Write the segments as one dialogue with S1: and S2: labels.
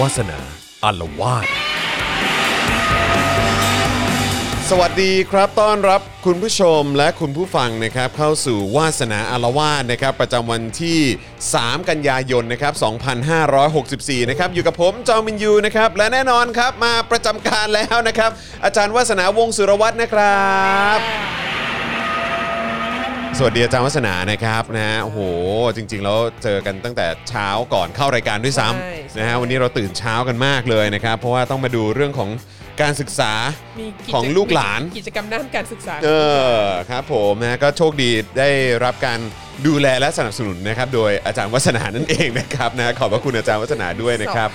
S1: วาสนาอารวาส
S2: สวัสดีครับ ต้อนรับคุณผู้ชมและคุณผู้ฟังนะครับเข้าสู่วาสนาอารวาสนะครับประจำวันที่ 3 กันยายนนะครับ 2564 นะครับอยู่กับผมจอมินยูนะครับและแน่นอนครับมาประจำการแล้วนะครับ อาจารย์วาสนาวงศ์สุรวัตรนะครับ สวัสดีอาจารย์วัฒนานะครับนะฮะโอ้โห จริงๆแล้วเจอกันตั้งแต่เช้าก่อนเข้ารายการด้วยซ้
S3: ใช่
S2: ำนะฮะวันนี้เราตื่นเช้ากันมากเลยนะครับ เพราะว่าต้องมาดูเรื่องของการศึกษาม
S3: มีจ
S2: ของลูกหลาน
S3: มีกิจกรรมด้านการศึกษา
S2: เออครับผมนะก็โชคดีได้รับการดูแลและสนับสนุนนะครับ โดยอาจารย์วัฒนานั่นเองนะครับนะขอบพระคุณอาจารย์วัฒนาด้วยนะครับ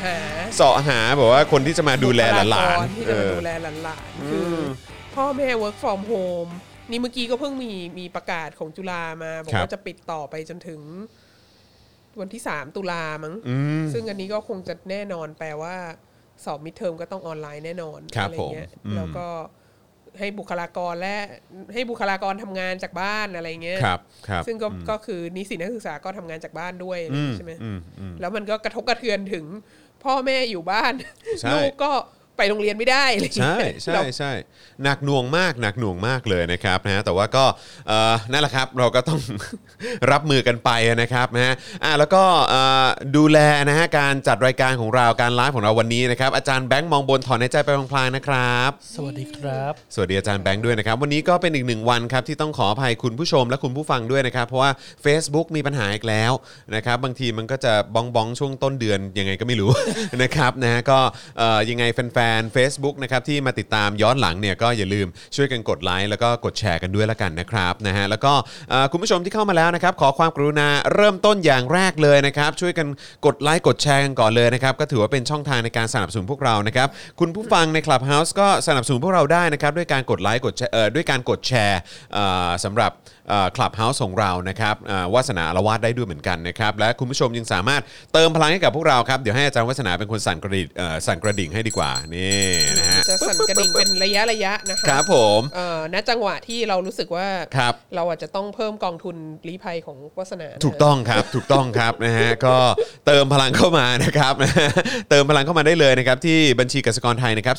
S3: เสาะหา
S2: เสาะหาแบบว่าคนที่จะมาดูแลหลาน
S3: บุคกรที่
S2: ๆเอ
S3: จะมา
S2: อ
S3: ดูแลหลานๆคืออพ่อแม่ work from home นี่เมื่อกี้ก็เพิ่งมีมีประกาศของจุฬามาบอก
S2: ครับ
S3: ว่าจะปิดต่อไปจนถึง วันที่สามตุลามั้งซึ่งอันนี้ก็คงจะแน่นอนแปลว่า สอบมิดเทอมก็ต้องออนไลน์แน่นอน
S2: ครับ
S3: อะไรเงี้ย
S2: ผมอืม
S3: แล้วก็ให้บุคลากรและให้บุคลากรทำงานจากบ้านอะไรเงี้ย
S2: ครับครับ
S3: ซึ่งก็
S2: อืม
S3: ก็คือนิสิตนักศึกษาก็ทำงานจากบ้านด้วยอะไร
S2: อืม
S3: ใช่ไห
S2: อืมอืม
S3: แล้วมันก็กระทบกระเทือนถึงพ่อแม่อยู่บ้าน
S2: ใช่
S3: ลูกก็ไปโรงเรียนไม่ได้อะไร อย่าง
S2: ใช่
S3: เงี้ย
S2: ใช่
S3: เรา
S2: ใช่หนักหน่วงมากหนักหน่วงมากเลยนะครับนะฮะแต่ว่าก็เอ่อนั่นแหละครับเราก็ต้อง รับมือกันไปนะครับนะฮะอ่ะแล้วก็เอ่อดูแลนะฮะการจัดรายการของเราการไลฟ์ของเราวันนี้นะครับอาจารย์แบงค์มองบนถอนในใจไปพลางๆนะครับ
S4: สวัสดีครับ
S2: สวัสดีอาจารย์แบงค์ด้วยนะครับ วันนี้ก็เป็นอีกหนึ่งวันครับที่ต้องขออภัยคุณผู้ชมและคุณผู้ฟังด้วยนะครับ เพราะว่า Facebook มีปัญหาอีกแล้วนะครับ บางทีมันก็จะบ้องบ้องๆช่วงต้นเดือนยังไงก็ไม่รู้ นะครับ นะฮะก็เอ่อยังไงแฟนๆ Facebook นะครับที่มาติดตามย้อนหลังเนี่ยก็อย่าลืมช่วยกันกดไลค์แล้วก็กดแชร์กันด้วยละกันนะครับนะฮะแล้วก็เอ่อคุณผู้ชมที่เข้ามาแล้วนะครับขอความกรุณาเริ่มต้นอย่างแรกเลยนะครับ ช่วยกันกดไลค์กดแชร์กันก่อนเลยนะครับก็ถือว่าเป็นช่องทางในการสนับสนุนพวกเรานะครับ คุณผู้ฟังใน Clubhouse ก็สนับสนุนพวกเราได้นะครับ ด้วยการกดไลค์กดแชร์เอ่อด้วยการกดแชร์เอ่อสำหรับคลับเฮาส์ของเรานะครับเอ่อวาสนาอารวาสได้ด้วยเหมือนกันนะครับ และคุณผู้ชมยังสามารถเติมพลังให้กับพวกเราครับ เดี๋ยวให้อาจารย์วาสนาเป็นคนสั่นกระดิ่งเอ่อสั่นกระดิ่งให้ดีกว่า นี่นะฮะ
S3: จะสั่นกระดิ่งเป็นระยะระยะนะ
S2: ค
S3: คะ
S2: รับผม
S3: เอ่อณจังหวะที่เรารู้สึกว่า
S2: ครับ
S3: เราอาจจะต้องเพิ่มกองทุนรีภัยของวาสนานะ
S2: ถูกต้องครับ ถูกต้องครับ นะฮะ ก็เติมพลังเข้ามานะครับ เติมพลังเข้ามาได้เลยนะครับ ที่บัญชีกสิกรไทยนะครับ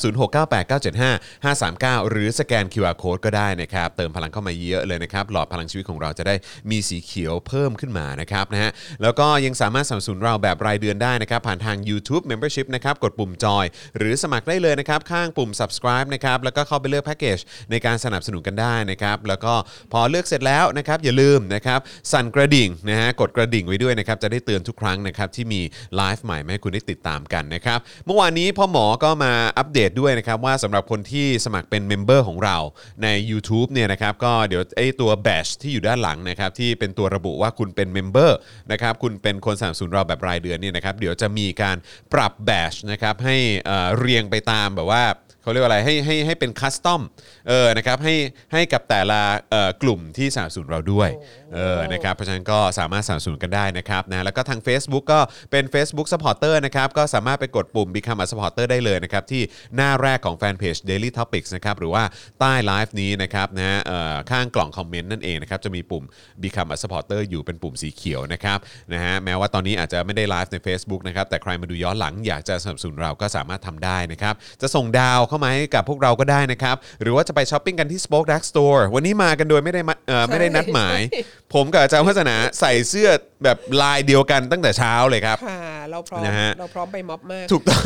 S2: 0698975539 หรือสแกน QR Code ก็ได้นะครับ เติมพลังเข้ามาเยอะเลยนะครับ หลอดพลังชีวิตของเราจะได้มีสีเขียวเพิ่มขึ้นมานะครับนะฮะ แล้วก็ยังสามารถสนับสนุนเราแบบรายเดือนได้นะครับ ผ่านทาง YouTube Membership นะครับ กดปุ่มจอย หรือสมัครได้เลยนะครับ ข้างปุ่ม subscribe นะครับ แล้วก็เข้าไปเลือกแพ็กเกจในการสนับสนุนกันได้นะครับ แล้วก็พอเลือกเสร็จแล้วนะครับ อย่าลืมนะครับ สั่นกระดิ่งนะฮะ กดกระดิ่งไว้ด้วยนะครับ จะได้เตือนทุกครั้งนะครับ ที่มีไลฟ์ใหม่มาให้คุณได้ติดตามกันนะครับ เมื่อวานนี้พ่อหมอก็มาอัปเดตด้วยนะครับ ว่าสำหรับคนที่สมัครเป็นเมมเบอร์ของเราใน u t u b e เนี่ยนะครับ ก็เดี๋ยวไอ้ตัวแบชที่อยู่ด้านหลังนะครับ ที่เป็นตัวระบุว่าคุณเป็นเมมเบอร์นะครับ คุณเป็นคนสนับสนุนเราแบบรายเดือนเนี่ยนะครับ เดี๋ยวจะมีการปรับแบชนะครับให้เอ่อเรียงไปตามแบบว่า เขาเรียกว่าอะไรให้ให้ให้เป็นคัสตอมเออนะครับให้ให้กับแต่ละเอ่อกลุ่มที่สนับสนุนเราด้วยเออนะครับเพราะฉะนั้นก็สามารถสนับสนุนกันได้นะครับนะแล้วก็ทาง Facebook ก็เป็น Facebook Supporter นะครับก็สามารถไปกดปุ่ม Become a Supporter ได้เลยนะครับที่หน้าแรกของแฟนเพจ Daily Topics นะครับหรือว่าใต้ไลฟ์นี้นะครับนะฮะเอ่อข้างกล่องคอมเมนต์นั่นเองนะครับจะมีปุ่ม Become a Supporter อยู่เป็นปุ่มสีเขียวนะครับนะฮะแม้ว่าตอนนี้อาจจะไม่ได้ไลฟ์ใน Facebook นะครับแต่ใครมาดูย้อนหลังอยากจะสนับสนุนเราก็สามารถทำได้นะครับจะส่งดาวเข้ามาให้กับพวกเราก็ได้นะครับ หรือว่าจะไปช้อปปิ้งกันที่ Spoke Dark Store วันนี้มากันโดยไม่ได้มาเอ่อไม่ได้นัดหมาย ผมกับอาจารย์วัฒนาใส่เสื้อแบบลายเดียวกันตั้งแต่เช้าเลยครับ
S3: ค่ะ เราพร้อม
S2: นะฮะ
S3: เราพร้อมไปม็อบมาก
S2: ถูกต้อง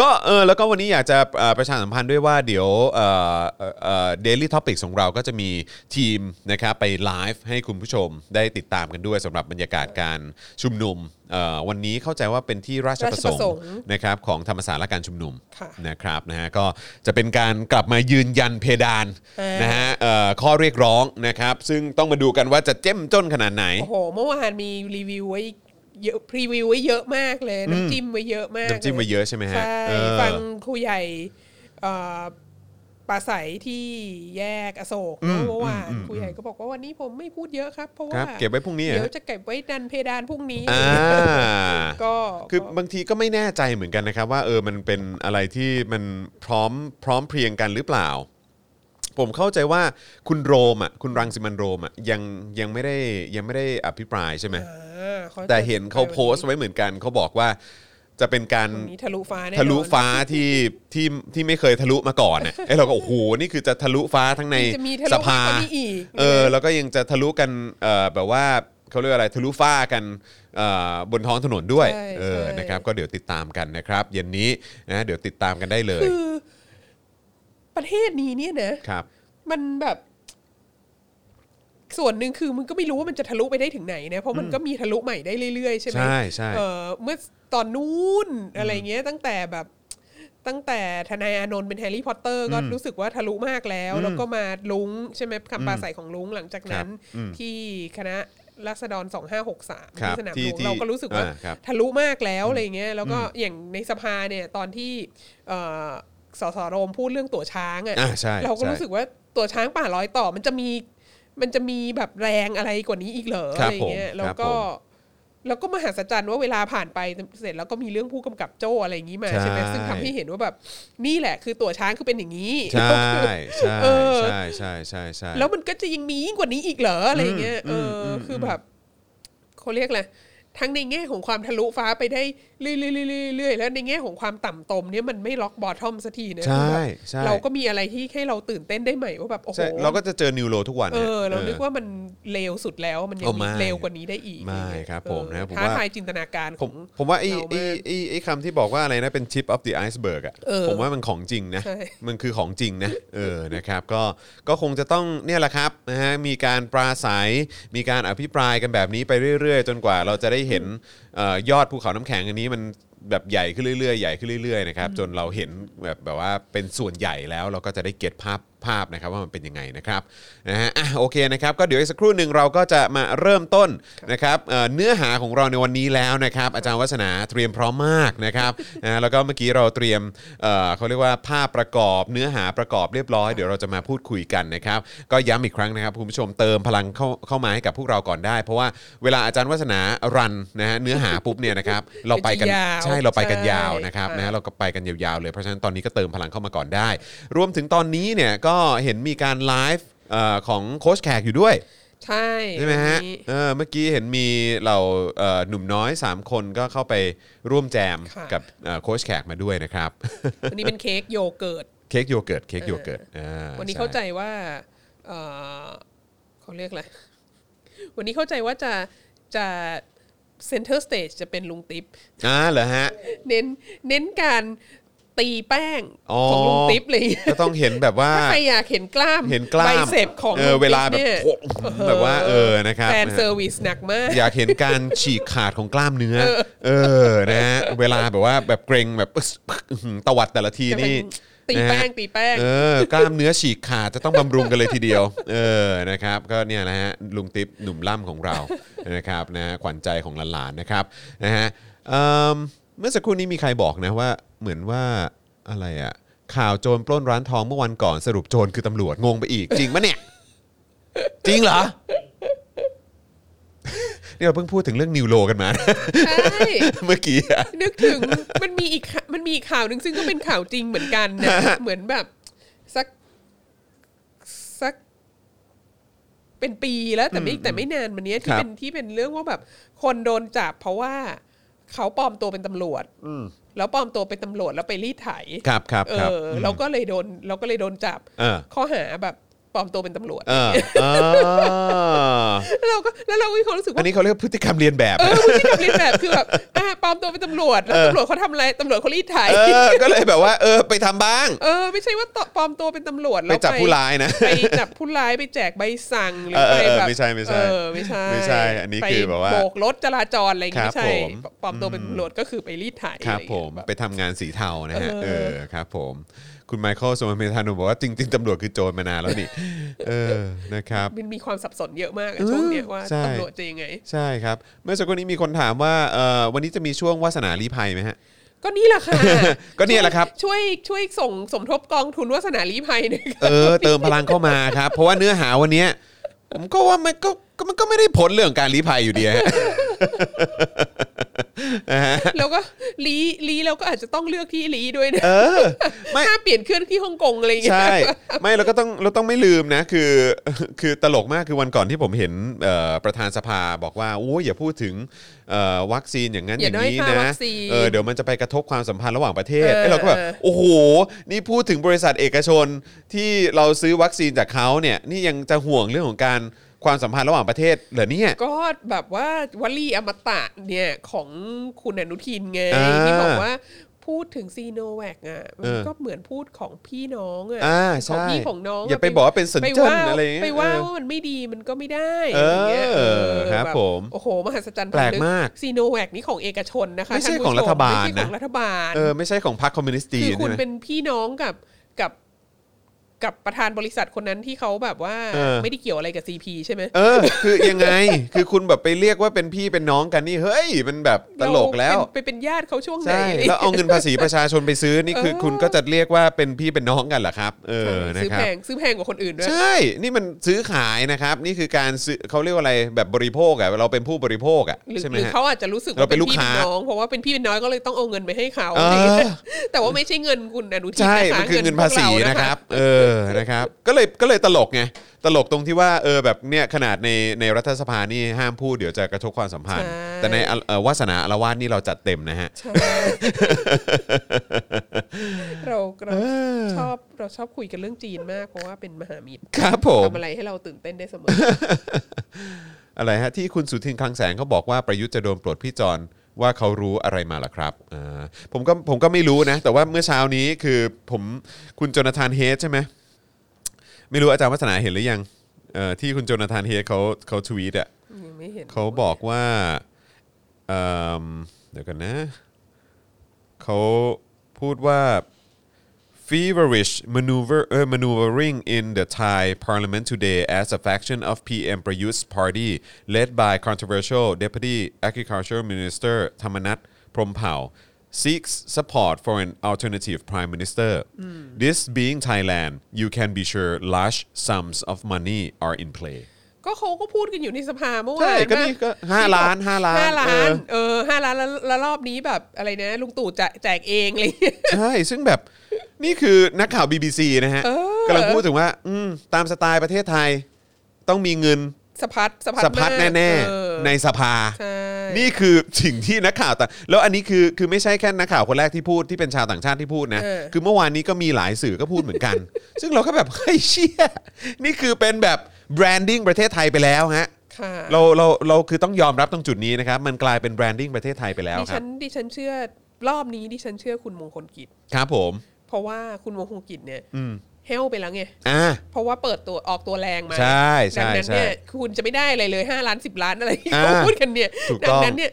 S2: ก็เออแล้วก็วันนี้อยากจะเอ่อประชาสัมพันธ์ด้วยว่าเดี๋ยวเอ่อเอ่อเอ่อ daily topic ของเราก็จะมีทีมนะครับไปไลฟ์ให้คุณผู้ชมได้ติดตามกันด้วยสำหรับบรรยากาศการชุมนุมเอ่อวันนี้เข้าใจว่าเป็นที่ราชประสง
S3: ราชประส
S2: ค์
S3: งค์
S2: นะครับของธรรมศาสตร์และการชุมนุม
S3: ค่ะ
S2: นะครับนะฮะก็จะเป็นการกลับมายืนยันเพดาน
S3: เออ
S2: นะฮะเอ่อข้อเรียกร้องนะครับ ซึ่งต้องมาดูกันว่าจะเจ้มจนขนาดไหน
S3: โอ้โห เมื่อวานมีรีวิวไว้เยอะพรีวิวไว้เยอะมากเลย น้ำจิ้มไว้เยอะมาก
S2: น้ำจิ้มไว้เยอะใช่ไหมฮะ
S3: ใช่
S2: เออ
S3: ฟังครูใหญ่เอ่อปราศัยที่แยกอโศกเนอะเมื่อวานครูใหญ่ก็บอกว่าวันนี้ผมไม่พูดเยอะครับ เพราะ
S2: ครั
S3: ว่า
S2: บเก็บไว้พรุ่งนี้เหร
S3: เดี๋ยว
S2: อ
S3: จะเก็บไว้ดันเพดานพรุ่งนี้
S2: อ่า
S3: ก็
S2: คือบางทีก็ไม่แน่ใจเหมือนกันนะครับ ว่าเออมันเป็นอะไรที่มันพร้อมพร้อมเพรียงกันหรือเปล่า ผมเข้าใจว่าคุณโรมอ่ะคุณรังสิมันต์โรมอ่ะยังยังไม่ได้ยังไม่ได้อภิปรายใช่ไหม
S3: อ่า
S2: แต่เห็นเขาโพสต์ไว้เหมือนกันเขาบอกว่า จะเป็นการ
S3: วันนี้ทะลุฟ้าแน่นอน
S2: ทะลุฟ้าที่ที่ที่ไม่เคยทะลุมาก่อนเนี่ยไอ้เราก็โอ้โหนี่คือจะทะลุฟ้าทั้งใน
S3: จะมีทะลุ
S2: สภาม
S3: ากกว่านี้อีก
S2: เออแล้วก็ยังจะทะลุกันเอ่อแบบว่าเขาเรียกอะไรทะลุฟ้ากันเอ่อบนท้องถนนด้วย
S3: ใช่
S2: เออ
S3: ใช่
S2: นะครับก็เดี๋ยวติดตามกันนะครับ เย็นนี้นะเดี๋ยวติดตามกันได้เลย
S3: คือ ประเทศนี้เนี่ยนะ
S2: ครับ
S3: มันแบบ ส่วนหนึ่งคือมึงก็ไม่รู้ว่ามันจะทะลุไปได้ถึงไหนนะเพราะมันก็มีทะลุใหม่ได้เรื่อยๆใช่ไหม
S2: ใช่ใช่
S3: เออเมื่อตอนนู้นอะไรเงี้ย ตั้งแต่แบบตั้งแต่ทนายอานนท์เป็นแฮร์รี่พอตเตอร์ ก็รู้สึกว่าทะลุมากแล้ว แล้วก็มาลุงใช่ไหมคำปราศัยของลุงหลังจากนั้น ที่คณะรัษฎร2563
S2: ครั
S3: ที่
S2: บ
S3: สนาม
S2: ที่
S3: หลวง
S2: ที่
S3: เราก็รู้สึกว่า
S2: อ่าครับ
S3: ทะลุมากแล้วอะไรเงี้ยแล้วก็อย่างในสภาเนี่ย ตอนที่เอ่อสสโรมพูดเรื่องตัวช้าง
S2: อ่า
S3: อะ่ะ
S2: ใช่
S3: เราก็
S2: ใช่
S3: รู้สึกว่าตัวช้างป่าร้อยต่อ มันจะมีมันจะมีแบบแรงอะไรกว่านี้อีกเหรอ
S2: ครั
S3: อะ
S2: บ
S3: ไรเงี้ย
S2: ผม
S3: แล้ว
S2: ครั
S3: ก็
S2: บผม
S3: แล้วก็มหัศจรรย์ว่าเวลาผ่านไปเสร็จแล้วก็มีเรื่องผู้กำกับโจ้อะไรอย่างนี้มาใช่ไหม
S2: ใช่
S3: ซึ่งทำให้เห็นว่าแบบนี่แหละ คือตัวช้างคือเป็นอย่างนี้
S2: ใช่ใช่
S3: เออ
S2: ใช่ใช่ใช่ใช่
S3: แล้วมันก็จะยังมียิ่งกว่านี้อีกเหรออะไรเงี้ย
S2: อื
S3: เอ
S2: ม
S3: ออ
S2: ม
S3: คือแบบเขาเรียกแหละไรทั้งในแง่ของความทะลุฟ้าไปได้เรื่อยๆเรื่อยๆแล้วในแง่ของความต่ำตมเนี่ยมันไม่ล็อกบอททอมสักทีนะ
S2: ใช่
S3: คือแบบ
S2: ใช่
S3: เราก็มีอะไรที่ให้เราตื่นเต้นได้ใหม่ว่าแบบโอ้โห
S2: ใช่เราก็จะเจอนิวโรทุกวัน
S3: เอ
S2: นี่ย
S3: อ เรานึกว่ามันเลวสุดแล้วมันยั
S2: โอ้
S3: ง
S2: ไม่
S3: มีเลวกว่านี้ได้อีก
S2: ไม่
S3: อะเงี้ย
S2: ครับ
S3: เออ
S2: ผมนะผม
S3: ท้า
S2: ว่า
S3: ทายจินตนาการข
S2: ผ
S3: อ
S2: ม
S3: ง
S2: ผมว่าไอ้
S3: เรา
S2: ไอ้
S3: มาก
S2: ไอ้ไอ้คำที่บอกว่าอะไรนะเป็น chip of the iceberg อ่ะ
S3: เออ
S2: ผมว่ามันของจริงนะ
S3: ใช่
S2: มันคือของจริงนะ เออนะครับก็ก็คงจะต้องเนี่ยแหละครับนะฮะมีการปราศัย มีการอภิปรายกันแบบนี้ไปเรื่อย ๆ จนกว่าเราจะได้เห็นเอ่อยอดภูเขาน้ำแข็งอันนี้มันแบบใหญ่ขึ้นเรื่อยๆใหญ่ขึ้นเรื่อยๆนะครับจนเราเห็นแบบแบบว่าเป็นส่วนใหญ่แล้วเราก็จะได้เก็ตภาพภาพนะครับว่ามันเป็นยังไงนะครับนะฮะอ่ะโอเคนะครับก็เดี๋ยวอีกสักครู่หนึ่งเราก็จะมาเริ่มต้นนะครับเอ่อเนื้อหาของเราในวันนี้แล้วนะครับอาจารย์วัฒนาเตรียมพร้อมมาก นะครับ นะแล้วก็เมื่อกี้เราเตรียมเอ่อเขาเรียกว่าภาพประกอบเนื้อหาประกอบเรียบร้อยเดี๋ยวเราจะมาพูดคุยกันนะครับ ก็ย้ำอีกครั้งนะครับคุณผู้ชมเติมพลังเข้าเข้ามาให้กับพวกเราก่อนได้ เพราะว่าเวลาอาจารย์วัฒนารันนะฮะเนื้อหาปุ๊บเนี่ย นะครับ เราไปกัน
S3: มันจะยาว
S2: ใช่เราไปกันยาว
S3: ใช่
S2: นะครับ
S3: ค่ะ
S2: นะ เราก็ไปกันยาวๆเลย เพราะฉะนั้นตอนนี้ก็เติมพลังเข้ามาก่อนได้ รวมถึงตอนนี้เนี่ยก็เห็นมีการไลฟ์เอ่อของโค้ชแขกอยู่ด้วย
S3: ใช่
S2: ใช่ไหมฮะ
S3: อันนี้
S2: เออเมื่อกี้เห็นมีเหล่าเอ่อหนุ่มน้อย 3 คนก็เข้าไปร่วมแจม
S3: ค่ะ
S2: กับเอ่อโค้ชแขกมาด้วยนะครับ
S3: อันนี้เป็นเค้กโยเกิร์ต
S2: เค้กโยเกิร์ตเค้กโยเกิร์ตอ่
S3: วันนี้เข้าใจว่าเอ่อเขาเรียก อะไร วันนี้เข้าใจว่าจะจะเซนเตอร์สเตจจะเป็นลุงติ๊บ
S2: อ่าเหรอฮะ
S3: เน้นเน้นการตีแป้ง
S2: อ๋อ
S3: ของลุงติ๊บเลย
S2: ก็ต้องเห็นแบบว่า
S3: ถ้าใครอยากเห็นกล้าม
S2: เห็นกล้าม
S3: ใบเสพของ
S2: เออเวลาแบบ
S3: งติ๊เนี่ย
S2: โผล่แบบว่าเออนะครับ
S3: แฟนเซอร์วิสหนักมาก
S2: อยากเห็นการฉีกขาดของกล้ามเนื้อ เออนะฮะเวลาแบบว่าแบบเกรงแบบอึ๊กอื้อหือตวัดแต่ละทีนี่
S3: ตี
S2: นะ
S3: แป้
S2: ฮะ
S3: งตีแป้ง
S2: เออกล้ามเนื้อฉีกขาดจะต้องบำรุงกันเลยทีเดียว เออนะครับ ก็เนี่ยนะฮะลุงติ๊บหนุ่มล่ำของเรา นะครับนะฮะขวัญใจของหลานๆนะครับนะฮะเอิ่มเมื่อสักครู่นี้มีใครบอกนะว่าเหมือนว่าอะไรอะข่าวโจรปล้นร้านทองเมื่อวันก่อนสรุปโจรคือตำรวจงงไปอีก จริงปะเนี่ย จริงเหรอ นี่เราเพิ่งพูดถึงเรื่องนิวโลกันมา
S3: ใช่
S2: เมื่อกี้อะ
S3: นึกถึงมันมีอีกข่ามันมีอีกข่าวหนึ่งซึ่งก็เป็นข่าวจริงเหมือนกันนะ เหมือนแบบสักสัก เป็นปีแล้วแต่ไม่แต่ไม่นานมาเนี้ย
S2: ค
S3: ที่
S2: รับ
S3: เป็นที่เป็นเรื่องว่าแบบ คนโดนจับเพราะว่าเขาปลอมตัวเป็นตำรวจแล้วปลอมตัวเป็นตำรวจแล้วไปรีดไถ
S2: ครับครับ
S3: เอ
S2: ครับ
S3: ออเราก็เลยโดนเราก็เลยโดนจับ
S2: เออ
S3: ข้อหาแบบปลอมตัวเป็นตำรวจ
S2: เอออ่า
S3: แล้วเราก็แล้วเราก็มีความรู้สึก
S2: อั
S3: ว่า
S2: นนี้เขาเรียกพฤติกรรมเรียนแบบ
S3: เออพฤติกรรมเรียนแบบคือแบบอ่ะปลอมตัวเป็นตำรวจแล้วตำรวจเขาทำอะไรตำรวจเขารีดไถ
S2: เอ อ ก็เลยแบบว่า เออ ไปทำบ้าง
S3: เออไม่ใช่ว่าตปลอมตัวเป็นตำรวจ
S2: ไป
S3: แล้ว
S2: จับผู้ร้ายนะ
S3: ไปจับผู้ร้ายไปแจกใบสั่งหรือ
S2: เออเอ
S3: ไป
S2: อเออ
S3: แบบ
S2: ไม่ใช่ไม่ใช่
S3: เออไม่ใช่
S2: ไม่ใช่อันนี้คือแบบว่า
S3: ไปโบกรถจราจรอะไรอย่างงี้
S2: ครับ
S3: ไม่ใช่
S2: ผม
S3: ปลอมตัวเป็นตำรวจก็คือไปรีดไถ
S2: ครับ
S3: อะไอย่า
S2: ผ
S3: ง
S2: ม
S3: เงี้ยแบบ
S2: ไปทำงานสีเทานะฮะ
S3: เออ
S2: เออ ครับผม คุณไมเคิลสมเมธานุบอกว่าจริง ๆตำรวจคือโจรมานานแล้วนี่ เออ นะครับ
S3: มันมีความสับสนเยอะมากอะ
S2: เออ
S3: ช่วงเนี้ยว่า
S2: ใช่
S3: ตำรวจจะยังไง
S2: ใช่ครับ เมื่อสักครู่นี้มีคนถามว่า เออวันนี้จะมีช่วงวาสนาลี้ภัยไหมฮะ
S3: ก็นี่แหละค่ะ
S2: ก็เนี่ยแหละครับ
S3: ช่วยช่วยส่งสมทบกองทุนวาสนาลีภัยห น่อย
S2: เออ เติมพลังเข้ามาครับ เพราะว่าเนื้อหาวันเนี้ยผมก็ว่ามันก็ก็มันก็ไม่ได้ผลเรื่องการลี้ภัยอยู่ดีฮะ
S3: แล้วก็ลีลีเราก็อาจจะต้องเลือกที่ลีด้วยนะ
S2: เออ ไม่
S3: ถ้าเปลี่ยนเครื่องที่ฮ่องกงอะไรอย่างเงี้ย
S2: ใช่ ไม่เราก็ต้องเราต้องไม่ลืมนะคือ คือตลกมากคือวันก่อนที่ผมเห็นเอ่อประธานสภาบอกว่าโอ้ยอย่าพูดถึงเอ่อวัคซีนอย่างนั้นอย่
S3: อา
S2: ย่าง
S3: ด้อย
S2: นี้
S3: ค่าวั
S2: นะ
S3: คซีน
S2: เออเดี๋ยวมันจะไปกระทบความสัมพันธ์ระหว่างประเทศ
S3: เออ
S2: เอ้ยเราก็แบบ
S3: เออ
S2: โอ้โห นี่พูดถึงบริษัทเอกชนที่เราซื้อวัคซีนจากเขาเนี่ยนี่ยังจะห่วงเรื่องของการความสัมพันธ์ระหว่างประเทศเหรอเนี่ย
S3: ก็แบบว่าวลีอมตะเนี่ยของคุณอนุทินไง
S2: อ่า
S3: ที่บอกว่าพูดถึงซีโนแวคอ่ะมั
S2: เอน อ
S3: ก็เหมือนพูดของพี่น้องอ่ะ
S2: อ่า
S3: ของ
S2: ใช่
S3: พี่ของน้องะ
S2: อย่าไปบอกว่าเป็นสน
S3: ไป
S2: เจิ้น
S3: ว่า
S2: อะไรอย่างเงี้ย
S3: ไปว่าว่ามันไม่ดีมันก็ไม่ได้
S2: เออ
S3: ไรย่างงี้ยเออ
S2: ครับ
S3: แ
S2: ผม
S3: โอ้โห มหัศจรรย์
S2: แปลกมาก
S3: ซีโนแวคนี่ของเอกชนนะคะ
S2: ไม่ใช่
S3: ท่านผู้
S2: ของรัฐบาล
S3: ไม่ใช่ของ
S2: นะ
S3: รัฐบาล
S2: เออไม่ใช่ของพรรคคอมมิวนิสต์จี
S3: คือน คุ
S2: ใช่
S3: ณ
S2: ไหม
S3: เป็นพี่น้องกับกับกับประธานบริษัทคนนั้นที่เขาแบบว่า
S2: เออ
S3: ไม่ได้เกี่ยวอะไรกับซีพีใช่ไหม
S2: เออ คือยังไง คือคุณแบบไปเรียกว่าเป็นพี่เป็นน้องกันนี่ เฮ้ย มันแบบตลกแล้ว
S3: เราเป็นไปเป็นญาติเขาช่วงไหน
S2: ใช่ แล้วเอาเงินภาษีประชาชนไปซื้อนี่คือ
S3: เออ
S2: คุณก็จะเรียกว่าเป็นพี่เป็นน้องกันเหรอครับ เออนะ
S3: ซื้อ
S2: ครั
S3: แพ
S2: บ
S3: งซื้อแพงกว่าคนอื่นด้วย
S2: ใช่ นี่มันซื้อขายนะครับ นี่คือการซื้อเขาเรียกว่าอะไรแบบบริโภคอะเราเป็นผู้บริโภคอะ
S3: หรือ
S2: ใช่ไหม
S3: หรือ
S2: ฮะ
S3: เขาอาจจะรู้สึก
S2: เรา
S3: ว่า
S2: เป็
S3: เป็น น
S2: ลูก
S3: พี่
S2: ค้า
S3: เป็นน้องเพราะว่าเป็นพี่เป็นน้อยก็เลยต้องเอาเงินไปให้เขา
S2: เอออ
S3: ะไรอย่างเงี้ย แต่ว่าไม่ใช่เงินคุณอนุทิน
S2: ใช่
S3: ะะ
S2: มันคือเงินภาษี
S3: เงิพวกเ
S2: นะครับ เออ นะครับ ก็เลย ก็เลยตลกไง ตลกตรงที่ว่า เออ แบบเนี่ย ขนาดใน ในรัฐสภานี่ห้ามพูดเดี๋ยวจะกระทบความสัมพันธ์
S3: ใช่
S2: แต่ในอ่ะเอ่อวาสนาอารวาสนี่เราจัดเต็มนะฮะ
S3: ใช่เราเราชอบเราชอบคุยกันเรื่องจีนมาก เพราะว่าเป็นมหามิตร
S2: ครับผม
S3: ทำอะไรให้เราตื่นเต้นได้เสมอ
S2: อะไรฮะ ที่คุณสุทินคลังแสงเขาบอกว่าประยุทธ์จะโดนปลดพี่จอนว่าเขารู้อะไรมาล่ะครับอ่าผมก็ผมก็ไม่รู้นะ แต่ว่าเมื่อเช้านี้คือผมคุณโจนาธานเฮดใช่ไหมไม่รู้อาจารย์วัฒนาเห็นหรือยังเอ่อที่คุณโจนาธานเฮดเขาเขาทวีตอ่ะ
S3: ยังไม่เห็น
S2: เขาบอกว่าเอิ่มเดี๋ยวกันนะ เขาพูดว่า feverish maneuver เอ่อ maneuvering in the Thai parliament today as a faction of PM Prayut's party led by controversial deputy agriculture minister ธรรมนัทพรหมเผ่า seeks support for an alternative prime minister
S3: Hmm.
S2: this being Thailand you can be sure large sums of money are in play
S3: ก็เขาก็พูดกันอยู่ในสภาเมื่อ
S2: ใช่
S3: วาน
S2: ก็นี่ก็ห้าล้านห้าล้าน
S3: ห้าล้า
S2: เออ
S3: นเออห้าล้านแล้วแล้วรอบนี้แบบอะไรนะ ลุงตู่จะแจกเองอะไรอย่างเลย
S2: ใช่ ซึ่งแบบนี่คือนักข่าว BBC นะฮะกำลังพูดถึงว่า อืม ตามสไตล์ประเทศไทย ต้องมีเงิน
S3: สะพัดสะพัด
S2: สะพัด
S3: มาก
S2: แน่
S3: เออ
S2: ๆ ในสภา
S3: ใช่
S2: นี่คือสิ่งที่นักข่าวต่างแล้วอันนี้คือคือไม่ใช่แค่นักข่าวคนแรกที่พูดที่เป็นชาวต่างชาติที่พูดนะ คือเมื่อวานนี้ก็มีหลายสื่อก็พูดเหมือน กัน ซึ่งเราก็แบบเฮ้ยเชี่ยนี่คือเป็นแบบแบรนดิ้งประเทศไทยไปแล้วฮะ
S3: ค่ะ
S2: เราเราเราคือต้องยอมรับตรงจุดนี้นะครับมันกลายเป็นแบรนดิ้งประเทศไทยไปแล้ว
S3: ดิ
S2: ครั
S3: ฉั
S2: บ
S3: นดิฉันเชื่อรอบนี้ดิฉันเชื่อคุณมงคลกิจ
S2: ครับผม
S3: เพราะว่าคุณมงคลกิจเนี่ย
S2: อืม
S3: เฮลไปแล้วไง
S2: อ่า
S3: เพราะว่าเปิดตัวออกตัวแรงมา
S2: ใช่ใช่
S3: ดันั้นเนี่ย
S2: ใช่
S3: คุณจะไม่ได้อะไรเลย5ล้าน10 ล้านอะไรที่
S2: อ่า
S3: เขาพูดกันเนี่ย
S2: ถูก
S3: ดั
S2: ต้อง
S3: นั้นเนี่ย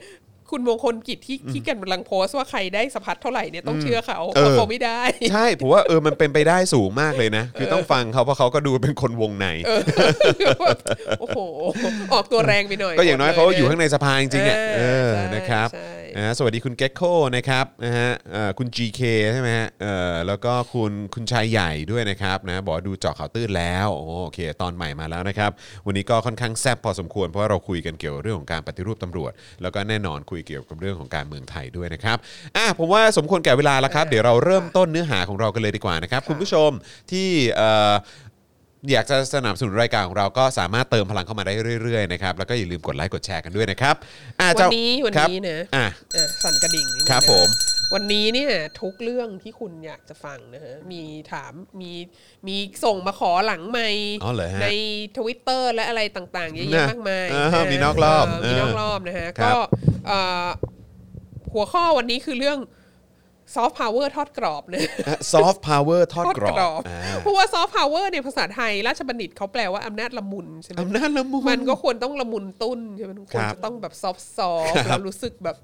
S3: คุณมงคลกิจที่ที่กันกำลังโพสต์ว่าใครได้สะพัดเท่าไหร่เนี่ยต้องเชื่อเขา
S2: เออ
S3: เพราะเขาไม่ได้
S2: ใช่ผมว่าเออมันเป็นไปได้สูงมากเลยนะ คือต้องฟังเขาเพราะเขาก็ดูเป็นคนวงใน
S3: เอ อโอ้โห ออกตัวแรงไปหน่อย
S2: ก็อย่างน้อย
S3: บ
S2: เขา
S3: ล
S2: อยู่ข้างในสภาจริงๆอ่ะ
S3: เอ
S2: เออ
S3: อใช่
S2: นะครับ
S3: ใช่
S2: นะฮะสวัสดีคุณเก็กโคนะครับนะฮะเอ่อคุณ GK ใช่ไหมฮะเออแล้วก็คุณคุณชายใหญ่ด้วยนะครับนะบอกว่าดูเจาะข่าวตื้นแล้วโอ้โอเค ตอนใหม่มาแล้วนะครับ วันนี้ก็ค่อนข้างแซ่บพอสมควรเพราะว่าเราคุยกันเกี่ยวกับเรื่องของการปฏิรูปตำรวจ แล้วก็แน่นอนคุยเกี่ยวกับเรื่องของการเมืองไทยด้วยนะครับอ่ะผมว่าสมควรแก่เวลาแล้วครับเดี๋ยวเราเริ่มต้นเนื้อหาของเรากันเลยดีกว่านะครับคุณผู้ชมที่เอ่อ อยากจะสนับสนุนรายการของเราก็สามารถเติมพลังเข้ามาได้เรื่อยๆนะครับแล้วก็อย่าลืมกดไลค์กดแชร์กันด้วยนะครับอ่ะ
S3: วั
S2: เจ้าน
S3: นี้วัน
S2: ครับ
S3: นี้นะ
S2: อ่ะ
S3: อ่ะสั่นกระดิ่งนิดนึง
S2: ครับ
S3: นะ
S2: ผม
S3: วันนี้เนี่ยทุกเรื่องที่คุณอยากจะฟังนะฮะมีถามมีมีส่งมาขอหลังไม่
S2: อ๋อเหรอฮะ
S3: ในทวิตเตอร์และอะไรต่างๆเยอะ
S2: นะ
S3: แยะมากมาย
S2: เออมีนอกรอบ
S3: เมีนอกรอบนะฮะ
S2: ครั
S3: ก็
S2: บ
S3: เอ่อหัวข้อวันนี้คือเรื่องซอฟต์พาวเวอร์ทอดกรอบนะ
S2: ซอฟต์พาวเวอร์ทอด
S3: ทอด
S2: ก
S3: ก
S2: ร
S3: ร
S2: อ
S3: อ
S2: บบ อ่ะ
S3: เพราะว่าซอฟต์พาวเวอร์ในยภาษาไทย ราชบัณฑิตเขาแปลว่าอำนาจละมุนใช่ไหม
S2: อำนาจละมุน
S3: มันก็ควรต้องละมุนตุ้นใช่ไหมมันควร
S2: ครับ
S3: จะต้องแบบซอฟซอฟแล้วรู้สึกแบบ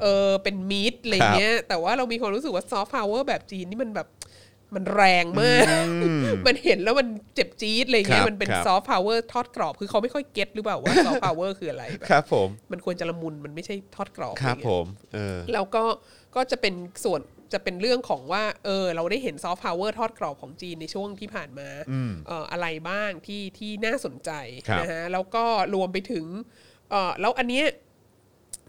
S3: เออเป็นมีดอะไรเงี้ย แต่ว่าเรามีความรู้สึกว่าซอฟต์พาวเวอร์แบบจีนนี่มันแบบมันแรงมาก มันเห็นแล้วมันเจ็บจี๊ดอะไรเงี้
S2: ครั
S3: ย
S2: บ
S3: มันเป็น
S2: ครับ
S3: ซอฟต์พาวเวอร์ทอดกรอบ คือเขาไม่ค่อยเก็ตหรือเปล่าว่าซอฟต์พาวเวอร์คืออะไรแบบ
S2: ครับผม
S3: มันควรจะละมุนมันไม่ใช่ทอดกรอบ
S2: ครับ
S3: อะไร
S2: ผ
S3: เงี้ย
S2: มเออ
S3: แล้วก็ก็จะเป็นส่วนจะเป็นเรื่องของว่าเออเราได้เห็นซอฟต์พาวเวอร์ทอดกรอบของจีนในช่วงที่ผ่านมาเอออะไรบ้างที่ที่น่าสนใจ
S2: ครับ
S3: นะฮะแล้วก็รวมไปถึงเออแล้วอันเนี้ย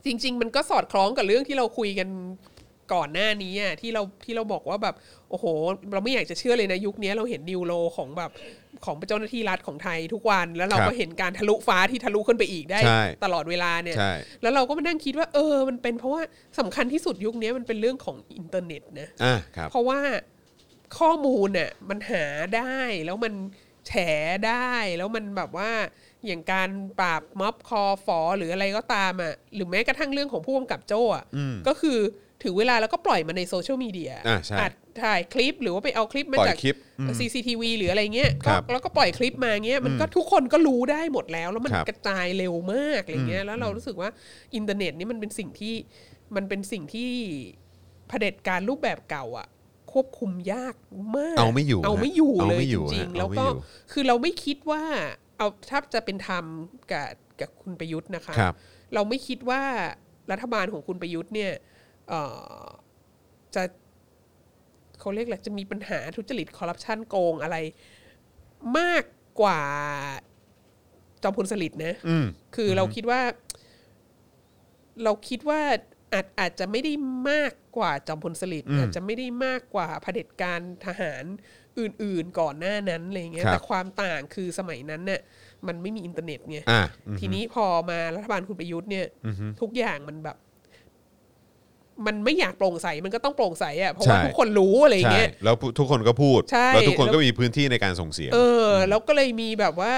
S3: จริง ๆ มันก็สอดคล้องกับเรื่องที่เราคุยกันก่อนหน้านี้อะที่เราที่เราบอกว่าแบบโอ้โห เราไม่อยากจะเชื่อเลยนะยุคนี้เราเห็นนิวโลของแบบของเจ้าหน้าที่รัฐของไทยทุกวัน แล้วเรา
S2: ครับ
S3: ก็เห็นการทะลุฟ้าที่ทะลุขึ้นไปอีกได้
S2: ใช่
S3: ตลอดเวลาเนี่ย
S2: ใช่
S3: แล้วเราก็มานั่งคิดว่าเออ มันเป็นเพราะว่าสำคัญที่สุดยุคนี้มันเป็นเรื่องของอินเทอร์เน็ตนะ
S2: อ่ะครับ
S3: เพราะว่าข้อมูลน่ะมันหาได้แล้วมันแฉได้ แล้วมันแบบว่าอย่างการปราบม็อบคอฟอหรืออะไรก็ตามอ่ะหรือแม้กระทั่งเรื่องของผู้กำกับโจ้อ่ะ
S2: อืม
S3: ก็คือถึงเวลาแล้วก็ปล่อยมาในโซเชียลมีเดีย
S2: อ่ะใช่
S3: อัดถ่ายคลิปหรือว่าไปเอาคลิปมา
S2: ปล่อย
S3: จาก
S2: คลิปอืม
S3: CCTV หรืออะไรเงี้ย
S2: ครั
S3: ก็
S2: บ
S3: แล้วก็ปล่อยคลิปมาเงี้ยมันก็ทุกคนก็รู้ได้หมดแล้ว แล้วมัน
S2: ครับ
S3: กระจายเร็วมากอะไรเงี้
S2: อื
S3: ย
S2: ม
S3: แล้วเรารู้สึกว่าอินเทอร์เน็ตนี่มันเป็นสิ่งที่มันเป็นสิ่งที่เผด็จการรูปแบบเก่าอะควบคุมยากมาก
S2: เอาไม่อยู่ฮะ
S3: เอาไม่อยู่
S2: เอา
S3: เล
S2: ไม่
S3: ย
S2: อยู่ฮะ
S3: จริงๆ
S2: เอา
S3: แล้ว
S2: ไม่
S3: ก็
S2: อยู่
S3: คือเราไม่คิดว่าเอาถ้าจะเป็นธรรมกับกับคุณประยุทธ์นะคะ
S2: ครับ
S3: เราไม่คิดว่ารัฐบาลของคุณประยุทธ์เนี่ยเอ่อจะเขาเรียกอะไรจะมีปัญหาทุจริตคอร์รัปชันโกงอะไร มากกว่าจอมพลสฤษดิ์นะ
S2: อืม
S3: คือเราคิดว่า เราคิดว่าอาจอาจจะไม่ได้มากกว่าจอมพลสฤษดิ์
S2: อืม
S3: อาจจะไม่ได้มากกว่าเผด็จการทหารอื่น ๆ ก่อนหน้านั้นอะไรเงี้ย
S2: ครับ
S3: แต่ความต่างคือสมัยนั้นเนี่ยมันไม่มีอินเทอร์เน็ตไง
S2: อ่ะอืม
S3: ทีนี้พอมารัฐบาลคุณประยุทธ์เนี่ย
S2: อือฮึ
S3: ทุกอย่างมันแบบ มันไม่อยากโปร่งใสมันก็ต้องโปร่งใสอะ่ะเพราะว่า
S2: ใช่
S3: ทุกคนรู้อะไรอย่าง
S2: ใช่
S3: เงี้ย
S2: แล้วทุกคนก็พูด
S3: ใช่
S2: แล้วทุกคนก็มีพื้นที่ในการส่งเสียง
S3: เออ แล้วก็เลยมีแบบว่า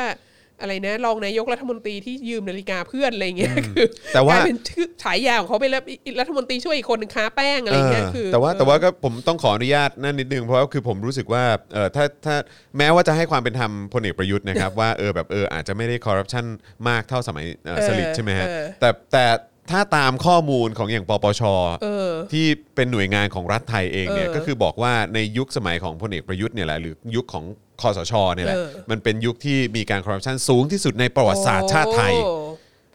S3: อะไรนะรองนายกรัฐมนตรีที่ยืมนาฬิกาเพื่อนอะไรเงี้ยคือ
S2: แต่ว่า
S3: กลยเป็นชื่อฉายาของเขาไปแล้วอีกรัฐมนตรีช่วยอีกคนหนึ่งค้าแป้งอะไรเงี้ยคือ
S2: แต่ว่าแต่ว่าก็ผมต้องขออนุญาตนั่นนิดนึงเพราะว่าคือผมรู้สึกว่าเออถ้าถ้าแม้ว่าจะให้ความเป็นธรรมพลเอกประยุทธ์นะครับ ว่าเออแบบเอออาจจะไม่ได้คอร์รัปชันมากเท่าสมัยเอ่อ
S3: เออ
S2: สลิดใช่ไหมฮะ
S3: เออ
S2: แต่แต่ถ้าตามข้อมูลของอย่างปปช
S3: เออ
S2: ที่เป็นหน่วยงานของรัฐไทยเองเนี่ย
S3: เออ
S2: ก็คือบอกว่าในยุคสมัยของพลเอกประยุทธ์เนี่ยแหละหรือยุคของคอสชเนี่ยแหละ
S3: เออ
S2: มันเป็นยุคที่มีการคอร์รัปชันสูงที่สุดในประวัติศาสตร์ชาติไทย
S3: โอ้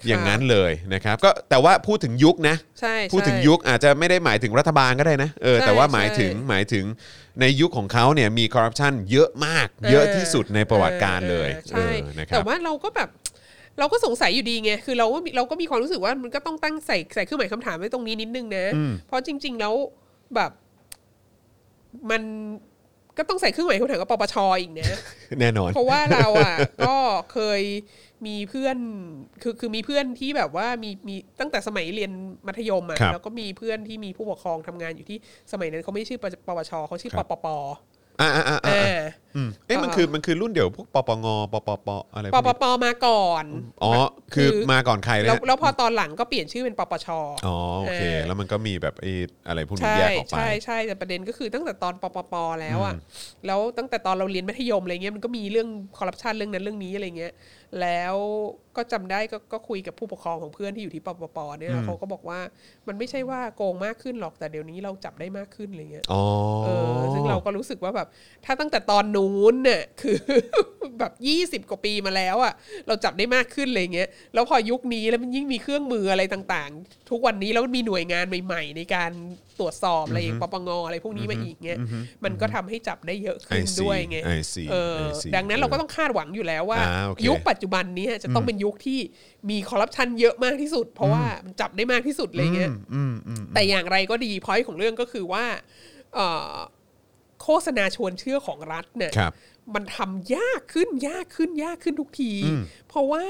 S2: อย่างนั้นเลยนะครับก็แต่ว่าพูดถึงยุคนะ
S3: ใช่ใช่
S2: พูดถึงยุคอาจจะไม่ได้หมายถึงรัฐบาลก็ได้นะเออ
S3: ใช่
S2: แต่ว่าหมาย
S3: ใช่
S2: ถึงหมายถึงในยุคของเขาเนี่ยมีคอร์รัปชันเยอะมาก เยอะที่สุดในประวัติการเลย
S3: ออใช่
S2: เออนะครั
S3: แต่
S2: บ
S3: ว่าเราก็แบบ เราก็สงสัยอยู่ดีไงคือเราก็มีเราก็มีความรู้สึกว่ามันก็ต้องตั้งใส่ใส่เครื่องหมายคำถามไว้ตรงนี้นิดนึงนะ
S2: อืม
S3: เพราะจริง ๆ แล้วแบบ มันก็ต้องใส่เครื่องหมายคำถามกับปปชอีกนะ
S2: แน่นอน
S3: เพราะว่าเราอ่ะ ก็เคยมีเพื่อนคือคือมีเพื่อนที่แบบว่ามีมีตั้งแต่สมัยเรียนมัธยมอ่ะ
S2: ครับ
S3: แล้วก็มีเพื่อนที่มีผู้ปกครองทำงานอยู่ที่สมัยนั้นเขาไม่ชื่อปปชเขาชื่อ
S2: ค
S3: ป
S2: รับ
S3: ปป
S2: อ่าอ่าอ่า
S3: อ่า
S2: อืมเอ๊ะมันคือมันคือรุ่นเดียวพวกปปงปปปอะไรพว
S3: ป
S2: ก
S3: ป
S2: นี้
S3: ปมาก่อน
S2: อ๋อคือมาก่อนใครเลย
S3: แล้ว
S2: ฮะ
S3: แล้วพอตอนหลังก็เปลี่ยนชื่อเป็นปปช
S2: อ๋อโอเค
S3: เออ
S2: แล้วมันก็มีแบบไอ้อะไรพวกนี้
S3: ใช่
S2: แยกออกไป
S3: ใช่ใช่แต่ประเด็นก็คือตั้งแต่ตอนปปปแล้วอ่ะแล้วตั้งแต่ตอนเราเรียนมัธยมอะไรเงี้ยมันก็มีเรื่องคอร์รัปชันเรื่องนั้นเรื่องนี้อะไรเงี้ยแล้วก็จำได้ก็ก็คุยกับผู้ปกครองของเพื่อนที่อยู่ที่ปปปเนี่ย
S2: อืม
S3: เขาก็บอกว่ามันไม่ใช่ว่าโกงมากขึ้นหรอกแต่เดี๋ยวนี้เราจับได้มากขึ้นอะไรเงี้ย
S2: อ๋อ
S3: เออซึ่งเราก็รู้สึกว่าแบบ ถ้าตั้งแต่ตอนนู้นเนี่ย คือ แบบยี่สิบ20 กว่าปีมาแล้วอ่ะเราจับได้มากขึ้นอะไรเงี้ยแล้วพอยุคนี้แล้วมันยิ่งมีเครื่องมืออะไรต่างๆ ทุกวันนี้แล้วมันมีหน่วยงานใหม่ ๆ ในการตรวจสอบอะไรอย่างปปงอะไรพวกนี้มาอีกเงี้ยมันก็ทำให้จับได้เยอะขึ้น
S2: I see
S3: ด้วยไง
S2: I see
S3: เออ
S2: I see
S3: ดังนั้นเราก็ต้องคาดหวังอยู่แล้วว่า
S2: อ่าโอเค
S3: ยุคปัจจุบันเนี้จะต้องเป็นยุคที่มีคอร์รัปชันเยอะมากที่สุด เพราะว่ามันจับได้มากที่สุดอะไรเงี้ย
S2: อืมอืม
S3: แต่อย่างไรก็ดีพอยต์ของเรื่องก็คือว่าเอ่อโฆษณาชวนเชื่อของรัฐเนี่ย
S2: ครับ
S3: มันทำยากขึ้นยากขึ้นยากขึ้นทุกที เพราะว่า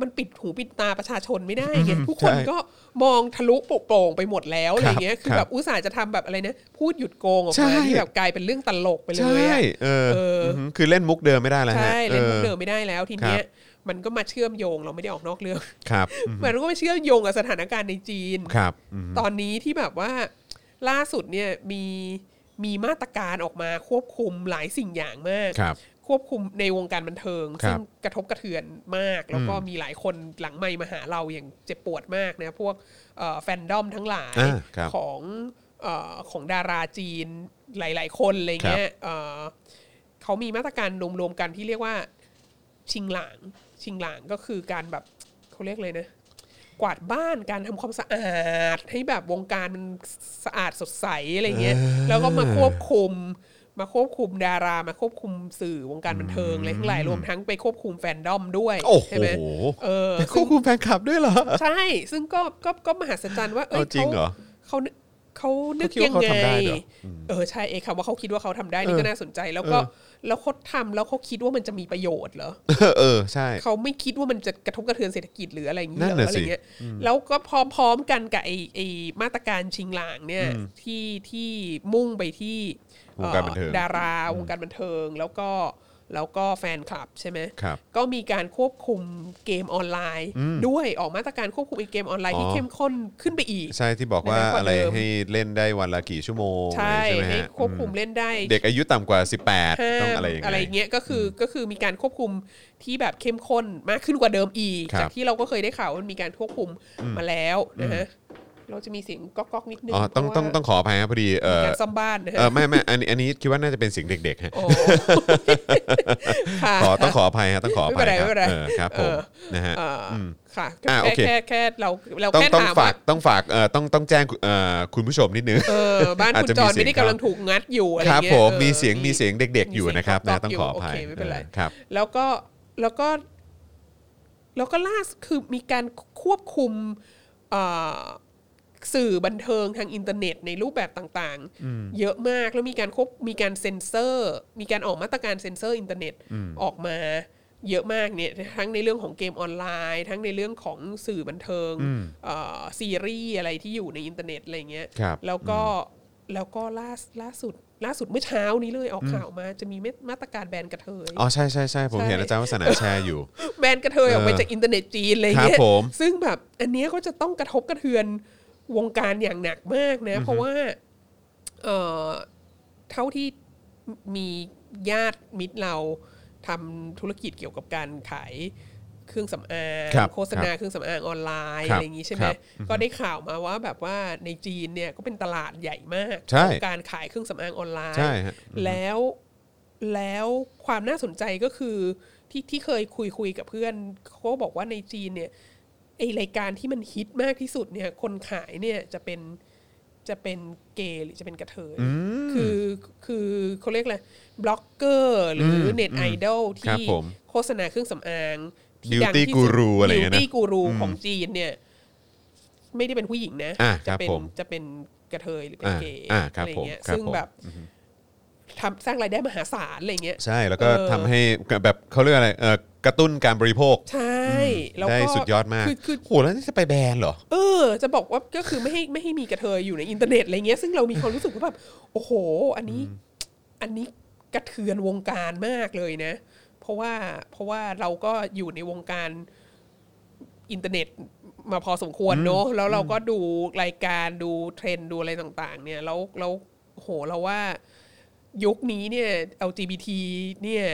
S3: มันปิดหูปิดตาประชาชนไม่ได้ไงทุกคน
S2: ใช่
S3: ก็มองทะลุโปร่งไปหมดแล้วอะไรเงี้ย
S2: ครับ
S3: คือแบบอุตส่าห์จะทำแบบอะไรนะพูดหยุดโกงออก
S2: ใช่
S3: มาที่แบบกลายเป็นเรื่องตลกไปเล
S2: ใช่
S3: ยอะ
S2: เออ
S3: เอออื
S2: อหือคือเล่นมุกเดิมไม่ได้แล้วฮะ
S3: ใช่เล่นมุก
S2: ออ
S3: เดิมไม่ได้แล้วที
S2: ครั
S3: เนี้ย
S2: บ
S3: มันก็มาเชื่อมโยงเราไม่ได้ออกนอกเรื่อง
S2: ครับ
S3: มันก็มาเชื่อมโยงกับสถานการณ์ในจีน
S2: ครับอืม
S3: ตอนนี้ที่แบบว่าล่าสุดเนี่ยมีมีมาตรการออกมาควบคุมหลายสิ่งอย่างมาก
S2: ครับ
S3: ควบคุมในวงการบันเทิง
S2: ครับ
S3: ซึ่งกระทบกระเทือนมาก แล้วก็มีหลายคนหลังไม่มาหาเราอย่างเจ็บปวดมากนะพวกเอ่อแฟนดอมทั้งหลาย
S2: อ่าครับ
S3: ของเออของดาราจีนหลาย ๆ คนอะไรเงี้ยเอ่อเขามีมาตรการรวมๆกันที่เรียกว่าชิงหลางชิงหลางก็คือการแบบเขาเรียกเลยนะ กวาดบ้านการทำความสะอาด ให้แบบวงการมันสะอาดสดใสอะไรเงี้ย
S2: อ่า
S3: แล้วก็มาควบคุม มาควบคุมดารา มาควบคุมสื่อวงการบันเทิงอะไรทั้งหลายรวมทั้งไปควบคุมแฟนดอมด้วย
S2: โอ้โห
S3: ใช่ไหมเออ
S2: ไปคว
S3: ซึ่
S2: บ
S3: ง
S2: คุมแฟนคลับด้วยเหรอ
S3: ใช่ ซึ่งก็ก็ก็มหัศจรรย์ว่า เอ้ย
S2: เอาจริงเหรอ
S3: เขาเขานึก
S2: เขาคิด
S3: ยัง
S2: ว่า
S3: ไง
S2: เขาทำได้เหรออืม
S3: เออใช่เอคำว่าเขาคิดว่าเขาทำได้นี่ก็
S2: เออ
S3: น่าสนใจ แล้วก็
S2: เออ
S3: แล้วเขาทำแล้วเขาคิดว่ามันจะมีประโยชน์เหรอ
S2: เออเออใช่
S3: เขาไม่คิดว่ามันจะกระทบกระเทือนเศรษฐกิจหรืออะไรอย่างนี้
S2: นั่
S3: ห
S2: น
S3: รอ
S2: น่ะ
S3: อะไร
S2: สิ
S3: เงี้ยแล้วก็พร้อมๆกันกับไอ้ไอ้มาตรการชิงหลางเนี่ยที่ที่มุ่งไปที่
S2: วงการบันเทิง
S3: อ่อดาราวงการบันเทิงแล้วก็แล้วก็แฟนคลับใช่ไหม
S2: ครับ
S3: ก็มีการควบคุมเกมออนไลน์ ด้วยออกมาตรการควบคุมไอ้เกมออนไลน์
S2: อ๋
S3: ที่
S2: อ
S3: เข้มข้นขึ้นไปอีก
S2: ใช่ที่บอกว่า
S3: ในแบบกว่า
S2: อะไร
S3: เดิม
S2: ให้เล่นได้วันละกี่ชั่วโมง
S3: ใช่
S2: อะไรไหม
S3: ให้
S2: ฮะ
S3: ควบคุมเล่นได้
S2: เด็กอายุต่ำกว่า 18 ต้อง
S3: ห้าม
S2: อะไรอย่าง
S3: อะไร
S2: เงี้ย
S3: เงี้ยก็คือก็คือมีการควบคุมที่แบบเข้มข้นมากขึ้นกว่าเดิมอีก
S2: ครับ
S3: จากที่เราก็เคยได้ข่าวว่ามันมีการควบคุมมาแล้วนะฮะเราจะมีเสียงก๊อกๆนิดนึง
S2: อ๋อต้องต้องต้องขออภัยครับพอดีเอ
S3: เพ
S2: อ
S3: ราะว่ามีการซ่อมบ้านนะ
S2: เอ
S3: ฮะ
S2: อไม่ไม่อันนี้อันนี้คิดว่าน่าจะเป็นเสียงเด็กๆฮะ
S3: โอ้ ค่ะ
S2: ขอต้องขออภัยฮะต้องขออภัย
S3: ไม่
S2: ครั
S3: เป็นไร
S2: เออครับผม
S3: เออ
S2: นะฮะ
S3: เอ่ออค่ะ
S2: อ่าโอ
S3: แค่
S2: เค
S3: แค่แค่เราเรา
S2: ต้อง
S3: แค่
S2: ต้อง
S3: ถาม
S2: ฝา
S3: ว่าก
S2: ต้องฝากเอ่อต้องต้องแจ้งคุณเอ่อคุณผู้ชมนิดนึง
S3: เออบ้าน
S2: อาจ
S3: คุณ
S2: จะ
S3: จอ
S2: มี
S3: น
S2: เสียง
S3: ไม่ได้กำลังถูกงัดอยู่อะไร
S2: ครับ
S3: เงี้ย
S2: ผม
S3: ออ
S2: มีเสียงมีเสียงเด็ก
S3: มี
S2: ๆ อยู่
S3: เสียง
S2: นะครับ
S3: ก๊
S2: นะ
S3: อกๆ
S2: ต้อง
S3: อยู่
S2: ขออภัย
S3: โอเคไม่เป็นไร
S2: ออครับ
S3: แล้วก็แล้วก็แล้วก็ล่าสุดคือมีการควบคุมเอ่อสื่อบันเทิงทางอินเทอร์เน็ตในรูปแบบต่างๆ เยอะมากแล้วมีการควบมีการเซ็นเซอร์ มีการออกมาตรการเซ็นเซอร์อินเทอร์เน็ตออกมาเยอะมากเนี่ยทั้งในเรื่องของเกมออนไลน์ ทั้งในเรื่องของสื่อบันเทิงเอ่อซีรีส์อะไรที่อยู่ในอินเทอร์เน็ตอะไรเงี้ย
S2: ครับ
S3: แล้วก็ แล้วก็ล่าสล่าสุด ล่าสุดเมื่อเช้านี้เลยออกข่าวมาจะมีเม็ดมาตรการแบนกระเทย
S2: อ๋อใช่ใช่ใช่ผม
S3: ใช่
S2: เห็นอาจารย์วัฒนาแชร์อยู่
S3: แบนกระเทยออกไป
S2: เออ
S3: จากอินเทอร์เน็ตจีนอะไร
S2: ค
S3: เงี้
S2: รั
S3: ย
S2: บผม
S3: ซึ่งแบบอันเนี้ยก็จะต้องกระทบกระเทือนวงการอย่างหนักมากนะ เพราะว่าเอ่อเท่าที่มีญาติมิตรเราทำธุรกิจเกี่ยวกับการขายเครื่องสำอาง
S2: ครับ
S3: โฆษณาเครื่องสำอางออนไลน์
S2: ครับ
S3: อะไรอย่างนี้ใช่ไหม
S2: ครับ
S3: ก็ได้ข่าวมาว่าแบบว่าในจีนเนี่ยก็เป็นตลาดใหญ่มาก
S2: ใช่
S3: ของการขายเครื่องสำอางออนไลน์
S2: ใช่ฮะ
S3: แล้วแล้วความน่าสนใจก็คือที่ที่เคยคุยคุยกับเพื่อนเขาก็บอกว่าในจีนเนี่ยไอรายการที่มันฮิตมากที่สุดเนี่ย คนขายเนี่ยจะเป็นจะเป็นเกย์หรือจะเป็นกระเทยคือคือเขาเรียกอะไรบล็อกเกอร์หรืออ
S2: ม
S3: เน็ตไอดอล
S2: ครั
S3: ที่
S2: บผม
S3: โฆษณาเครื่องสำอาง
S2: Beauty guru อะไรอย่างเงี้
S3: บิ
S2: นะ
S3: วยตี้กูรูของจีนเนี่ย ไม่ได้เป็นผู้หญิงนะ
S2: อ่ะค
S3: จะ
S2: รับ
S3: เป็น
S2: ผม
S3: จะเป็นกระเทยหรือเป็น
S2: อ่า
S3: เกย์
S2: อ่า
S3: อะ
S2: ครับ
S3: ไรเงี้ย
S2: ผมครับ
S3: ซึ่ง
S2: ผม
S3: แบบ ทำสร้างรายได้มหาศาลอะไรเงี้ย
S2: ใช่แล้วก็
S3: เออ
S2: ทำให้แบบเขาเรียกอะไรเอ่อกระตุ้นการบริโภค
S3: ใช่แล้ว
S2: ได้
S3: ก็
S2: สุดยอดมาก
S3: คือคือ
S2: โหแล้วนี่จะไปแบนเหรอ
S3: เออ จะบอกว่าก็คือไม่ให้ไม่ให้มีกระเทยอยู่ในอินเทอร์เน็ตอะไรเงี้ยซึ่งเรามีความรู้สึกว่าแบบโอ้โห อันนี้ อันนี้กระเทือนวงการมากเลยนะ เพราะว่าเพราะว่าเราก็อยู่ในวงการอินเทอร์เน็ตมาพอสมควรเนอะแล้วเราก็ดูรายการดูเทรนด์ดูอะไรต่าง ๆ เนี่ยแล้วแล้วโหเราว่ายุคนี้เนี่ย LGBT เนี่ย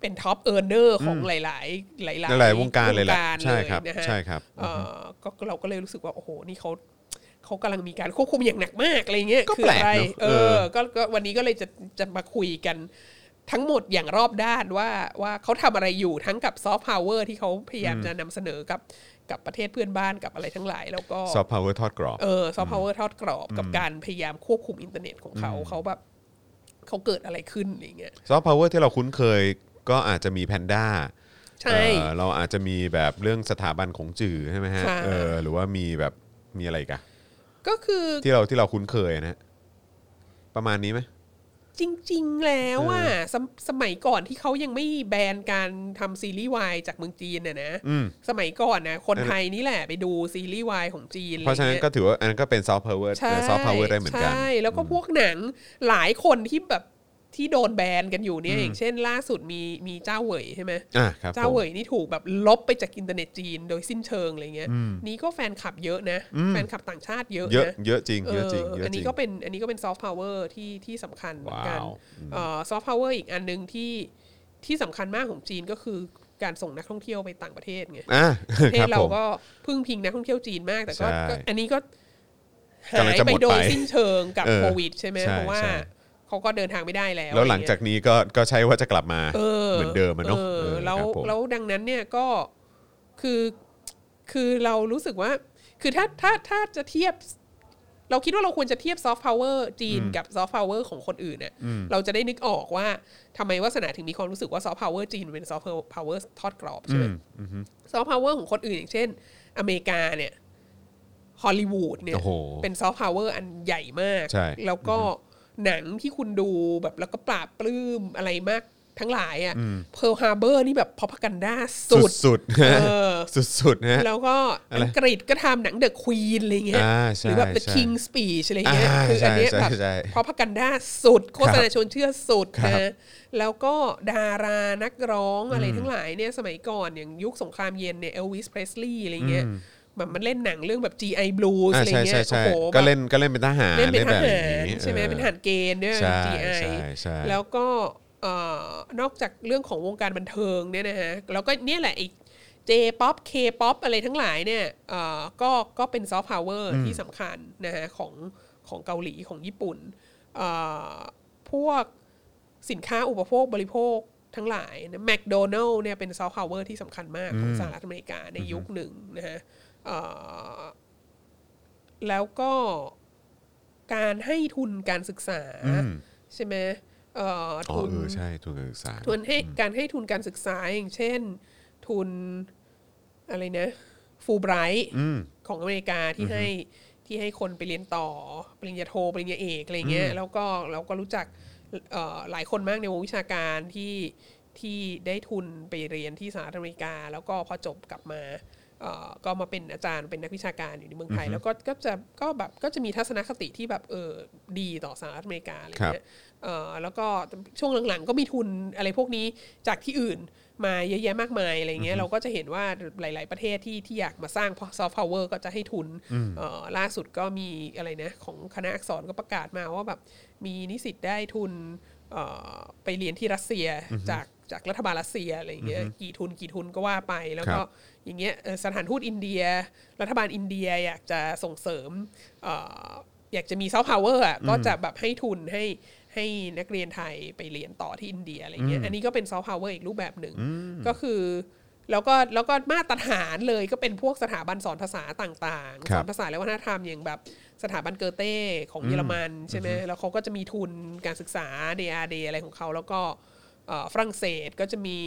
S3: เป็นท็อปเออร์เนอร์ของหลาย ๆ หลาย ๆ
S2: หลายๆวงการเลยแหละ
S3: วง
S2: ใช่ครับ
S3: เยนะฮะ
S2: ใช่ครับ
S3: เอ่อก็เราก็เลยรู้สึกว่า โอ้โห นี่เขาเขากำลังมีการควบคุมอย่างหนักมากอะไรเงี้ย
S2: ก็
S3: คือ
S2: แปลก
S3: อะไร
S2: เนอะ
S3: เอ
S2: เอ
S3: อ
S2: อ
S3: ก็ก็วันนี้ก็เลยจะจะมาคุยกัน ทั้งหมดอย่างรอบด้านว่าว่าเขาทำอะไรอยู่ทั้งกับซอฟต์พาวเวอร์ที่เขาพยายามจะนำเสนอกับกับประเทศเพื่อนบ้านกับอะไรทั้งหลาย แล้วก็
S2: ซอฟต์พาวเวอร์ทอดกรอบ
S3: เออซอฟต์พาวเวอร์ทอดกรอบกับการพยายามควบคุมอินเทอร์เน็ตของเขาเขาแบบเขาเกิดอะไรขึ้นอะไรเงี้ย
S2: ซอฟต์พาวเวอร์ที่เราคุ้นเคยก็อาจจะมีแพนด้า
S3: ใช่
S2: เราอาจจะมีแบบเรื่องสถาบันของจื่อใช่ไหมฮะ
S3: ใช่
S2: เออหรือว่ามีแบบมีอะไรอีกัน
S3: ก็คือ
S2: ที่เราที่เราคุ้นเคยนะฮะประมาณนี้ไหม
S3: จริง ๆ แล้วอ่ะสมสมัยก่อนที่เขายังไม่แบนการทำซีรีส์วายจากเมืองจีนน่ะนะ
S2: อืม
S3: สมัยก่อนนะคนไทยนี่แหละไปดูซีรีส์วายของจีนอ
S2: เพราะฉะนั้น
S3: ไงี้ย
S2: ก็ถือว่าอันนั้นก็เป็นซอฟต์พาวเวอร์
S3: ใช่
S2: ซอฟต์พาวเวอร์ได้เหมือนกัน
S3: ใช่แล้วก็พวกหนังหลายคนที่แบบที่โดนแบนกันอยู่เนี่ยอย่างเช่น ล่าสุดมีมีเจ้าเหวยใช่ไหม
S2: อ่ะครับ
S3: เจ้า
S2: ผม
S3: เหวยนี่ถูกแบบลบไปจากอินเทอร์เน็ตจีนโดยสิ้นเชิงอะไรเงี้ยนี่ก็แฟนคลับเยอะนะ แฟนคลับต่างชาติเยอะ
S2: เยอะ
S3: นะ
S2: เยอะจริงเยอะจริง
S3: เออ
S2: เยอะ
S3: อัน
S2: จริ
S3: นี้
S2: ง
S3: ก็เป็นอันนี้ก็เป็นซอฟต์พาวเวอร์ที่ที่สำคัญเหมือนกัน
S2: ว้าว
S3: ซอฟต์พาวเวอร์อีกอันหนึ่งที่ที่สำคัญมากของจีนก็คือการส่งนักท่องเที่ยวไปต่างประเทศไง
S2: อ่ะ
S3: ประเท
S2: ครั
S3: ศ
S2: บ
S3: เรา
S2: ผม
S3: ก็พึ่งพิงนักท่องเที่ยวจีนมากแต่ก็
S2: ใช่
S3: ก็อันนี้ก็หาก
S2: ำลัง
S3: ย
S2: จะห
S3: ไป
S2: มด
S3: โดย
S2: ไป
S3: สิ้นเชิงกับ
S2: เออ
S3: โควิดใช่ไหม
S2: ใช่
S3: เพราะว่า
S2: ใช่
S3: เขาก็เดินทางไม่ได้แล้ว
S2: แล้วหลังจากนี้ก็ก็ใช่ว่าจะกลับมา
S3: เออ
S2: เหมือนเดิมมันเนาะ
S3: ออ
S2: เออ
S3: แล้ว
S2: ครับผม
S3: แล้วดังนั้นเนี่ยก็คือคือเรารู้สึกว่า คือถ้าถ้าถ้าจะเทียบ เราคิดว่าเราควรจะเทียบซอฟต์พาวเวอร์จีนกับซอฟต์พาวเวอร์ของคนอื่นเนี่ยเราจะได้นึกออกว่าทำไมวาสนาถึงมีความรู้สึกว่าซอฟต์พาวเวอร์จีนมันเป็นซอฟต์พาวเวอร์ทอดกรอบใช่ไหมซอฟต์พาวเวอร์ของคนอื่นอย่างเช่น อเมริกาเนี่ยฮอลลีวูดเนี่ย
S2: โอ้โห
S3: เป็นซอฟต์พาวเวอร์อันใหญ่มาก
S2: ใช่
S3: แล้วก็หนังที่คุณดูแบบแล้วก็ปราบปลื้มอะไรมากทั้งหลายอะ่ะเพิร์ลฮาร์เบอร์นี่แบบพอพกันด้าสุด
S2: สุดๆนะ
S3: เออ
S2: สุดๆนะ
S3: แล้วก็
S2: อะไร
S3: อังกฤษก็ทำหนังเดอะควีนอะไรเงี้ย
S2: อ่าใช่
S3: หรือแบบ The
S2: ใช่
S3: King's Speech อะไรเงี้ย
S2: อ่า
S3: คืออันเนี้ย
S2: ใช่
S3: แบบ
S2: ใช่
S3: พอพักกันด้าสุด โฆษณาชวนเชื่อสุด
S2: ครั
S3: นะ
S2: บ
S3: แล้วก็ดารานักร้องอะไรทั้งหลายเนี่ยสมัยก่อนอย่างยุคสงครามเย็นเนี่ยเอลวิสเพรสลีย์อะไรเงี้ยแบบมันเล่นหนังเรื่องแบบ G.I. Blues
S2: า
S3: อะไร
S2: ใช่
S3: เงี้
S2: ใช่
S3: ยโอ้
S2: ใช่
S3: โห
S2: ก็
S3: แบบ
S2: เล่นก็เล่นเป็นทหาร
S3: เล่นเป็นท
S2: แบบ
S3: หา
S2: อย่
S3: รง
S2: งี้
S3: ใช่ไหม
S2: ออ
S3: เป็นทหารเกณฑ์ด้วย
S2: ใช่
S3: G.I.
S2: ใช่ใช่
S3: แล้วก็เอ่อนอกจากเรื่องของวงการบันเทิงเนี่ยนะฮะแล้วก็เนี่ยแหละไอ้เจป๊อปเคป๊อปอะไรทั้งหลายเนี่ยเอ่อก็ก็เป็นซอฟต์พาวเวอร์ที่สำคัญนะฮะของของเกาหลีของญี่ปุ่นเอ่อพวกสินค้าอุปโภคบริโภคทั้งหลายนะแมคโดนัลเนี่ยเป็นซอฟต์พาวเวอร์ที่สำคัญมากของสหรัฐอเมริกาในยุคหนึ่งนะฮะเอ่อแล้วก็การให้ทุนการศึกษา ใช่ไหมเอ่อ
S2: อ๋อ
S3: ทุน
S2: เออใช่ทุนการศึกษา
S3: ทุนให้การให้ทุนการศึกษาอย่างเช่น ทุนอะไรนะฟูไบรท์ของอเมริกาที่ให้ที่ให้คนไปเรียนต่อ ปริญญาโท ปริญญาเอกอะไรเงี้ยแล้วก็เราก็รู้จักเอ่อหลายคนมากในวงวิชาการที่ที่ได้ทุนไปเรียนที่สหรัฐอเมริกา แล้วก็พอจบกลับมาเอ่อก็มาเป็นอาจารย์เป็นนักวิชาการอยู่ในเมืองไทย แล้วก็ก็จะก็แบบก็จะมีทัศนคติที่แบบเออดีต่อสหรัฐอเมริกาอะไร
S2: ครับ
S3: เงี้ย เอ่อแล้วก็ช่วงหลังๆ ก็มีทุนอะไรพวกนี้จากที่อื่นมาเยอะแยะมากมายอะไรเงี้ยเราก็จะเห็นว่าหลาย ๆประเทศที่ที่อยากมาสร้างซอฟต์พาวเวอร์ก็จะให้ทุนเอ่อล่าสุดก็มีอะไรนะของคณะอักษรก็ประกาศมาว่าแบบมีนิสิตได้ทุนเอ่อไปเรียนที่รัสเซียจากจากรัฐบาลรัสเซียอะไรเงี้ยกี่ทุนกี่ทุนก็ว่าไปแล้วก็
S2: ครับ
S3: อย่างเงี้ยเอ่อสถานทูตอินเดีย รัฐบาลอินเดียอยากจะส่งเสริมเอ่ออยากจะมีซอฟต์พาวเวอร์อ่ะก็จะแบบให้ทุนให้ให้นักเรียนไทยไปเรียนต่อที่อินเดียอะไรเงี้ยอันนี้ก็เป็นซอฟต์พาวเวอร์อีกรูปแบบหนึ่งก็คือแล้วก็แล้วก็มาตรฐานเลยก็เป็นพวกสถาบันสอนภาษาต่าง
S2: ค
S3: ๆ
S2: รั
S3: ส
S2: บ
S3: อนภาษาและวัฒนธรรมอย่างแบบสถาบันเกอเต้ของเยอรมันใช่ไหมแล้วเขาก็จะมีทุนการศึกษา DRD อะไรของเขาแล้วก็เอ่อฝรั่งเศสก็จะมี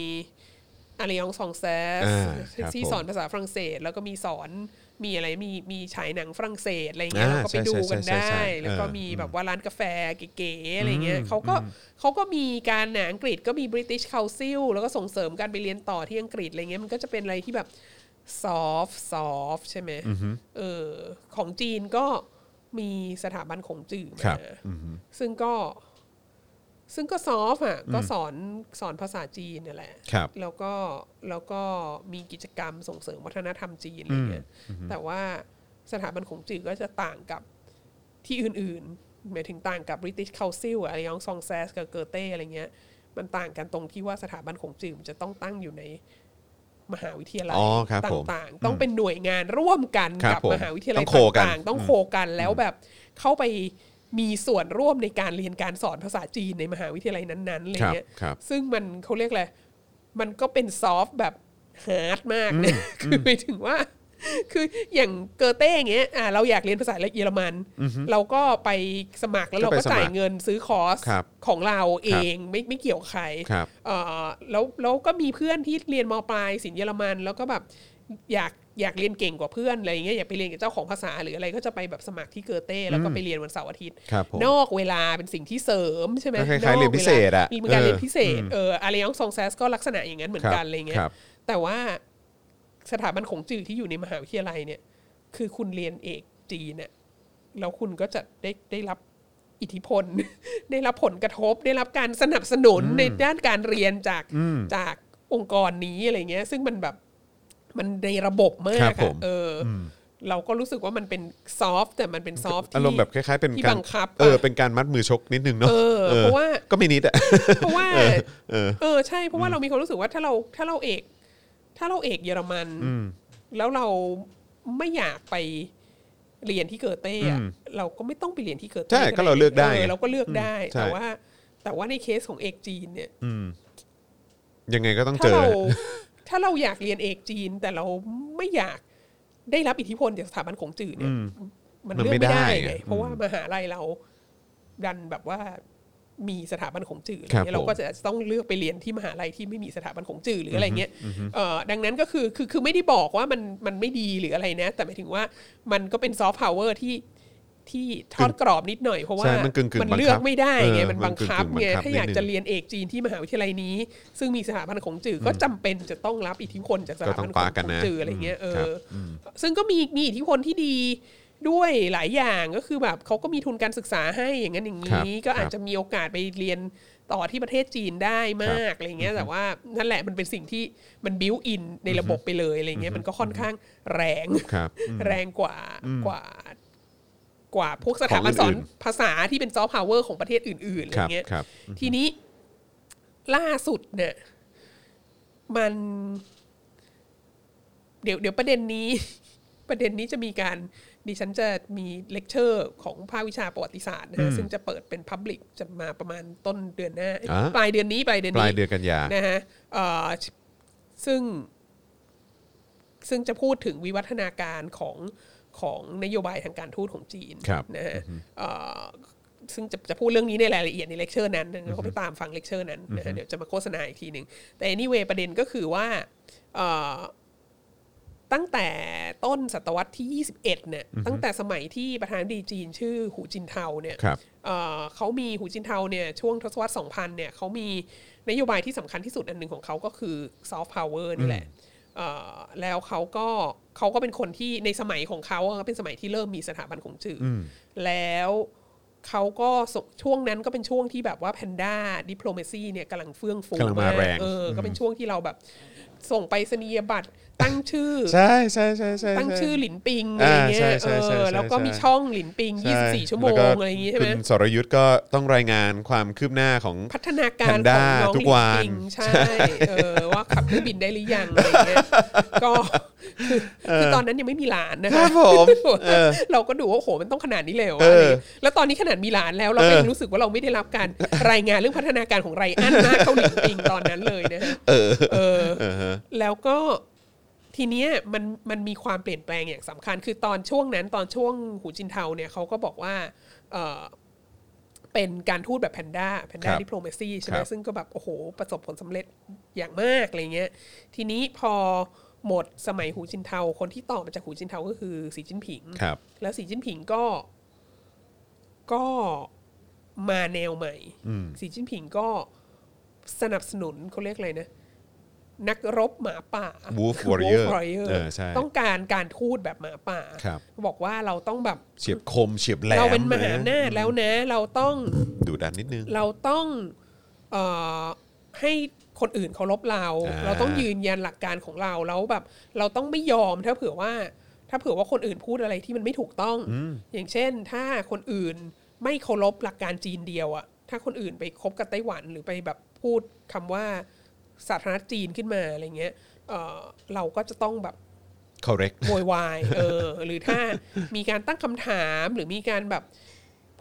S3: อาริยองซองแซ
S2: อ่า
S3: ที่
S2: ครับผ
S3: ที่
S2: ม
S3: สอนภาษาฝรั่งเศสแล้วก็มีสอนมีอะไรมีมีฉายหนังฝรั่งเศสอะไรเงี้ย
S2: อ่า
S3: เราก็ไปดูกัน
S2: ใช่ใช่
S3: ได้
S2: ใช่ใช่
S3: แล้วก็
S2: เออ
S3: มีแบบว่าร้านกาแฟเก๋ๆอะไรเงี้ยเขาก็เขาก็มีการหนังอังกฤษก็มี British Council แล้วก็ส่งเสริมการไปเรียนต่อที่อังกฤษอะไรเงี้ยมันก็จะเป็นอะไรที่แบบซอฟซอฟใช่ไหมเออของจีนก็มีสถาบันของจื่อ
S2: ครั
S3: มา
S2: บ
S3: ซึ่งก็ ซึ่งก็ซอฟอ่ะก็สอนสอนภาษาจีนนั่นแหละ
S2: ครับ
S3: แล้วก็แล้วก็มีกิจกรรมส่งเสริมวัฒนธรรมจีนอะไรเงี้ยแต่ว่าสถาบันของจือก็จะต่างกับที่อื่นๆหมายถึงต่างกับ British Council อะไรยองซองแซสกับเกอเต้อะไรเงี้ย มันต่างกันตรงที่ว่าสถาบันของจือมันจะต้องตั้งอยู่ในมหาวิทยาลัย
S2: อ๋อครับ
S3: ต
S2: ผม
S3: ่างๆ ต้องเป็นหน่วยงานร่วมกัน
S2: ครับ
S3: กับ
S2: ผม
S3: มหาวิทยาลั
S2: ต้อ
S3: ย
S2: ง
S3: ต
S2: โคกัน่
S3: างๆ ต้องโคกันแล้วแบบเข้าไปมีส่วนร่วมในการเรียนการสอนภาษาจีนในมหาวิทยาลัยนั้นๆอะไรเงี้ย
S2: ครับครับ
S3: ซึ่งมันเขาเรียกอะไร มันก็เป็นซอฟต์แบบฮาร์ดมากนะ คือหมายถึงว่า คืออย่างเกอเต้อย่างเงี้ยอ่าเราอยากเรียนภาษาเยอรมัน เราก็ไปสมัครแล้วเรา
S2: ก็
S3: ก็
S2: ไปสมัคร
S3: จ่ายเงินซื้อคอร์ส
S2: ครับ
S3: ของเราเองไม่ไม่เกี่ยวใคร
S2: ครับ
S3: เอ่อแล้วแล้วก็มีเพื่อนที่เรียนมปลายศิลป์เยอรมัน แล้วก็แบบอยากอยากเรียนเก่งกว่าเพื่อนอะไรอย่างเงี้ยอยากไปเรียนกับเจ้าของภาษาหรืออะไรก็จะไปแบบสมัครที่เกอเต้แล้วก็ไปเรียนวันเสาร์อาทิตย์
S2: ครับผม
S3: นอกเวลาเป็นสิ่งที่เสริมใช่ไหม
S2: ก็คล้ายๆเรียนพิเศษอะ
S3: มีการเรียน
S2: เออ
S3: พิเศษเอออะไรยองซองแซสก็ลักษณะอย่างนั้นเหมือนกันอะไรเงี้ย
S2: ครับ
S3: แต่ว่าสถาบันของจือที่อยู่ในมหาวิทยาลัยเนี่ย คือคุณเรียนเอกจีนเนี่ยแล้วคุณก็จะได้ได้รับอิทธิพล ได้รับผลกระทบ ได้รับการสนับสนุนในด้านการเรียนจากจากองค์กรนี้อะไรเงี้ย ซึ่งมันแบบมันในระบบมาก
S2: ครับ
S3: อะ
S2: ผม
S3: เอออเราก็รู้สึกว่ามันเป็นซอฟต์แต่มันเป็นซอฟต์ที่
S2: อารมณ์แบบคล้ายๆเป็น
S3: ที่
S2: การ
S3: บังคับอะ
S2: เออเป็นการมัดมือชกนิดนึงเนาะ
S3: เออเพราะว่า
S2: ก็ไม่นิดอะ
S3: เพราะว่าเออใช่เพราะว่าเรามีความรู้สึกว่าถ้าเราถ้าเราเอก ถ้าเราเอกเยอรมัน แล้วเราไม่อยากไปเรียนที่เกอเต้อะเราก็ไม่ต้องไปเรียนที่เกอเต้
S2: ใช่ก็เราเลือกได้
S3: อเราก็เลือกได้
S2: ใช่
S3: แต่ว่า แต่ว่าในเคสของเอกจีนเนี่ย
S2: ยังไงก็ต้องเจอ
S3: ถ้าเราถ้าเราอยากเรียนเอกจีน แต่เราไม่อยากได้รับอิทธิพลจากสถาบันของจื่อเนี่ย มัน
S2: มัน
S3: เลือก
S2: ไม่
S3: ไม่ได้
S2: ได้
S3: ไง
S2: ไง
S3: เพราะว่ามหาลัยเราดันแบบว่ามีสถาบันของจื่ออะไร
S2: ครับ
S3: เงี้ยเรา
S2: ผม
S3: ก็จะต้องเลือกไปเรียนที่มหาลัยที่ไม่มีสถาบันของจื่อหรืออะไรเงี้ยเอ่อดังนั้นก็คือคือคือไม่ได้บอกว่ามันมันไม่ดีหรืออะไรนะ แต่หมายถึงว่ามันก็เป็นซอฟต์พาวเวอร์ที่ที่ทอดกรอบนิดหน่อยเพราะว่า
S2: ใช่มันกึ่งๆ
S3: เลือกไม่ได้ไง
S2: บังคับ
S3: มันบังคับ
S2: เออมันกึ่งๆบัง
S3: ไง
S2: คับ
S3: ถ้าอยาก
S2: นิดนึง
S3: จะเรียนเอกจีนที่มหาวิทยาลัยนี้ ซึ่งมีสถาบันของจื่อก็จำเป็นจะต้องรับอิทธิพลจากสถาบันของของจื่ออะไรเงี้ยเออ ซึ่งก็มีมีอิทธิพลที่ดีด้วยหลายอย่างก็คือแบบเขาก็มีทุนการศึกษาให้อย่างนั้นอย่าง
S2: ครับ
S3: นี้ ก็อาจจะมีโอกาสไปเรียนต่อที่ประเทศจีนได้มากอะไรเงี้ยแต่ว่านั่นแหละมันเป็นสิ่งที่มันบิวอินในระบบไปเลยอะไรเงี้ยมันก็ค่อนข้างแรง
S2: ครับอืม
S3: แรงกว่ากว่า กว่าพวกสถาบันสอน
S2: ของอื่น
S3: ภาษาที่เป็นซอฟต์พาวเวอร์ของประเทศอื่นๆอะไร
S2: ครับ
S3: เงี้ย
S2: ครับ
S3: ทีนี้ล่าสุดเนี่ยมัน เดี๋ยวเดี๋ยวประเด็นนี้ ประเด็นนี้จะมีการดิฉันจะมีเลคเชอร์ของภาควิชาประวัติศาสตร์นะฮะซึ่งจะเปิดเป็นพับลิกจะมาประมาณต้นเดือนหน้า
S2: อ่ะ
S3: ปลายเดือนนี้ปลายเดือน
S2: ปลาย
S3: นี้
S2: เดือนกันยา
S3: นะฮะเอ่อซึ่งซึ่งจะพูดถึงวิวัฒนาการของของนโยบายทางการทูตของจีน
S2: ครับ
S3: นะฮะเอ่อซึ่งจะจะพูดเรื่องนี้ในรายละเอียดในเลคเชอร์นั้นนะก็ไปตามฟังเลคเชอร์นั้นนะฮะเดี๋ยวจะมาโฆษณาอีกทีหนึ่งแต่ anyway ประเด็นก็คือว่าเอ่อตั้งแต่ต้นศตวรรษที่ 21เนี่ยตั้งแต่สมัยที่ประธานาธิบดีจีนชื่อหูจินเทาเนี่ย
S2: ครับ
S3: เอ่อเขามีหูจินเทาเนี่ยช่วงทศวรรษ 2000 เนี่ยเขามีนโยบายที่สำคัญที่สุดอันหนึ่งของเขาก็คือซอฟต์พาวเวอร์นี่แหละเอ่อแล้วเขาก็เขาก็เป็นคนที่ในสมัยของเขาอะเป็นสมัยที่เริ่มมีสถาบันของจื่ออแล้วเขาก็สช่วงนั้นก็เป็นช่วงที่แบบว่าแพนด้าดิปโลเมซีเนี่ยกำลังเฟื่องฟู
S2: กำลังมาแรง
S3: เออก็เป็นช่วงที่เราแบบส่งไปสนียบัตรตั้งชื่อ
S2: ใช่ใช่ใช่ใช่
S3: ตั้งชื่อหลินปิงอะ
S2: อ่า
S3: ไรเงี้ย
S2: ใช่ใช่ใช่
S3: เออ
S2: ใช่
S3: แล้วก็
S2: ใช่
S3: มีช่องหลินปิง
S2: ใ
S3: 24 ชั่วโมง
S2: แล้ก็
S3: อะไรอย่างงี้ใช่ไหม
S2: คุณสรยุทธ์ก็ต้องรายงานความคืบหน้าของ
S3: พัฒนาการ
S2: แพน
S3: ข
S2: ด้า
S3: องน้อง
S2: ทุกวัน
S3: ลิงๆใช่เออว่าขับเครื่องบินได้หรือยังอะไรเงี้ยก็คือคือตอนนั้นยังไม่มีหลานนะ
S2: ครั
S3: คะ
S2: บผมเออ
S3: เราก็ดูว่าโอ้โหมันต้องขนาดนี้เลยเหรอ
S2: เอ
S3: วะ
S2: ออ
S3: ไรเงี้ยแล้วตอนนี้ขนาดมีหลานแล้วเราก็
S2: เออ
S3: ยังรู้สึกว่าเราไม่ได้รับ การรายงานเรื่องพัฒนาการของไรอันมากเท่าหลิงปิงตอนนั้นเลยนะฮะเออ
S2: เออฮะ
S3: แล้วก็ทีเนี้ยมันมันมีความเปลี่ยนแปลงอย่างสำคัญ คือตอนช่วงนั้นตอนช่วงหูจินเทาเนี่ยเขาก็บอกว่าเออเป็นการทูตแบบแพนด้าแพน
S2: ค
S3: ด้า
S2: รับ
S3: ดิปโลเมซีใช่ไหม
S2: ครับ
S3: ซึ่งก็แบบโอ้โห ประสบผลสำเร็จอย่างมากอะไรเงี้ย ทีนี้พอหมดสมัยหูจินเทา คนที่ต่อมาจากหูจินเทาก็คือสีจิ้นผิง
S2: ครับ
S3: แล้วสีจิ้นผิงก็ก็มาแนวใหม่ สีจิ้นผิงก็สนับสนุนเขาเรียกอะไรนะ นักรบหมาป่า
S2: Wolf Warrior
S3: Wolf Warrior
S2: เออใช่
S3: ต้องการการทูตแบบหมาป่า
S2: ครับ
S3: บอกว่าเราต้องแบบ
S2: เฉียบคมเฉียบแหลม
S3: เราเป็นมหาอำนาจแล้วนะ เราต้อง
S2: ดูดันนิดนึง
S3: เราต้องเออให้คนอื่นเคารพเรา
S2: อ่า
S3: เราต้องยืนยันหลักการของเราแล้วแบบ เราต้องไม่ยอมถ้าเผื่อว่า ถ้าเผื่อว่าคนอื่นพูดอะไรที่มันไม่ถูกต้อง อย่างเช่น ถ้าคนอื่นไม่เคารพหลักการจีนเดียวอะถ้าคนอื่นไปคบกับไต้หวันหรือไปแบบพูดคำว่าสาธารณรัฐจีนขึ้นมาอะไรเงี้ยเอ่อเราก็จะต้องแบบ
S2: correct
S3: โวยวายเออ หรือถ้ามีการตั้งคำถามหรือมีการแบบ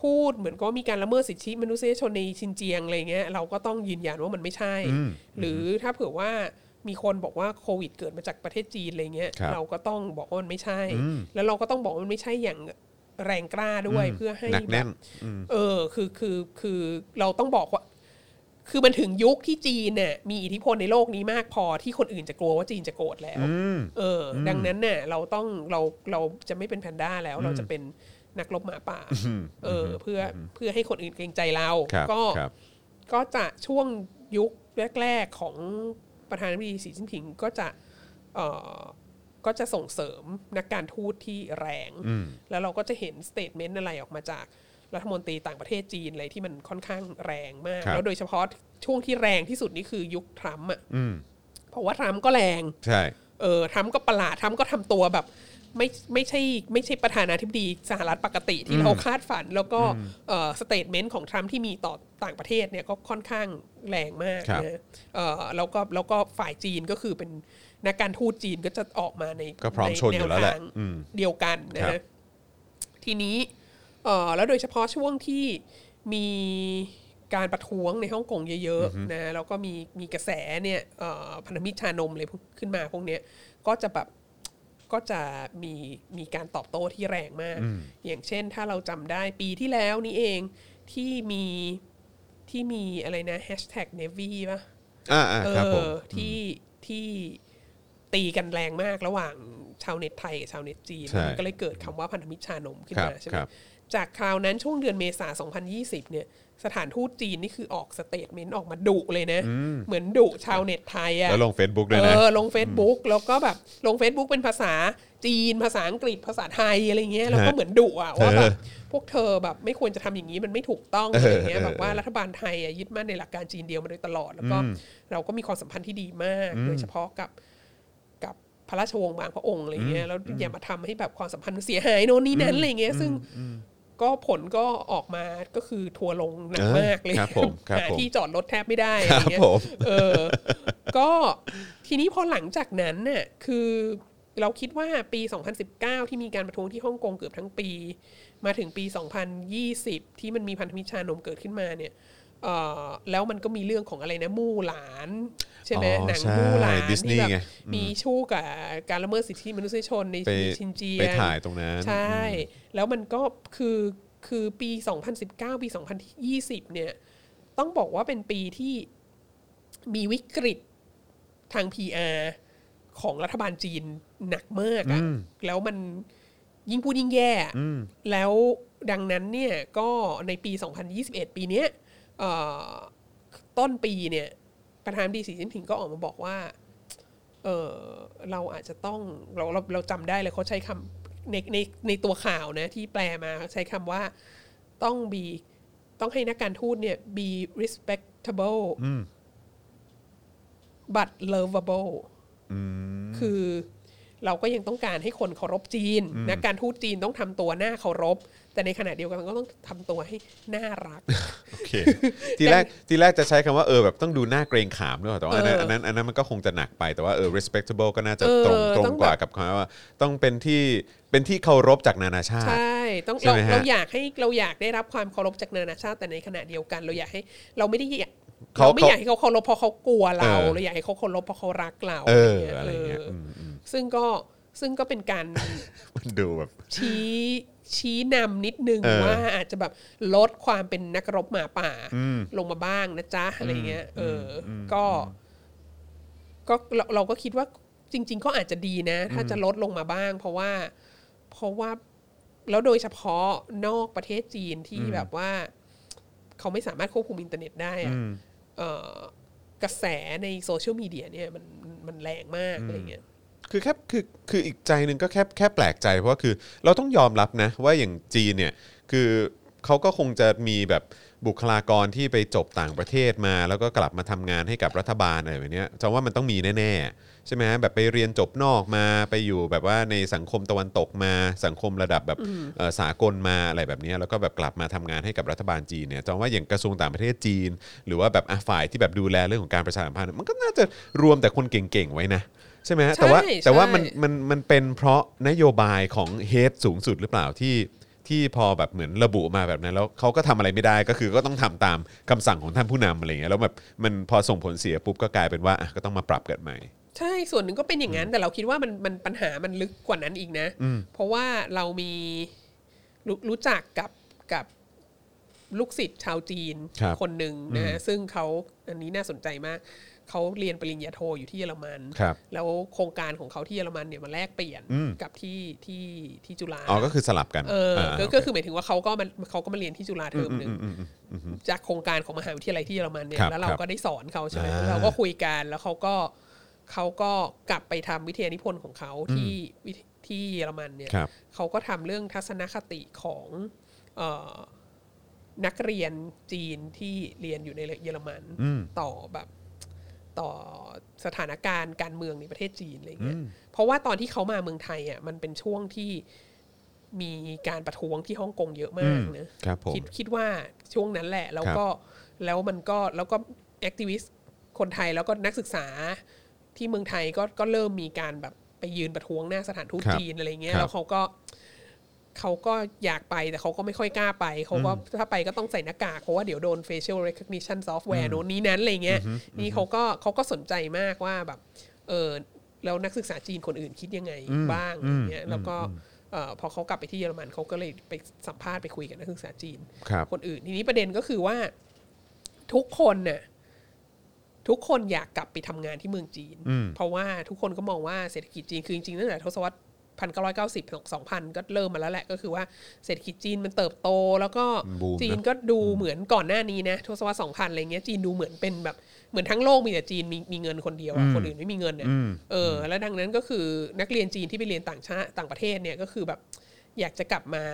S3: พูดเหมือนก็มีการละเมิดสิทธิมนุษยชนในชินเจียงอะไรเงี้ยเราก็ต้องยืนยันว่ามันไม่ใช่ หรือถ้าเผื่อว่ามีคนบอกว่าโควิดเกิดมาจากประเทศจีนอะไรเงี้ย
S2: ครับ
S3: เราก็ต้องบอกว่ามันไม่ใช่ แล้วเราก็ต้องบอกว่ามันไม่ใช่อย่างแรงกล้าด้วยเพื่อให้
S2: หนัก
S3: แบ
S2: แน่
S3: บ
S2: น
S3: เออคือคือคือเราต้องบอกว่า คือมันถึงยุคที่จีนเนี่ยมีอิทธิพลในโลกนี้มากพอที่คนอื่นจะกลัวว่าจีนจะโกรธแล้วเอออ ดังนั้นเนี่ยเราต้องเราเราจะไม่เป็นแพนด้าแล้ว เราจะเป็นนักรบหมาป่า เออ เพื่ออเพื่อให้คนอื่นเกรงใจเรา
S2: ครับ
S3: ก็
S2: ครับ
S3: ก็จะช่วงยุคแรก ๆ ของประธานาธิบดีสีจิ้นผิงก็จะเออก็จะส่งเสริมนักการทูตที่แรง แล้วเราก็จะเห็นสเตทเมนต์อะไรออกมาจากรัฐมนตรีต่างประเทศจีนอะไรที่มันค่อนข้างแรงมาก
S2: ครับ
S3: แล้วโดยเฉพาะช่วงที่แรงที่สุดนี่คือยุคทรัมป์อ่ะเพราะว่าทรัมป์ก็แรง
S2: ใช่
S3: เออทรัมป์ก็ประหลาดทรัมป์ก็ทำตัวแบบ ไม่ไม่ใช่ไม่ใช่ประธานาธิบดีสหรัฐปกติที่เราคาดฝัน แล้วก็สเตทเมนต์ของทรัมป์ที่มีต่อต่างประเทศเนี่ยก็ค่อนข้างแรงมาก
S2: ครับ
S3: นะเออแล้วก็แล้วก็ฝ่ายจีนก็คือเป็นนักการทูตจีนก็จะออกมาใน
S2: ก็พร้อม
S3: ใ
S2: ชนอยู่แล้วแหละ
S3: ทาง
S2: อืม
S3: เดียวกันนะครับ ฮะทีนี้เออแล้วโดยเฉพาะช่วงที่มีการประท้วงในฮ่องกงเยอะๆนะแล้วก็มีมีกระแสเนี่ยเอ่อพันธมิตรชานมเลยขึ้นมาพวกเนี้ยก็จะแบบ ก็จะมีมีการตอบโต้ที่แรงมาก อย่างเช่นถ้าเราจำได้ปีที่แล้วนี้เองที่มีที่มีอะไรนะแฮชแท็กเนวีป่ะ
S2: อ่าอ่า
S3: เอ
S2: ครับผม
S3: อที่ที่ตีกันแรงมากระหว่างชาวเน็ตไทยกับชาวเน็ตจีน
S2: ใช่
S3: มันก็เลยเกิดคำว่าพันธมิตรชานมขึ้น
S2: ครั
S3: มา
S2: บ
S3: ใช่ไห
S2: ค
S3: ม
S2: รับ
S3: จากคราวนั้นช่วงเดือนเมษา2020 เนี่ย สถานทูตจีนนี่คือออกสเตทเมนต์ออกมาดุเลยนะ เหมือนดุชาวเน็ตไทยอะ
S2: แล้วลง Facebook ด้วยนะ
S3: เออลง Facebook แล้วก็แบบลง Facebook เป็นภาษาจีน ภาษาอังกฤษภาษาไทยอะไรเงี้ยแล้วก็
S2: ฮะ
S3: เหมือนดุอ่ะว่าแบบ
S2: เอ
S3: พวกเธอแบบไม่ควรจะทำอย่างนี้มันไม่ถูกต้อง
S2: เออ
S3: อะไรเงี้ย
S2: เออ
S3: แบบว่ารัฐบาลไทยอ่ะยึดมั่นในหลักการจีนเดียวมาโดยตลอด แล้วก็เราก็มีความสัมพันธ์ที่ดีมาก โดยเฉพาะกับกับพระราชวงศ์บางพระองค์อะไรเงี้ยแล้วอย่ามาทำให้แบบความสัมพันธ์มันเสียหายโน่นนี่นั้นอะไรเงี้ยซึ่งก็ผลก็ออกมาก็คือทัวร์ลงหนัก
S2: เออ
S3: มากเลย
S2: ครับผมครับ
S3: หา
S2: ผม
S3: ที่จอดรถแทบไม่ได้
S2: ค
S3: อะไร
S2: รับ
S3: เงี้ย
S2: ผม
S3: เออ ก็ทีนี้พอหลังจากนั้นน่ะ คือเราคิดว่าปี 2019 ที่มีการประท้วงที่ฮ่องกงเกือบทั้งปี มาถึงปี 2020 ที่มันมีพันธมิตรชานมเกิดขึ้นมาเนี่ยเอ่อแล้วมันก็มีเรื่องของอะไรนะมู่หลาน ใช่ไหม
S2: อ๋อ
S3: หนัง
S2: ใช่
S3: มู่หลาน
S2: Disney
S3: ที่แบบ
S2: ไง
S3: มีชู้กับการละเมิดสิทธิมนุษยชนใน
S2: ไป
S3: ชินเจีย
S2: ไป
S3: ง
S2: ถ่ายตรงนั้น
S3: ใช่ แล้วมันก็คือคือปี 2019 ปี 2020 เนี่ย ต้องบอกว่าเป็นปีที่มีวิกฤตทาง PR ของรัฐบาลจีนหนักมากอะแล้วมันยิ่งพูดยิ่งแย่อะแล้วดังนั้นเนี่ย ก็ในปี 2021 ปีเนี้ยเอ่อต้นปีเนี่ย ประธานาธิบดีสีจิ้นผิงก็ออกมาบอกว่า เออเราอาจจะต้องเราเราเราจำได้เลยเขาใช้คำในในในตัวข่าวนะที่แปลมาใช้คำว่าต้อง be ต้องให้นักการทูตเนี่ย be respectable but lovable คือเราก็ยังต้องการให้คนเคารพจีนนักการทูตจีนต้องทำตัวหน้าเคารพ แต่ในขณะเดียวกันก็ต้องทำตัวให้น่ารัก
S2: โอ เค ทีแรกทีแรกจะใช้คำว่าเออแบบต้องดูหน้าเกรงขามด้วยแต่ว่าอันนั้น
S3: เออ
S2: อันนั้นอันนั้นมันก็คงจะหนักไปแต่ว่าเออ respectable ก็น่าจะ
S3: เออ
S2: ตรงตรง
S3: ต้อง
S2: กว่า
S3: แบบ
S2: กับคำว่า ต้องเป็นที่เป็นที่เคารพจากนานาชาติ
S3: ใช่ ต้อง
S2: ใช่
S3: เรา
S2: ไหมฮะ
S3: เราอยากให้เราอยากได้รับความเคารพจากนานาชาติแต่ในขณะเดียวกัน เราอยากให้เราไม่ได้อยาก
S2: เขา
S3: เราไม่อยากให้เขาเคารพเพราะเขากลัวเรา
S2: เออ
S3: เราอยากให้เขาเคารพเพราะเขารักเรา
S2: เอออะไรเงี้ย
S3: เออ
S2: อืม
S3: อซึ่งก็ซึ่งก็เป็นการ
S2: มันดูแบบ
S3: ชี้ชี้นำนิดนึง
S2: เออ
S3: ว่าอาจจะแบบลดความเป็นนักรบหมาป่าลงมาบ้างนะจ๊ะอะไรเงี้ยเอออก็ก็เราเราก็คิดว่าจริง ๆ ก็อาจจะดีนะ ถ้าจะลดลงมาบ้าง เพราะว่า เพราะว่าแล้วโดยเฉพาะนอกประเทศจีนที่แบบว่า เขาไม่สามารถควบคุมอินเทอร์เน็ตได้อะเอ่อกระแสในโซเชียลมีเดียเนี่ยมันมันแรงมากอะไรเงี้ย
S2: คือแค่คือคืออีกใจหนึ่งก็แค่แค่แปลกใจเพราะว่าคือเราต้องยอมรับนะว่าอย่างจีนเนี่ยคือเขาก็คงจะมีแบบบุคลากรที่ไปจบต่างประเทศมา แล้วก็กลับมาทำงานให้กับรัฐบาลอะไรแบบเนี้ยจะว่ามันต้องมีแน่ๆใช่ไหมฮะแบบไปเรียนจบนอกมาไปอยู่แบบว่าในสังคมตะวันตกมาสังคมระดับแบบเอ่อสากลมาอะไรแบบเนี้ยแล้วก็แบบกลับมาทำงานให้กับรัฐบาลจีนเนี่ยจะว่าอย่างกระทรวงต่างประเทศจีน หรือว่าแบบอ่ะฝ่ายที่แบบดูแลเรื่องของการประชาสัมพันธ์มันก็น่าจะรวมแต่คนเก่งๆไว้นะใช่ไหมฮะแต่ว่า
S3: ใช่
S2: แต่ว่า
S3: ใช่
S2: มัน มันมันเป็นเพราะนโยบายของเฮดสูงสุดหรือเปล่าที่ที่พอแบบเหมือนระบุมาแบบนั้น แล้วเขาก็ทำอะไรไม่ได้ก็คือก็ต้องทำตามคำสั่งของท่านผู้นำอะไรเงี้ยแล้วแบบมันพอส่งผลเสียปุ๊บก็กลายเป็นว่าอ่ะก็ต้องมาปรับกันใหม่
S3: ใช่ ส่วนหนึ่งก็เป็นอย่างนั้น แต่เราคิดว่ามันมันปัญหามันลึกกว่านั้นอีกนะ เพราะว่าเรามีรรู้จักกับกับลูกศิษย์ชาวจีน
S2: ครับ
S3: นหนึ่งนะฮะซึ่งเขาอันนี้น่าสนใจมาก เขาเรียนปริญญาโทอยู่ที่เยอรมัน
S2: ครับ
S3: แล้วโครงการของเขาที่เยอรมันเนี่ยมาแลกเปลี่ยน
S2: อืม
S3: กับที่ที่ที่จุฬา
S2: อ๋อก็คือสลับกัน
S3: เออ
S2: อ่า
S3: ก็ก็คือหมายถึงว่าเขาก็มันเขาก็มาเรียนที่จุฬาเทอม
S2: อืม
S3: หนึ่
S2: อื
S3: ง
S2: มอืมอืม
S3: จากโครงการของมหาวิทยาลัยที่เยอรมันเนี่ย
S2: ครับ
S3: แล้วเรา
S2: ครับ
S3: ก็ได้สอนเขาใช่ไหม
S2: อ่า
S3: เราก็คุยกันแล้วเขาก็เขาก็กลับไปทำวิทยานิพนธ์ของเขาที่วิทที่เยอรมันเนี่ย
S2: ครับ
S3: เขาก็ทำเรื่องทัศนคติของเออนักเรียนจีนที่เรียนอยู่ในเยอรมันต่อแบบต่อสถานการณ์การเมืองในประเทศจีนอะไรเงี้ยเพราะว่าตอนที่เขามาเมืองไทยอ่ะมันเป็นช่วงที่มีการประท้วงที่ฮ่องกงเยอะมากนะ
S2: ครับผม
S3: คิดคิดว่าช่วงนั้นแหละ แล้ว
S2: ครับ
S3: ก็แล้วมันก็แล้วก็แอคทิวิสต์คนไทยแล้วก็นักศึกษาที่เมืองไทยก็ก็เริ่มมีการแบบไปยืนประท้วงหน้าสถานทูต
S2: ครับ
S3: จีนอะไรเงี้ย
S2: ครับ
S3: แล้วเขาก็เขาก็อยากไปแต่เขาก็ไม่ค่อยกล้าไป เขาก็ถ้าไปก็ต้องใส่หน้ากาก เพราะว่าเดี๋ยวโดน facial recognition software โน้นนี้นั้นอะไรเงี้ยนี่เขาก็เขาก็สนใจมากว่าแบบเออ แล้วนักศึกษาจีนคนอื่นคิดยังไงบ้างอะไรเงี้ยแล้วก็เอ่อพอเขากลับไปที่เยอรมันเขาก็เลยไปสัมภาษณ์ไปคุยกับนักศึกษาจีน
S2: ครับ
S3: คนอื่นทีนี้ประเด็นก็คือว่าทุกคนน่ะทุกคนอยากกลับไปทำงานที่เมืองจีน
S2: อืม
S3: เพราะว่าทุกคนก็มองว่าเศรษฐกิจจีนคือจริงๆตั้งแต่ทศวรรษพันเก้าร้อยเก้าสิบสองพันก็เริ่มมาแล้วแหละ ก็คือว่าเศรษฐกิจจีนมันเติบโต แล้วก็
S2: บูมนะ
S3: จีนก็ดูเหมือนก่อนหน้านี้นะทศวรรษสองพันอะไรเงี้ยจีนดูเหมือนเป็นแบบเหมือนทั้งโลกมีแต่จีนมีมีเงินคนเดียวอะคนอื่นไม่มีเงินเนี่ย
S2: อืม
S3: เออแล้วดังนั้นก็คือนักเรียนจีนที่ไปเรียนต่างชาติต่างประเทศเนี่ยก็คือแบบอยากจะกลับมา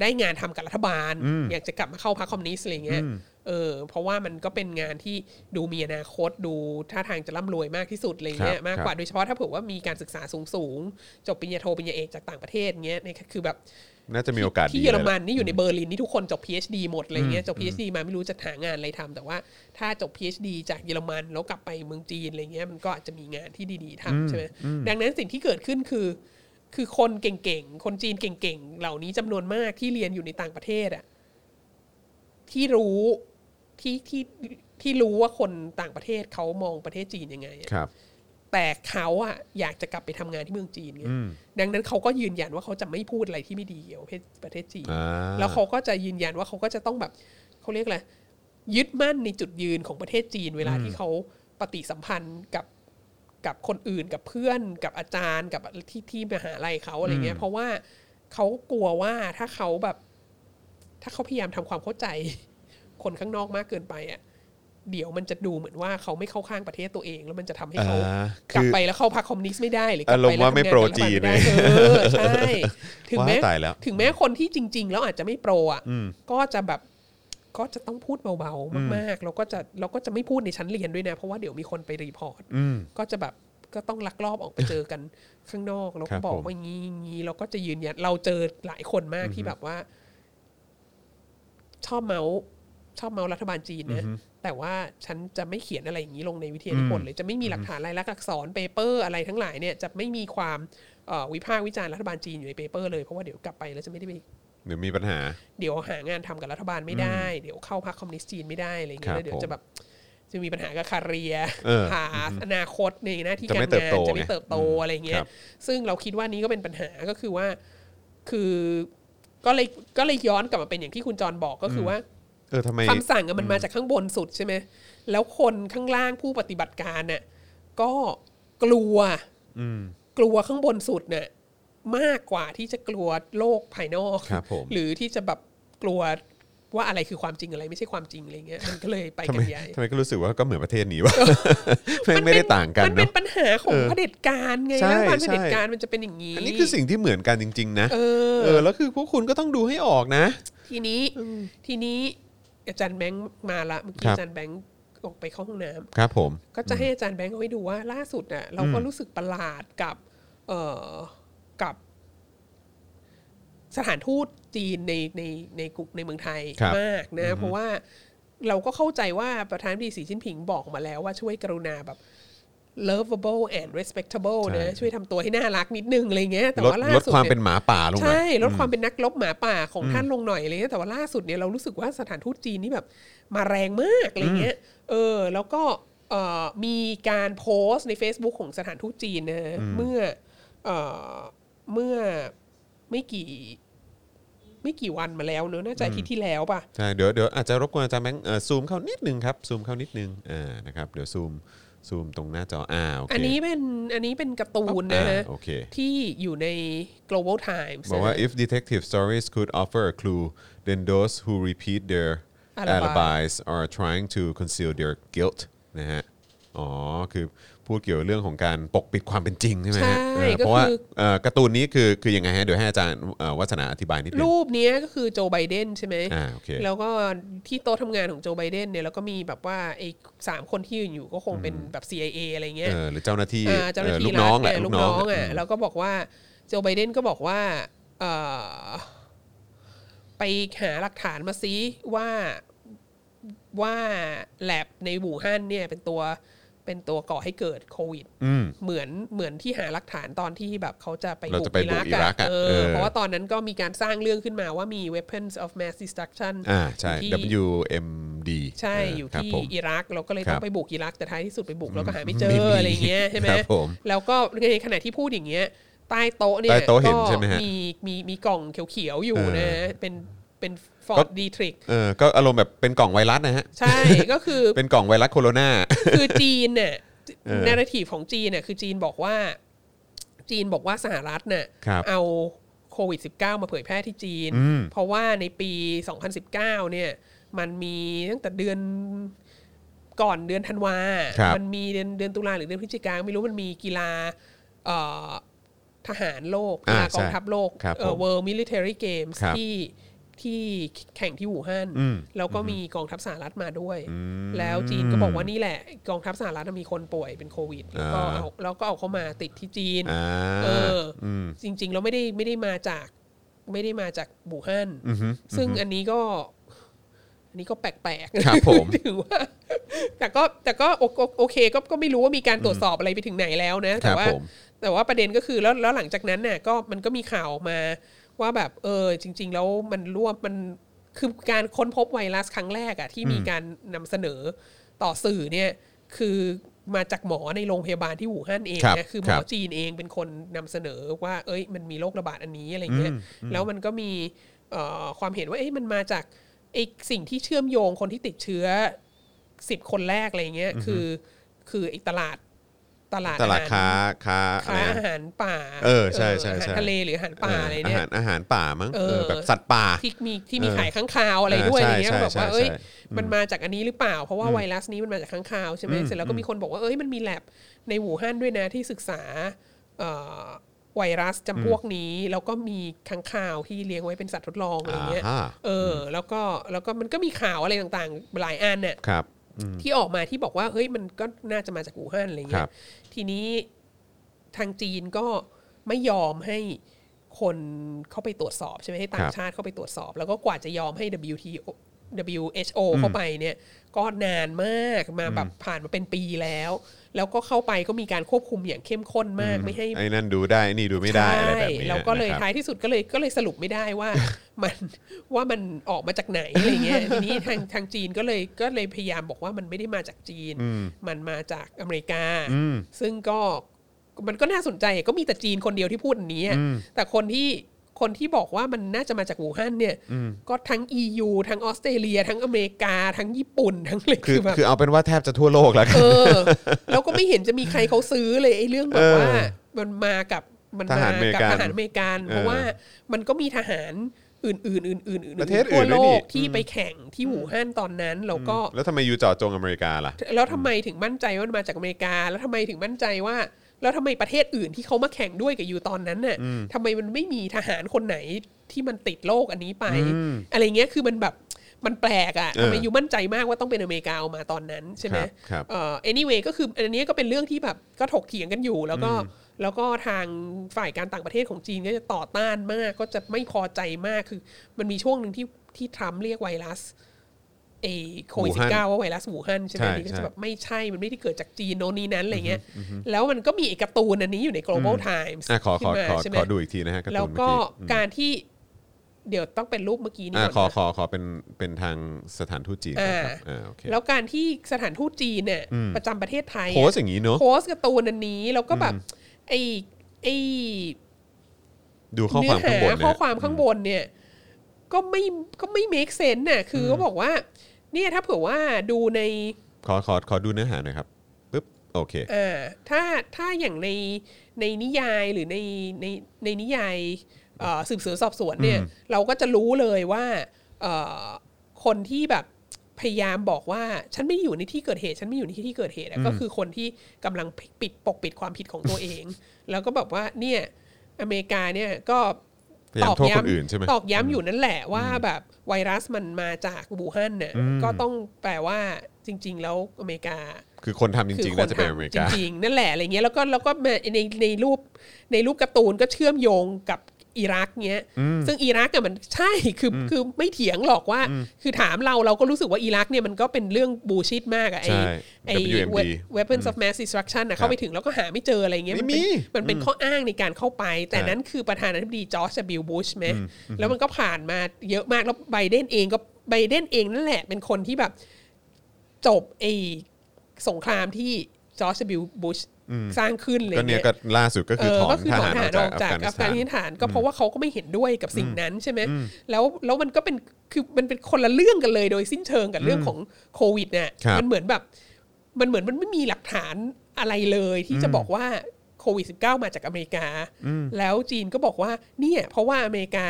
S3: ได้งานทำกับรัฐบาล
S2: อืม
S3: อยากจะกลับมาเข้าพรรคคอมมิวนิสต์อะไรเงี้ย
S2: อืม
S3: เออเพราะว่ามันก็เป็นงานที่ดูมีอนาคตดูท่าทางจะร่ำรวยมากที่สุดอะไรเงี้ยมากกว่าโดยเฉพาะถ้าเผื่อว่ามีการศึกษาสูงสูงๆจบปริญญาโทปริญญาเอกจากต่างประเทศเงี้ยเนี่ยคือแบบ
S2: น่าจะมีโอกาส
S3: ที่
S2: ดี
S3: เยอร
S2: ลย
S3: มั
S2: ล่ะ
S3: นนี่อยู่ในเบอร์ลินนี่ทุกคนจบ PhD หมดอะไรเงี้ยจบ PhD มาไม่รู้จะหางานอะไรทำแต่ว่าถ้าจบ PhD จากเยอรมันแล้วกลับไปเมืองจีนอะไรเงี้ยมันก็อาจจะมีงานที่ดีๆทำใช่ไหมดังนั้นสิ่งที่เกิดขึ้นคือ คือคนเก่งๆ คนจีนเก่งๆ เหล่านี้จำนวนมากที่เรียนอยู่ในต่างประเทศอะที่รู้ที่ที่ที่รู้ว่าคนต่างประเทศเขามองประเทศจีนยังไงอะ
S2: ครับ
S3: แต่เขาอะอยากจะกลับไปทำงานที่เมืองจีนไง
S2: อืม
S3: ดังนั้นเขาก็ยืนยันว่าเขาจะไม่พูดอะไรที่ไม่ดีเกี่ยวกับประเทศประเทศจีน
S2: อ่า
S3: แล้วเขาก็จะยืนยันว่าเขาก็จะต้องแบบเขาเรียกอะไรยึดมั่นในจุดยืนของประเทศจีน เวลาที่เขาปฏิสัมพันธ์กับกับคนอื่นกับเพื่อนกับอาจารย์กับที่ที่มหาลัยเขาอะไรเงี้ยเพราะว่าเขากลัวว่าถ้าเขาแบบ ถ้าเขาพยายามทำความเข้าใจ คนข้างนอกมากเกินไปอะเดี๋ยวมันจะดูเหมือนว่าเขาไม่เข้าข้างประเทศตัวเอง แล้วมันจะทำให้เขา
S2: อ่า
S3: กลับไปแล้วเข้าพรรคคอมมิวนิสต์ไม่ได้หรือกลับ
S2: อารมณ์
S3: ไปแล้
S2: ว่าไม่โปร
S3: ทำงา
S2: จีน
S3: กับรัฐบาลไม่ได้เออใช่ถึงแม้
S2: ว่าตายแล้ว
S3: ถึงแม้คนที่จริง ๆ แล้วอาจจะไม่โปรอ่ะก็จะแบบก็จะต้องพูดเบาๆมากๆแล้วก็จะเราก็จะไม่พูดในชั้นเรียนด้วยนะ เพราะว่าเดี๋ยวมีคนไปรีพอร์ต
S2: อืม
S3: ก็จะแบบก็ต้องลักลอบออกไปเจอกัน ข้างนอกแล้ว
S2: ครับ
S3: ก็บอก
S2: ผม
S3: ว่างี้งี้เราก็จะยืนยันเราเจอหลายคนมากที่แบบว่า ชอบเมาส์ชอบเมาส์รัฐบาลจีนนะแต่ว่าฉันจะไม่เขียนอะไรอย่างนี้ลงในวิทยานิพนธ์เลยจะไม่มีหลักฐานลายลักษณ์อักษรเปเปอร์อะไรทั้งหลายเนี่ยจะไม่มีความเอ่อวิพากษ์วิจารณ์รัฐบาลจีนอยู่ในเปเปอร์เลยเพราะว่าเดี๋ยวกลับไปแล้วจะไม่ได้ไป
S2: เดี๋ยวมีปัญหา
S3: เดี๋ยวหางานทำกับรัฐบาลไม่ได้ เดี๋ยวเข้าพรรคคอมมิวนิสต์จีนไม่ได้อะไรเงี้ย
S2: ครับ
S3: แล้วเดี๋ยวจะแบบจะมีปัญหากับคาเรีย
S2: เออ
S3: หาอนาคตในหน้าที่
S2: จะ
S3: กา
S2: ไม่
S3: ร
S2: เติบ
S3: งาน
S2: โต
S3: จะไม่เติบโต
S2: ไง
S3: อะไรเงี้
S2: ครั
S3: ย
S2: บ
S3: ซึ่งเราคิดว่านี้ก็เป็นปัญหาก็คือว่า คือก็เลยก็เลยย้อนกลับมาเป็นอย่างที่คุณจรบอกก็คือว่า
S2: เออทำไม
S3: คำสั่งอะมันมาจากข้างบนสุดใช่ไหม แล้วคนข้างล่างผู้ปฏิบัติการน่ะก็กลัวกลัวข้างบนสุดน่ะมากกว่าที่จะกลัวโลกภายนอก
S2: ครับผม
S3: หรือที่จะแบบกลัวว่าอะไรคือความจริงอะไรไม่ใช่ความจริงอะไรเงี้ยมันก็เลยไป
S2: ทำ
S3: กั
S2: ไม
S3: นใหญ่
S2: ทำไมก็รู้สึกว่าก็เหมือนประเทศนี้วะ แม่งไม่ได้ต่างกัน
S3: มัน
S2: เน
S3: เป็
S2: อะ
S3: นปัญหาของเผด็จการไง
S2: ใช่
S3: รัฐบาล
S2: ใช่
S3: เผด็จการมันจะเป็นอย่างนี้
S2: อันนี้คือสิ่งที่เหมือนกันจริง ๆ นะ
S3: เออ
S2: เออแล้วคือพวกคุณก็ต้องดูให้ออกนะ
S3: ทีนี้ทีนี้อาจารย์แบงค์มาละเมื่อกี้
S2: ครับ
S3: อาจารย์แบงค์ออกไปเข้าห้องน้ำ
S2: ครับผม
S3: ก็จะให้อาจารย์แบงค์เอาไว้ดูว่าล่าสุดน่ะเราก็รู้สึกประหลาดกับ เอ่อกับ สถานทูตจีนในในในกรุในเมืองไทย
S2: ครับ
S3: มากนะ เพราะว่าเราก็เข้าใจว่าประธานาธิบดีสีชิ้นผิงบอกมาแล้วว่าช่วยกรุณาแบบ lovable and respectable
S2: ใช่
S3: นะช่วยทำตัวให้น่ารักนิดนึงอะไรเงี้ยแต่
S2: ลด
S3: ว่าล่า
S2: ลด
S3: สุด
S2: ความ
S3: เนี่ย
S2: เป็นหมาป่าลงมา
S3: ใช่ลดความเป็นนักลบหมาป่าของท่านลงหน่อยอะไรเลยแต่ว่าล่าสุดเนี่ยเรารู้สึกว่าสถานทูตจีนนี่แบบมาแรงมากอะไรเงี้ยเออแล้วก็เอ่อมีการโพสต์ใน Facebook ของสถานทูตจีนนะเมื่อเอ่อเมื่อไม่กี่ไม่กี่วันมาแล้วเนอะน่าจะอาทิตย์ที่แล้วป่ะ
S2: ใช่เดี๋ยวเดี๋ยวอาจจะรบกวนอาจารย์แบงค์เอ่อซูมเข้านิดนึงครับซูมเข้านิดนึงอ่านะครับเดี๋ยวซูมซูมตรงหน้าจออ่าโอเค
S3: อั
S2: อั
S3: นนี้เป็นอันนี้เป็นการ์ตูนนะฮะ
S2: โอเค
S3: ที่อยู่ใน global times
S2: บอกว่า
S3: นะ
S2: if detective stories could offer a clue then those who repeat their
S3: Alibi.
S2: alibis are trying to conceal their guilt นะฮะอ๋อคือพูดเกี่ยวเรื่องของการปกปิดความเป็นจริงใช่ไหมฮะ
S3: ใช่
S2: เออ
S3: ก็คือ
S2: เพราะว่าเอ่อการ์ตูนนี้คือคือยังไงฮะเดี๋ยวให้อาจารย์เอ่อวัฒนาอธิบายนิดนึง
S3: รูปเนี้ยก็คือโจไบเดนใช่ไหม
S2: อ่าโอเค
S3: แล้วก็ที่โต๊ะทำงานของโจไบเดนเนี่ยแล้วก็มีแบบว่าไอ้สามคนที่ยืนอยู่ก็คงเป็นแบบ CIA อะไรเงี้ย
S2: เออหรือเจ้าหน้าที่
S3: อ่าเจ้าหน้า
S2: เอ่อ
S3: ที่
S2: ลูกน้องแหละลู
S3: รัฐเยลู
S2: ก
S3: ก
S2: น้
S3: น้
S2: อ
S3: อง งอ่ะแล้วก็บอกว่าโจไบเดนก็บอกว่าเอ่อไปหาหลักฐานมาซิว่าว่าแลบในบูฮั่นเนี่ยเป็นตัวเป็นตัวก่อให้เกิดโควิด
S2: อืม
S3: เหมือนเหมือนที่หาหลักฐานตอนที่แบบเขาจะไป
S2: เราจะไปบุกอิรักอะ
S3: เอ
S2: เอ
S3: อ
S2: อ
S3: เพราะว่าตอนนั้นก็มีการสร้างเรื่องขึ้นมาว่ามี weapons of mass destruction
S2: อ่าใช่
S3: ที่
S2: WMD ดี
S3: ใช่อยู่
S2: เครับ
S3: ที่
S2: ผม
S3: อิรักเราก็เลย
S2: ครั
S3: ต้อบ งไปบุกอิรักแต่ท้ายที่สุดไปบุกเราก็หาไม่
S2: ไม่
S3: เจ
S2: มี
S3: ออะไรเงี้ย ใช่ไห
S2: ครับผม
S3: แล้วก็ในขณะที่พูดอย่างเงี้ยใต้โต๊ะเนี่ย
S2: ใต้โต๊ะเห็น
S3: ก็
S2: ใช่ไหมฮะ
S3: มีมีมีกล่องเขียวๆอยู่
S2: เออ
S3: นะเป็นเป็นฟอ
S2: ก็
S3: ร์ดดีทริก
S2: เออก็อารมณ์แบบเป็นกล่องไวรัสนะฮะ
S3: ใช่ ก็คือ
S2: เป็นกล่องไวรัสโคโรนา
S3: คือจีนเนี่ย
S2: เออ
S3: นาราทีฟของจีนเนี่ยคือจีนบอกว่า จีนบอกว่าสหรัฐเนี่ย
S2: ครับ
S3: เอาโควิด -19 มาเผยแพร่ที่จีน
S2: อืม
S3: เพราะว่าในปี 2019 เนี่ย มันมีตั้งแต่เดือนก่อนเดือนธันวา
S2: ครับ
S3: มันมีเดือนเดือนตุลาหรือเดือนพฤศจิกาไม่รู้มันมีกีฬาเอ่อทหารโลกกี
S2: อ่า
S3: ฬากอง
S2: ใช่
S3: ทัพโลก
S2: ครับ
S3: เอ่
S2: ผ
S3: อ
S2: ม
S3: World Military Games
S2: ครับ
S3: ที่ที่แข่งที่วู่ฮั่น
S2: อืม
S3: แล้วก็มีกองทัพสหรัฐมาด้วย
S2: อืม
S3: แล้วจีนก็บอกว่านี่แหละ กองทัพสหรัฐมีคนป่วยเป็นโควิด แล้วก็
S2: อ่า
S3: เอาแล้วก็เอาเข้ามาติดที่จีน
S2: อ่า
S3: เออ
S2: ม
S3: จริงๆแล้วไม่ได้ไม่ได้มาจากไม่ได้มาจากบูฮั่น
S2: อือฮึ
S3: ซึ่งอันนี้ก็ อันนี้ก็แปลกๆ
S2: ครับผม
S3: ถือว่า แต่ก็แต่ก็โอโอโอเคก็ก็ไม่รู้ว่ามีการตรวจสอบอะไรไปถึงไหนแล้วนะ
S2: ค
S3: แต่
S2: รับ
S3: ว่า
S2: ผม
S3: แต่ว่าประเด็นก็คือแล้วแล้วหลังจากนั้นน่ะก็มันก็มีข่าวออกมาว่าแบบเออจริง ๆ แล้วมันร่วมมันคือการค้นพบไวรัสครั้งแรกอะที่มีการนำเสนอต่อสื่อเนี่ยคือมาจากหมอในโรงพยาบาลที่หู่ฮั่นเอง
S2: ครั
S3: นะ
S2: บ
S3: คือหม
S2: ครั
S3: อบ จีนเองเป็นคนนำเสนอว่า เอ้ย มันมีโรคระบาดอันนี้อะไรเงี้ย
S2: อืมอืม
S3: แล้วมันก็มีเอ่อความเห็นว่าเอ้ยมันมาจากไอ้สิ่งที่เชื่อมโยงคนที่ติดเชื้อสิบคนแรกอะไรเงี้ยคือ คือไอ้ตลาดตลาด
S2: ตลาด
S3: อหร
S2: ค้าค้าอะไร
S3: ค้า
S2: นะ
S3: อาหารป่า
S2: เออใช่ใช่ใช่
S3: อาหารทะเลหรืออาหารป่าอะไร
S2: อา
S3: เนี่ย
S2: หารอาหารป่ามั้ง
S3: เออ
S2: เออแบบสัตว์ป่า
S3: ที่มีที่มี
S2: เออ
S3: ขายข้างคาวอะไรด้วย
S2: เออ
S3: อะ
S2: ใช่
S3: ไรเงี้ย
S2: ใช่
S3: แบบว่า
S2: ใช่
S3: เอ้ย
S2: ใช่
S3: มันมาจากอันนี้หรือเปล่า เพราะว่าไวรัสนี้มันมาจากข้างคาวใช่ไหม
S2: อืม
S3: เสร็จแล้วก็มีคนบอกว่าเอ้ยมันมีแลบในหูฮั่นด้วยนะที่ศึกษาเอ่อไวรัสจำพวกนี้แล้วก็มีข้างคาวที่เลี้ยงไว้เป็นสัตว์ทดลองอะไรเงี้ย
S2: อ่าฮะ
S3: เอออแล้วก็แล้วก็มันก็มีข่าวอะไรต่างๆ หลายอันเนี่ย
S2: ครับ
S3: ที่ออกมาที่บอกว่าเฮ้ยมันก็น่าจะมาจากอู่ฮั่นอะไร
S2: ค
S3: เงี้
S2: รั
S3: ย
S2: บ
S3: ทีนี้ทางจีนก็ไม่ยอมให้คนเข้าไปตรวจสอบใช่ไหมให้ต่า
S2: ค
S3: ง
S2: รับ
S3: ชาติเข้าไปตรวจสอบ แล้วก็กว่าจะยอมให้ WTO WHO เข้าไปเนี่ย ก็นานมากมาแบบผ่านมาเป็นปีแล้ว แล้วก็เข้าไปก็มีการควบคุมอย่างเข้มข้นมากไม่ให้
S2: ไอ้นั่นดูได้ไอ้นี่ดูไม่ได้อะไรแบบนี้
S3: ใช่เราก็เลย
S2: นะครับ
S3: ท้ายที่สุดก็เลยก็เลยสรุปไม่ได้ว่า มันว่ามันออกมาจากไหนอะไร เงี้ยทีนี้ทางทางจีนก็เลยก็เลยพยายามบอกว่ามันไม่ได้มาจากจีน มันมาจากอเมริกา
S2: อืม
S3: ซึ่งก็มันก็น่าสนใจก็มีแต่จีนคนเดียวที่พูดอันนี้อะแต่คนที่คนที่บอกว่ามันน่าจะมาจากอู่ฮั่นเนี่ยก็ทั้ง EU ทั้งออสเตรเลีย ทั้งอเมริกา ทั้งญี่ปุ่นทั้งเลย
S2: คือ
S3: แบบ
S2: คือเอาเป็นว่าแทบจะทั่วโลกแล้วกัน
S3: เออแล้วก็ไม่เห็นจะมีใครเขาซื้อเลยไอ้เรื่องแบ
S2: เอบ อ
S3: ว่ามันมากับมัน
S2: ทหาร
S3: มากั
S2: อเมริกัน
S3: ทหารอเมริกัน เพราะ
S2: เออ
S3: ว่ามันก็มีทหารอื่นๆอื่นๆอื่นๆ
S2: ประเทศอื่
S3: ทั่วน
S2: ด้
S3: โล
S2: วยนี่
S3: กที่ไปแข่งที่หูฮั่นตอนนั้นแล้วก็
S2: แล้วทำไมอยู่เจอจงอเมริกาล่ะ
S3: แล้วทำไมถึงมั่นใจว่ามันมาจากอเมริกา แล้วทำไมถึงมั่นใจว่า แล้วทำไมประเทศอื่นที่เขามาแข่งด้วยกับยูตอนนั้นน่ะทำไมมันไม่มีทหารคนไหนที่มันติดโรคอันนี้ไป อะไรเงี้ยคือมันแบบมันแปลกอะ
S2: เออ
S3: ทำไมยูมั่นใจมากว่าต้องเป็นอเมริกาเอามาตอนนั้นใช่ไหม
S2: ครับครับ
S3: เอ่อ anyway ก็คืออันนี้ก็เป็นเรื่องที่แบบก็ถกเถียงกันอยู่ แล้วก็แล้วก็ทางฝ่ายการต่างประเทศของจีนก็จะต่อต้านมาก ก็จะไม่พอใจมากคือ มันมีช่วงหนึ่งที่ที่ทรัมป์เรียกไวรัสเอโควิด
S2: อู่
S3: สิ
S2: ฮั่
S3: บ
S2: น
S3: เก้าว่าไวรัสหูฮั่นใช่ไหม
S2: ใช่
S3: อันนี่ก็
S2: ใช่
S3: จะแบบ ไม่ใช่ มันไม่ได้เกิดจากจีนโน่นนี่นั้นอะไรเงี้ย แล้วมันก็มีไอ้การ์ตูนอันนี้อยู่ใน global times
S2: อ่ะขอขอ
S3: ขึ้นมา
S2: ขอ
S3: ใช่ไหม
S2: ขอดูอีกทีนะฮะการ์
S3: แล้ว
S2: ตูนเมื่
S3: ก็
S2: อกี้
S3: การที่เดี๋ยวต้องเป็นรูปเมื่อกี้นี้
S2: อ่ะ
S3: ก่
S2: ขอ
S3: อนนะ
S2: ขอขอเป็นเป็นทางสถานทูตจีน
S3: อ่า
S2: ครับอ่าโอเค
S3: แล้วการที่สถานทูตจีนเนี่ยประจำประเทศไทยอะ
S2: โพสต์อย่างนี้เนอะ
S3: โพสต์การ์ตูนอันนี้ แล้วก็แบบไอ้ไอ้
S2: ดูข้อความข้างบน
S3: เนื้อ
S2: นะ
S3: หาข้อ
S2: ฮะ
S3: ความข้างบนเนี่ยก็ไม่ก็ไม่ make sense น่ะคือเขาบอกว่า เนี่ยถ้าเผื่อว่าดูใน
S2: ขอขอขอดูเนื้อหาหน่อยครับปึ๊บโอเค
S3: เอ่อถ้าถ้าอย่างในในนิยายหรือในในในนิยายเอ่อสืบสวนสอบสวนเนี่ย
S2: อืม
S3: เราก็จะรู้เลยว่าเอ่อคนที่แบบพยายามบอกว่าฉันไม่ได้อยู่ในที่เกิดเหตุ ฉันไม่อยู่ในที่เกิดเหตุอะก็คือคนที่กำลังปิดปกปิดความผิดของตัวเอง แล้วก็แบบว่าเนี่ยอเมริกาเนี่ยก็
S2: พยายามโทษคนอื่นใช่ไหม
S3: ตอกย้ำอยู่นั่นแหละว่าแบบไวรัสมันมาจากบูฮั่นเนี่ยก็ต้องแปลว่าจริง ๆ แล้วอเมริกา
S2: คือคนทำจริงๆน่าจะเป็นอเมริ
S3: ทำจ
S2: กา
S3: ริง ๆ นั่นแหละอะไรเงี้ยแล้วก็แล้วก็มาในในรูปในรูปการ์ตูนก็เชื่อมโยงกับอิรักเงี้ยซึ่งอิรักอะมันใช่คือคือไม่เถียงหรอกว่า คือถามเราเราก็รู้สึกว่าอิรักเนี่ยมันก็เป็นเรื่องบูชิดมากอะไอ
S2: ใช่
S3: ไอ
S2: WMD
S3: weapons of mass destruction อะเข้าไปถึงแล้วก็หาไม่เจออะไรเงี้ย
S2: ไม่มี
S3: มันเป็นข้ออ้างในการเข้าไป แต่นั้นคือประธานาธิบดีจอร์จดับบิลบูชไหมแล้วมันก็ผ่านมาเยอะมาก แล้วไบเดนเองก็ ไบเดนเองนั่นแหละเป็นคนที่แบบจบไอ้สงครามที่จอร์จบิลบุชสร้างขึ้นเลย
S2: ก็เนี่ยก็ล่าสุดก็คือถอนทหารออกจากอัฟกานิ
S3: อั
S2: ส
S3: ฟกา
S2: ถาน
S3: นิสถานก็เพราะว่าเขาก็ไม่เห็นด้วยกับสิ่งนั้นใช่ไหมแล้วแล้วมันก็เป็นคือมันเป็นคนละเรื่องกันเลยโดยสิ้นเชิงกับเรื่องของโควิดเนี่ย
S2: ครับ
S3: มัเหมือนแบบ มันเหมือนมันไม่มีหลักฐานอะไรเลยที่จะบอกว่าโควิด -19 มาจากอเมริกา แล้วจีนก็บอกว่าเนี่ยเพราะว่าอเมริกา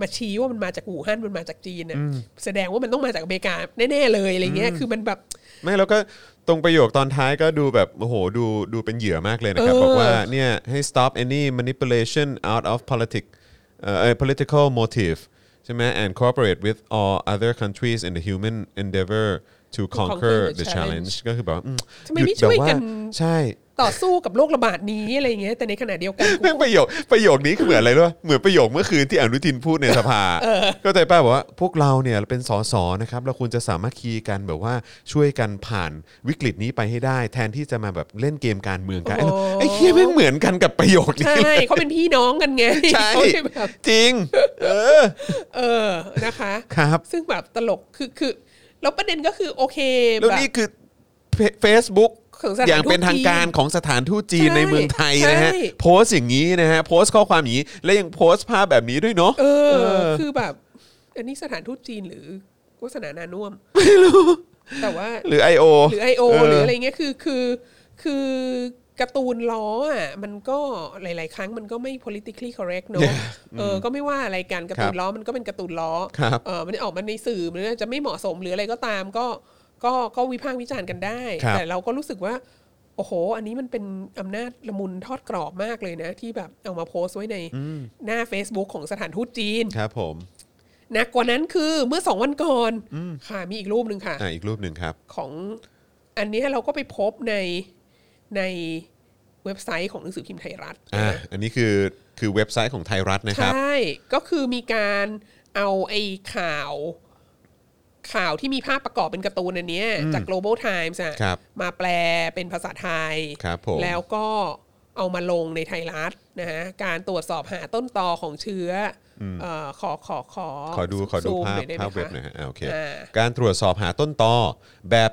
S3: มาชี้ว่ามันมาจากอู่ฮั่นมันมาจากจีนน่ะแสดงว่ามันต้องมาจากอเมริกาแน่ๆเลยอะไรเงี้ยคือมันแบบ
S2: ไม่แล้วก็ตรงประโยคตอนท้ายก็ดูแบบโอ้โหดูดูเป็นเหยื่อมากเลยนะครับ
S3: เออ
S2: บอกว่าเนี่ยให้ stop any manipulation out of politic เอ่อ political motive ใช่ไหม and cooperate with all other countries in the human endeavor to conquer the challenge ก็คือแบบว่าอื
S3: ทำไม
S2: หยุดแบบ
S3: ไม่ช่วย
S2: ว่า
S3: กัน
S2: ใช่
S3: ต่อสู้กับโรคระบาดนี้อะไรเงี้ยแต่ในขณะเดี ยวกันกู
S2: แม่งประโยคประโยคนี้คือเหมือนอะไรรู้ปะเหมือนประโยคเมื่อคืนที่อนุทินพูดในสภาก็ใจป้าบอกว่าพวกเราเนี่ยเป็นสสนะครับเราควรจะสามัคคีกันแบบว่าช่วยกันผ่านวิกฤตนี้ไปให้ได้ แทนที่จะมาแบบเล่นเกมการเมืองกัน ไอ้
S3: โอ้
S2: ไอ้เฮียแม่งเหมือนกันกับประโยคนี้
S3: ใช่
S2: เลย
S3: เขาเป็นพี่น้องกันไง
S2: ใช่
S3: เขาเป็นแบบ
S2: จริง เออ
S3: เออนะคะ
S2: ครับ
S3: ซึ่งแบบตลกคือคือแล้วประเด็นก็คือโอเค
S2: แล้ว
S3: แบบ
S2: นี่คือเฟ Facebook
S3: ของสถานทูตจีน
S2: อย่างเป็นทางการของสถานทูตจีน
S3: ใช่
S2: ในเมืองไทยนะฮะ
S3: ใช่
S2: โพสต์อย่างนี้นะฮะโพสต์ข้อความอย่างนี้ และยังโพสต์ภาพแบบนี้ด้วยเนาะ
S3: เออ
S2: เออ
S3: คือแบบ อันนี้สถานทูตจีนหรือโฆษณานาน่วม แต่ว่า
S2: หรือ I.O.
S3: หรือ I.O.
S2: เห
S3: รืออะไรเงี้ยคือคือคือการ์ตูนล้ออ่ะมันก็หลาย ๆ ครั้งมันก็ไม่ politically correct เนอะเออก็ไม่ว่าอะไรกันการ์ตูนล้อมันก็เป็นการ์ตูนล้อ
S2: ครับ
S3: เออมันออกมาในสื่อมันอาจจะไม่เหมาะสมหรืออะไรก็ตามก็ก็ก็วิพากษ์วิจารณ์กันได้
S2: ครับ
S3: แต่เราก็รู้สึกว่า โอ้โห อันนี้มันเป็นอำนาจละมุนทอดกรอบมากเลยนะ ที่แบบเอามาโพสต์ไว้ในหน้า Facebook ของสถานทูตจีน
S2: ครับผม
S3: หนักกว่านั้นคือเมื่อสองวันก่อนค่ะมีอีกรูปหนึ่งค่ะ
S2: อ่าอีกรูปหนึ่งครับ
S3: ของอันเนี้ยเราก็ไปพบในในเว็บไซต์ของหนังสือพิมพ์ไทยรัฐ
S2: อ่า อันนี้คือคือเว็บไซต์ของไทยรัฐนะครับ
S3: ใช่ ก็คือมีการเอาไอ้ข่าว ข่าวที่มีภาพประกอบเป็นการ์ตูนอันเนี้ยจาก global times อะ
S2: ครับ
S3: มาแปลเป็นภาษาไทย
S2: ครับผม
S3: แล้วก็เอามาลงในไทยรัฐนะฮะการตรวจสอบหาต้นตอของเชื้ออเออขอขอขอ
S2: ขอดูขอดู
S3: ซูม
S2: ภาพ
S3: หน่อยได้ไหม
S2: ภาพเว็บ
S3: คะ
S2: หน่อยฮะอ่าโอเค
S3: อ่า
S2: การตรวจสอบหาต้นตอแบบ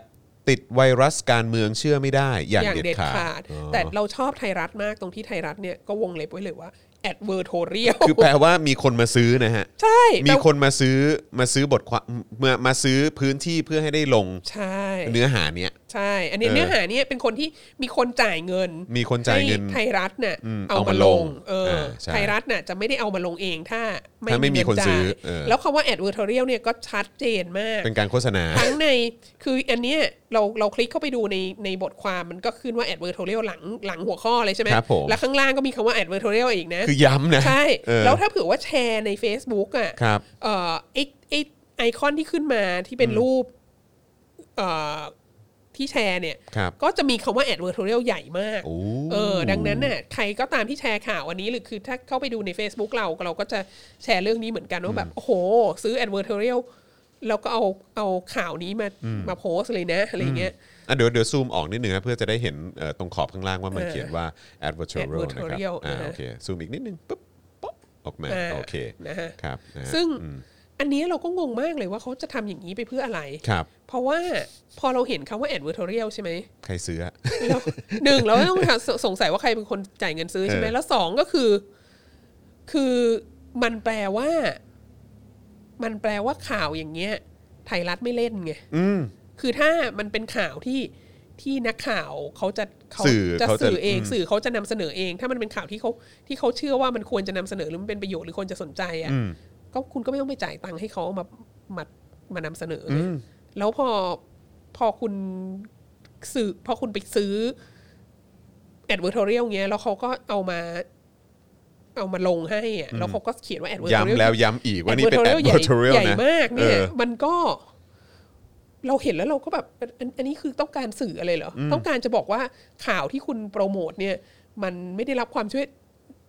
S2: ติดไวรัสการเมืองเชื่อไม่ได้ อย่าง
S3: อย่าง
S2: เด็ด
S3: เด็ด
S2: ขา
S3: ขา
S2: ด
S3: ด
S2: อ๋อ
S3: แต่เราชอบไทยรัฐมากตรงที่ไทยรัฐเนี่ยก็วงเล็บไว้เลยว่า advertorial
S2: คือแปลว่ามีคนมาซื้อนะฮะ
S3: ใช่
S2: มี
S3: แต่
S2: คนมาซื้อมาซื้อบทความมามาซื้อพื้นที่เพื่อให้ได้ลง
S3: ใช่
S2: เนื้อหาเนี้ย
S3: ใช่ อันนี้
S2: เออ
S3: เนื้อหาเนี่ยเป็นคนที่มีคนจ่ายเงิน
S2: มีคนจ่ายเงิน
S3: ให้ไทยรัฐเนี่ย
S2: อืม
S3: เอา
S2: เอา
S3: มา
S2: มา
S3: ล
S2: ล
S3: ง
S2: ง
S3: เอออา
S2: ใช่
S3: ไทยรัฐน่ะจะไม่ได้เอามาลงเองถ้า
S2: ถ้าไม่มี
S3: เงิ
S2: คนซื้อ
S3: จ่าย
S2: เออ
S3: แล้วคำว่า advertorial เนี่ยก็ชัดเจนมาก
S2: เป็นการโฆษณา
S3: ทั้งในคืออันเนี้ยเราเราคลิกเข้าไปดูในในบทความมันก็ขึ้นว่า advertorial หลังหลังหัวข้อเลยใช่ไหม
S2: ครับผม
S3: แล้วข้างล่างก็มีคำว่า advertorial อีกนะ
S2: คือย้ำนะ
S3: ใช่
S2: เออ
S3: แล้วถ้าเผื่อว่าแชร์ใน Facebook อ่ะ
S2: ครับ
S3: เอ่อไอไอไอคอนที่ขึ้นมาที่เป็นรูปเอ่อที่แชร์เนี่ย
S2: ครับ
S3: ก็จะมีคำว่า advertorial ใหญ่มาก
S2: โอ้
S3: เออ ดังนั้นน่ะใครก็ตามที่แชร์ข่าวอันนี้หรือคือถ้าเข้าไปดูใน Facebook เราเราก็จะแชร์เรื่องนี้เหมือนกันว่าแบบ โอ้โห ซื้อ advertorial แล้วก็เอาเอาข่าวนี้มามาโพสต์เลยนะอะไรเงี้ย
S2: อ่ะเดี๋ยวเดี๋ยวซูมออกนิดนึงนะเพื่อจะได้เห็นเอ่อตรงขอบข้างล่างว่ามัน
S3: เออ
S2: เขียนว่า advertorial นะครับ
S3: advertorial
S2: อ่า
S3: นะฮะ
S2: โอเคซูมอีกนิดนึงปุ๊บป๊อปออกมา
S3: อ่า
S2: โอเค
S3: นะฮะ
S2: ครับนะฮะ
S3: ซึ่ง
S2: อืม
S3: อันเนี้ยเราก็งงมากเลยว่าเขาจะทำอย่างนี้ไปเพื่ออะไร
S2: ครับ
S3: เพราะว่าพอเราเห็นคำว่า advertorial ใช่ไหม
S2: ใครซื้ออะ
S3: แล้วหนึ่งเราต้องหาสสงสัยว่าใครเป็นคนจ่ายเงินซื้อใช่ไหม
S2: เออ
S3: แล้วสองก็คือ คือมันแปลว่า มันแปลว่าข่าวอย่างเงี้ย ไทยรัฐไม่เล่นไง
S2: อืม
S3: คือถ้ามันเป็นข่าวที่ที่นักข่าวเขาจะเขา
S2: สื่อ
S3: จะ
S2: เขาจะ
S3: สื่อเอง
S2: อืม
S3: สื่อเขาจะนำเสนอเอง ถ้ามันเป็นข่าวที่เขาที่เขาเชื่อว่ามันควรจะนำเสนอหรือมันเป็นประโยชน์หรือคนจะสนใจอ่ะ
S2: อืม
S3: ก็คุณก็ไม่ต้องไปจ่ายตังค์ให้เขาเอามามามานำเสนออ
S2: ม
S3: แล้วพอพอคุณซื้อพอคุณไปซื้อ advertorial เงี้ย แล้วเขาก็เอามา เอามาลงให้อะแล้วเขาก็เขียนว่า advertorial
S2: ย้ำแล้วย้ำอีกว่านี่เป็น
S3: ใหญ่
S2: advertorial
S3: ใหญ่
S2: นะ
S3: มากเนี่ย
S2: ออ
S3: มันก็ เราเห็นแล้วเราก็แบบอันอันอันนี้คือต้องการสื่ออะไรเหรออต้องการจะบอกว่าข่าวที่คุณโปรโมทเนี่ย มันไม่ได้รับความช่วย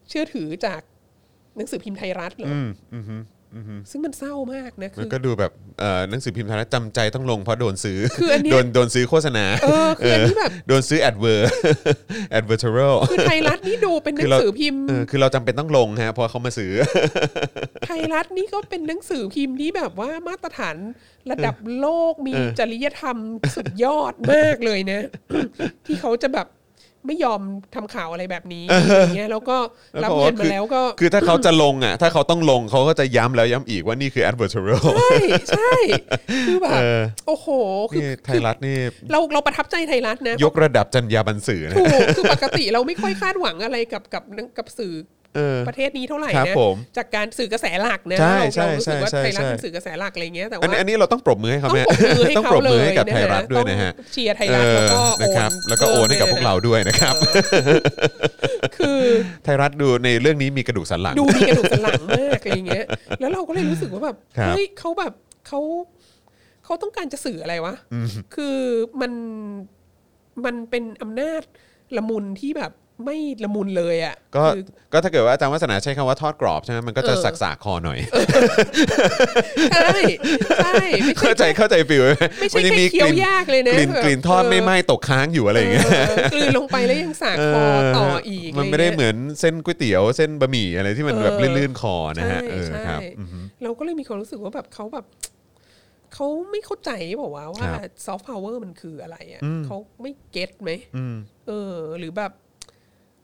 S3: เชื่อถือจากหนังสือพิมพ์ไทยรัฐเหรออ ซึ่งมันเศร้ามากนะ
S2: มั
S3: คื
S2: น
S3: อ
S2: ก็ดูแบบเอ่อหนังสือพิมพ์ไทยรัฐจำใจต้องลงเพราะโดนซื้อ
S3: คืออันเนี้ย
S2: โดนโดนซื้อโฆษณา
S3: เออคืออันนี้แบบ
S2: โดนซื้อแอดเวอ ร์แอดเวอร์เทอรัล
S3: คือไทยรัฐนี่ดูเป็นห
S2: คื
S3: นั
S2: อง เรา
S3: สือพิมพ์
S2: คือเราจำเป็นต้องลงฮะเพราะเขามาซื้อ
S3: ไทยรัฐนี่ก็เป็นหนังสือพิมพ์ที่แบบว่ามาตรฐานระดับโลกมี
S2: เออ
S3: จริยธรรมสุดยอดมากเลยนะ ที่เขาจะแบบไม่ยอมทำข่าวอะไรแบบนี้อย่างเงี้ยแล้วก็รับเงินมาแล้วก็
S2: คือถ้าเขาจะลงอ่ะ ถ้าเขาต้องลงเขาก็จะย้ำแล้วย้ำอีกว่านี่คือแอดเวอร์เทอรัล
S3: ใช่ใช่คือแบ
S2: เอบ อ
S3: โอ้โหคื อ
S2: นี่ไทยรัฐนี่
S3: เราเราประทับใจไทยรัฐนะ
S2: ยกระดับจรรยาบรรณสื่อนะ
S3: ถูกคือปกติเราไม่ค่อยคาดหวังอะไรกับกับกับสื่อ
S2: เออ
S3: ประเทศนี้เท่าไหร่
S2: ครับ
S3: นะ
S2: ผม
S3: จากการสื่อกระแสหลักนะ
S2: ใช่
S3: เรา
S2: ใช่
S3: เรารู้สึกว่า
S2: ใช่
S3: ไทยรัฐ
S2: ใช่
S3: เป็นสื่อกระแสหลักอะไรเงี้ยแต่
S2: อัน
S3: ว่า
S2: นี้อันนี้เราต้องปรบมือให้เขา
S3: ต้อง
S2: เนี่ย
S3: ปรบมือให้
S2: ต้อง
S3: เขา
S2: ปรบ
S3: เล
S2: มือย ให้กับไทยรัฐด้วยนะฮะ
S3: ต้องเชียร์ไทย
S2: เอ
S3: รัฐแล้ว
S2: อ
S3: ก็
S2: นะครับแล้วก็โอนให้กับพวกเราด้วยนะครับ
S3: คือ
S2: ไทยรัฐดูในเรื่องนี้มีกระดูกสันหลัง
S3: ดูมีกระดูกสันหลังมากอะไรเงี้ย แล้วเราก็เลยรู้สึกว่าแบบ
S2: ครับ
S3: เฮ้ยเขาแบบเขาเขาต้องการจะสื่ออะไรวะคือมันมันเป็นอำนาจละมุนที่แบบไม่ละมุนเลยอ่ะ
S2: ก็
S3: คือ
S2: ก็ถ้าเกิดว่าอาจารย์วัฒนาใช้คำว่าทอดกรอบใช่ไหมมันก็จะ
S3: เออ
S2: สักสากคอหน่อย
S3: ใช่ใช่ไม่
S2: เข้า
S3: ใช่
S2: ใจเข้าใจฟิวไหม
S3: ไม่ใช่
S2: มันยังมีก
S3: แค่เคี้ยว
S2: ลิ่น
S3: ยากเลยนะ
S2: กลิ่น
S3: แบบ
S2: กลิ่นทอด
S3: เออ
S2: ไม่ไหม้ตกค้างอยู่อะไรอย่างเงี้ย
S3: เออกลืนลงไปแล้วยังสากคอต่ออีก
S2: เมันไม่ได้
S3: ะรงี้ย
S2: เหมือนเส้นก๋วยเตี๋ยวเส้นบะหมี่อะไรที่มัน
S3: เออ
S2: แบบลื่นๆคอนะฮะเออ
S3: ใช่
S2: ครับ
S3: ใช่เราก็เลยมีความรู้สึกว่าแบบเขาแบบเขาไม่เข้าใจบอกว่าวะว่า
S2: ครับ
S3: ซอฟต์พาวเวอร์มันคืออะไรอ่ะ
S2: อืม
S3: เขาไม่เก็ตไหม
S2: อืม
S3: เออ หรือแบบ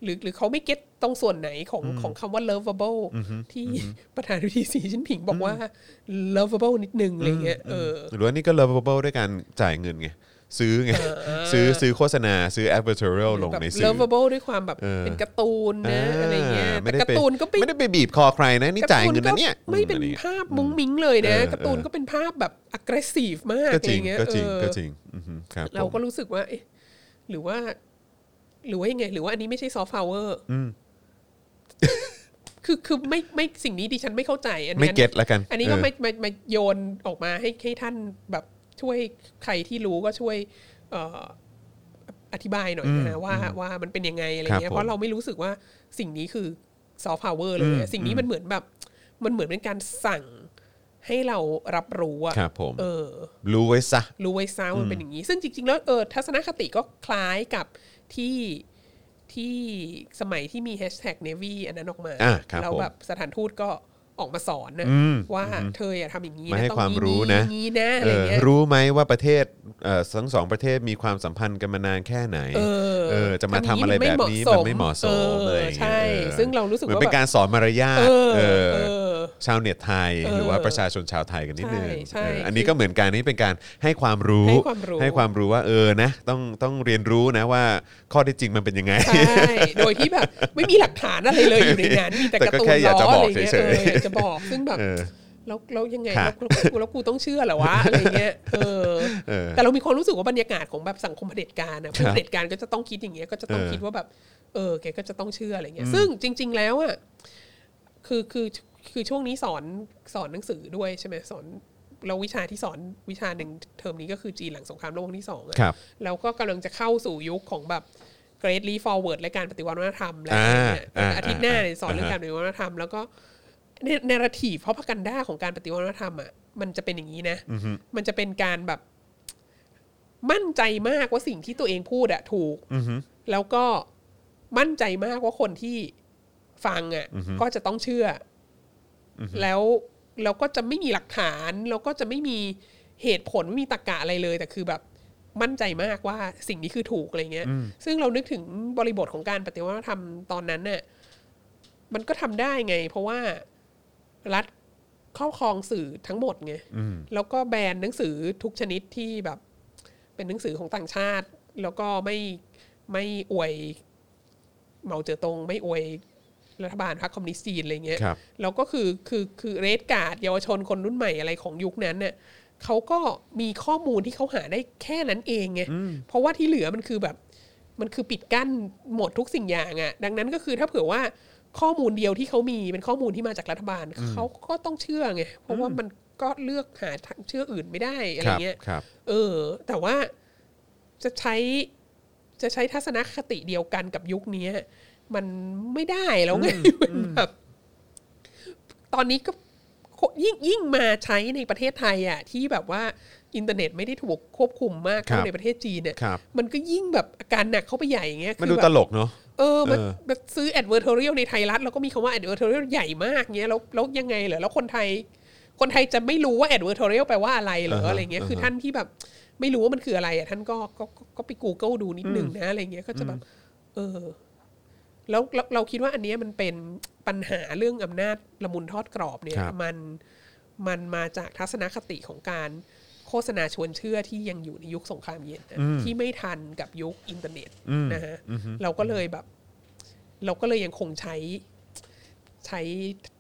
S3: หรือหรือเขาไม่เก็ตตรงส่วนไหนของของคำว่า lovable ที่ประธานาธิบดีสีชิ้นผิงบอกว่า lovable นิดนึงอะไรเงี้ยเออ
S2: หรือว่านี่ก็ lovable ด้วยการจ่ายเงินไง ซื้อไง ซื้อซื้อโฆษณาซื้อ advertorial ลง
S3: แบบ
S2: ในสื่อ
S3: lovable ด้วยความแบบ
S2: เออ
S3: เป็นการ์ตูนนะอะไรเงี้ย
S2: ไม่
S3: แต่
S2: ได้
S3: การ์
S2: ไป
S3: ตูนก็ไม่
S2: ไม่ได้ไปบีบคอใครนะนี่จ่ายเงินนะเนี่ย
S3: การ์ตูก็ไม่เป็น
S2: อือะไรงี้ย
S3: ภาพมุ้งมิ้งเลยนะ
S2: เออ
S3: การ์ตูนก็เป็นภาพแบบ aggressive มาก
S2: ก็
S3: อะ
S2: จ
S3: ไร
S2: ริง
S3: เงี้ย
S2: ก็จริง
S3: เออ
S2: ก็จริงอือฮึครับ
S3: เราก็
S2: ผม
S3: รู้สึกว่าเอ๊ะหรือว่า หรือว่ายังไง หรือว่าอันนี้ไม่ใช่ซอฟต์พาวเวอร์คือคือไม่ไม่สิ่งนี้ดิฉันไม่เข้าใจ อัน
S2: ไม่
S3: นี้
S2: เก็ตละกัน
S3: อันนี้ก็
S2: เ
S3: มามามาโยนออกมาให้ให้ท่านแบบช่วยใครที่รู้ก็ช่วย เอ่ออธิบายหน่อยนะว่าว่ามันเป็นยังไงอะไร
S2: ครั
S3: เงี้
S2: บ
S3: ย
S2: ผม
S3: เพราะเราไม่รู้สึกว่าสิ่งนี้คือซอฟต์พาวเวอร์เลยอะสิ่งนี้มันเหมือนแบบ มันเหมือนเป็นการสั่งให้เรารับรู้อะ
S2: ครับผม
S3: เออ
S2: รู้ไว้ซะ
S3: รู้ไว้ซะว่ามันเป็นอย่างนี้ ซึ่งจริง ๆ แล้วเออทัศนคติก็คล้ายกับที่ที่สมัยที่มีแฮชแท็กเนวีอันนั้นออกมา
S2: อ่ะครับ
S3: แล้วแบบสถานทูตก็ออกมาสอนนะ
S2: อืม
S3: ว่าเธออย่าทำอย่างนี้
S2: มา
S3: นะ
S2: ให้
S3: ต้อง
S2: ความรู้
S3: อย่า
S2: นะ
S3: งนี้นะอะ
S2: เอ
S3: ไร
S2: อ
S3: เงี้ย
S2: รู้ไหมว่าประเทศเอ่อทั้งสองประเทศมีความสัมพันธ์กันมานานแค่ไหน
S3: เออ
S2: เออจะมาทำ
S3: ทำ
S2: อะไรแบบนี้
S3: มั
S2: มัน
S3: นไม่
S2: ไม่เห
S3: เห
S2: มาะ
S3: มาะ
S2: ส
S3: ส
S2: ม
S3: ม
S2: อะไรอย่างเงี้ย
S3: เออใช่
S2: เออ
S3: ซึ่งเรารู้สึก
S2: หมือนเป็น
S3: ว่าแบบ
S2: การสอนมารยาท
S3: เออ
S2: เออ
S3: เออ
S2: ชาวเน็ตไทย
S3: เออ
S2: หรือว่าประชาชนชาวไทยกันนิดนึง
S3: ใช่ใช่
S2: เอออัน
S3: คือ
S2: นี้ก็เหมือนกันนี่เป็นการให้ความรู้
S3: ให้ความรู้
S2: ให้ความรู้ว่าเออนะต้องต้องเรียนรู้นะว่าข้อเที่จริงมันเป็นยังไง
S3: ใช่ โดยที่แบบไม่มีหลักฐานอะไรเลยอยู่ในนั้นมีแต่
S2: แต่
S3: การ์
S2: ก็
S3: ตูน
S2: แค่อยากจะบ
S3: ล้
S2: อก
S3: ไรเงี้ย
S2: เฉยๆ
S3: เอออยากจะบอกซึ่งแบบ
S2: เออ
S3: แล้วแล้วยังไง
S2: ค่ะ
S3: แล้วแล้วกูแล้วกูต้องเชื่อเหรอ วะอะไรเงี้ยเออ
S2: เออ
S3: แต่เรามีความรู้สึกว่าบรรยากาศของแบบสังคมเผด็จการ
S2: ค
S3: นะ
S2: รั
S3: ผู้
S2: บ
S3: เผด็จการก็จะต้องคิดอย่างเงี้ยก็จะต้อง
S2: เออ
S3: คิดว่าแบบเออแกก็จะต้องเชื่ออะไรเงี้ยซึ่งจริง ๆ แล้วอ่ะคือคือคือช่วงนี้สอนสอนหนังสือด้วยใช่ไหมสอนเราวิชาที่สอนวิชาหนึ่งเทอมนี้ก็คือจีนหลังสงครามโลกครั้งที่สองอะ
S2: ครับ
S3: แล้วก็กำลังจะเข้าสู่ยุคของแบบ greatly forward และการปฏิวัติวัฒนธรรมและ
S2: อ่า
S3: อะไรเงี้ย
S2: อ่า
S3: อาทิตย์หน้า
S2: อ่า
S3: เนี่ยสอนเรื่อง
S2: อ่า
S3: การปฏิวัติวัฒนธรรม แล้วก็ เนเนราทีฟเพราะพักันด้าของการปฏิวัติวัฒนธรรมอ่ะมันจะเป็นอย่างนี้นะ มันจะเป็นการแบบ มั่นใจมากว่าสิ่งที่ตัวเองพูดอะถูกแล้วก็มั่นใจมากว่าคนที่ฟังอะก็จะต้องเชื่ออแล้วเราก็จะไม่มีหลักฐานแล้วก็จะไม่มีเหตุผลไม่มีตรรกะอะไรเลย แต่คือแบบมั่นใจมากว่าสิ่งนี้คือถูกอะไรเงี้ย ซึ่งเรานึกถึงบริบทของการปฏิวัติวัฒนธรรมตอนนั้นเนี่ยมันก็ทำได้ไง เพราะว่ารัฐครอบครองสื่อทั้งหมดไง แล้วก็แบนหนังสือทุกชนิดที่แบบ เป็นหนังสือของต่างชาติ แล้วก็ไม่ไม่อวยเหมาเจ๋อตง ไม่อวยรัฐบาลพรรคคอมมิวนิสต์จีนอะไรเงี้ย
S2: ครับ
S3: แล้วก็คือคือคือเรดการ์ดเยาวชนคนรุ่นใหม่อะไรของยุคนั้นเนี่ยเขาก็มีข้อมูลที่เขาหาได้แค่นั้นเองไงเพราะว่าที่เหลือมันคือแบบ มันคือปิดกั้นหมดทุกสิ่งอย่างอะ่ะ ดังนั้นก็คือถ้าเผื่อว่าข้อมูลเดียวที่เขามีเป็นข้อมูลที่มาจากรัฐบาลเขาก็ต้องเชื่อไงเพราะว่ามันก็เลือกหาทางเชื่ออื่นไม่ได้อะไร
S2: ครับ
S3: เงี้ย
S2: ครับ
S3: เออ แต่ว่าจะใช้จะใช้ทัศนคติเดียวกันกับยุคนี้มันไม่ได้แล้วไงมันแบบตอนนี้ก็ โคยิ่งยิ่งมาใช้ในประเทศไทยอ่ะที่แบบว่าอินเทอร์เน็ตไม่ได้ถูกควบคุมมาก
S2: ครับ
S3: เท่าในประเทศจีนเนี่ย
S2: ครับ
S3: มันก็ยิ่งแบบอาการหนักเข้าไปใหญ่อย่างเงี้ย
S2: มัน
S3: คื
S2: ดู
S3: อแบ
S2: ต
S3: บ
S2: ลกเนาะ
S3: เออมัน
S2: เออ
S3: แบบซื้อแอดเวอร์เทเรียลในไทยรัฐแล้วก็มีคำว่าแอดเวอร์เทเรียลใหญ่มากเงี้ยแล้วแล้วยังไงเหรอแล้วคนไทย คนไทยจะไม่รู้ว่าแอดเวอร์เทเรียลแปลว่าอะไรเหรออะไรเงี้ยคือท่านที่แบบไม่รู้ว่ามันคืออะไรอ่ะท่านก็ก็ก็ก็ไป Google ดูนิดนึงนะอะไรเงี้ยก็จะแบบ เออ แล้วเราเราคิดว่าอันเนี้ยมันเป็นปัญหาเรื่องอำนาจละมุนทอดกรอบเนี่ย
S2: ครับ
S3: มันมันมาจากทัศนคติของการโฆษณาชวนเชื่อที่ยังอยู่ในยุคสงครามเย็นนะที่ไม่ทันกับยุคอินเทอร์เน็ตนะฮะเราก็เลยแบบ เราก็เลยยังคงใช้ใช้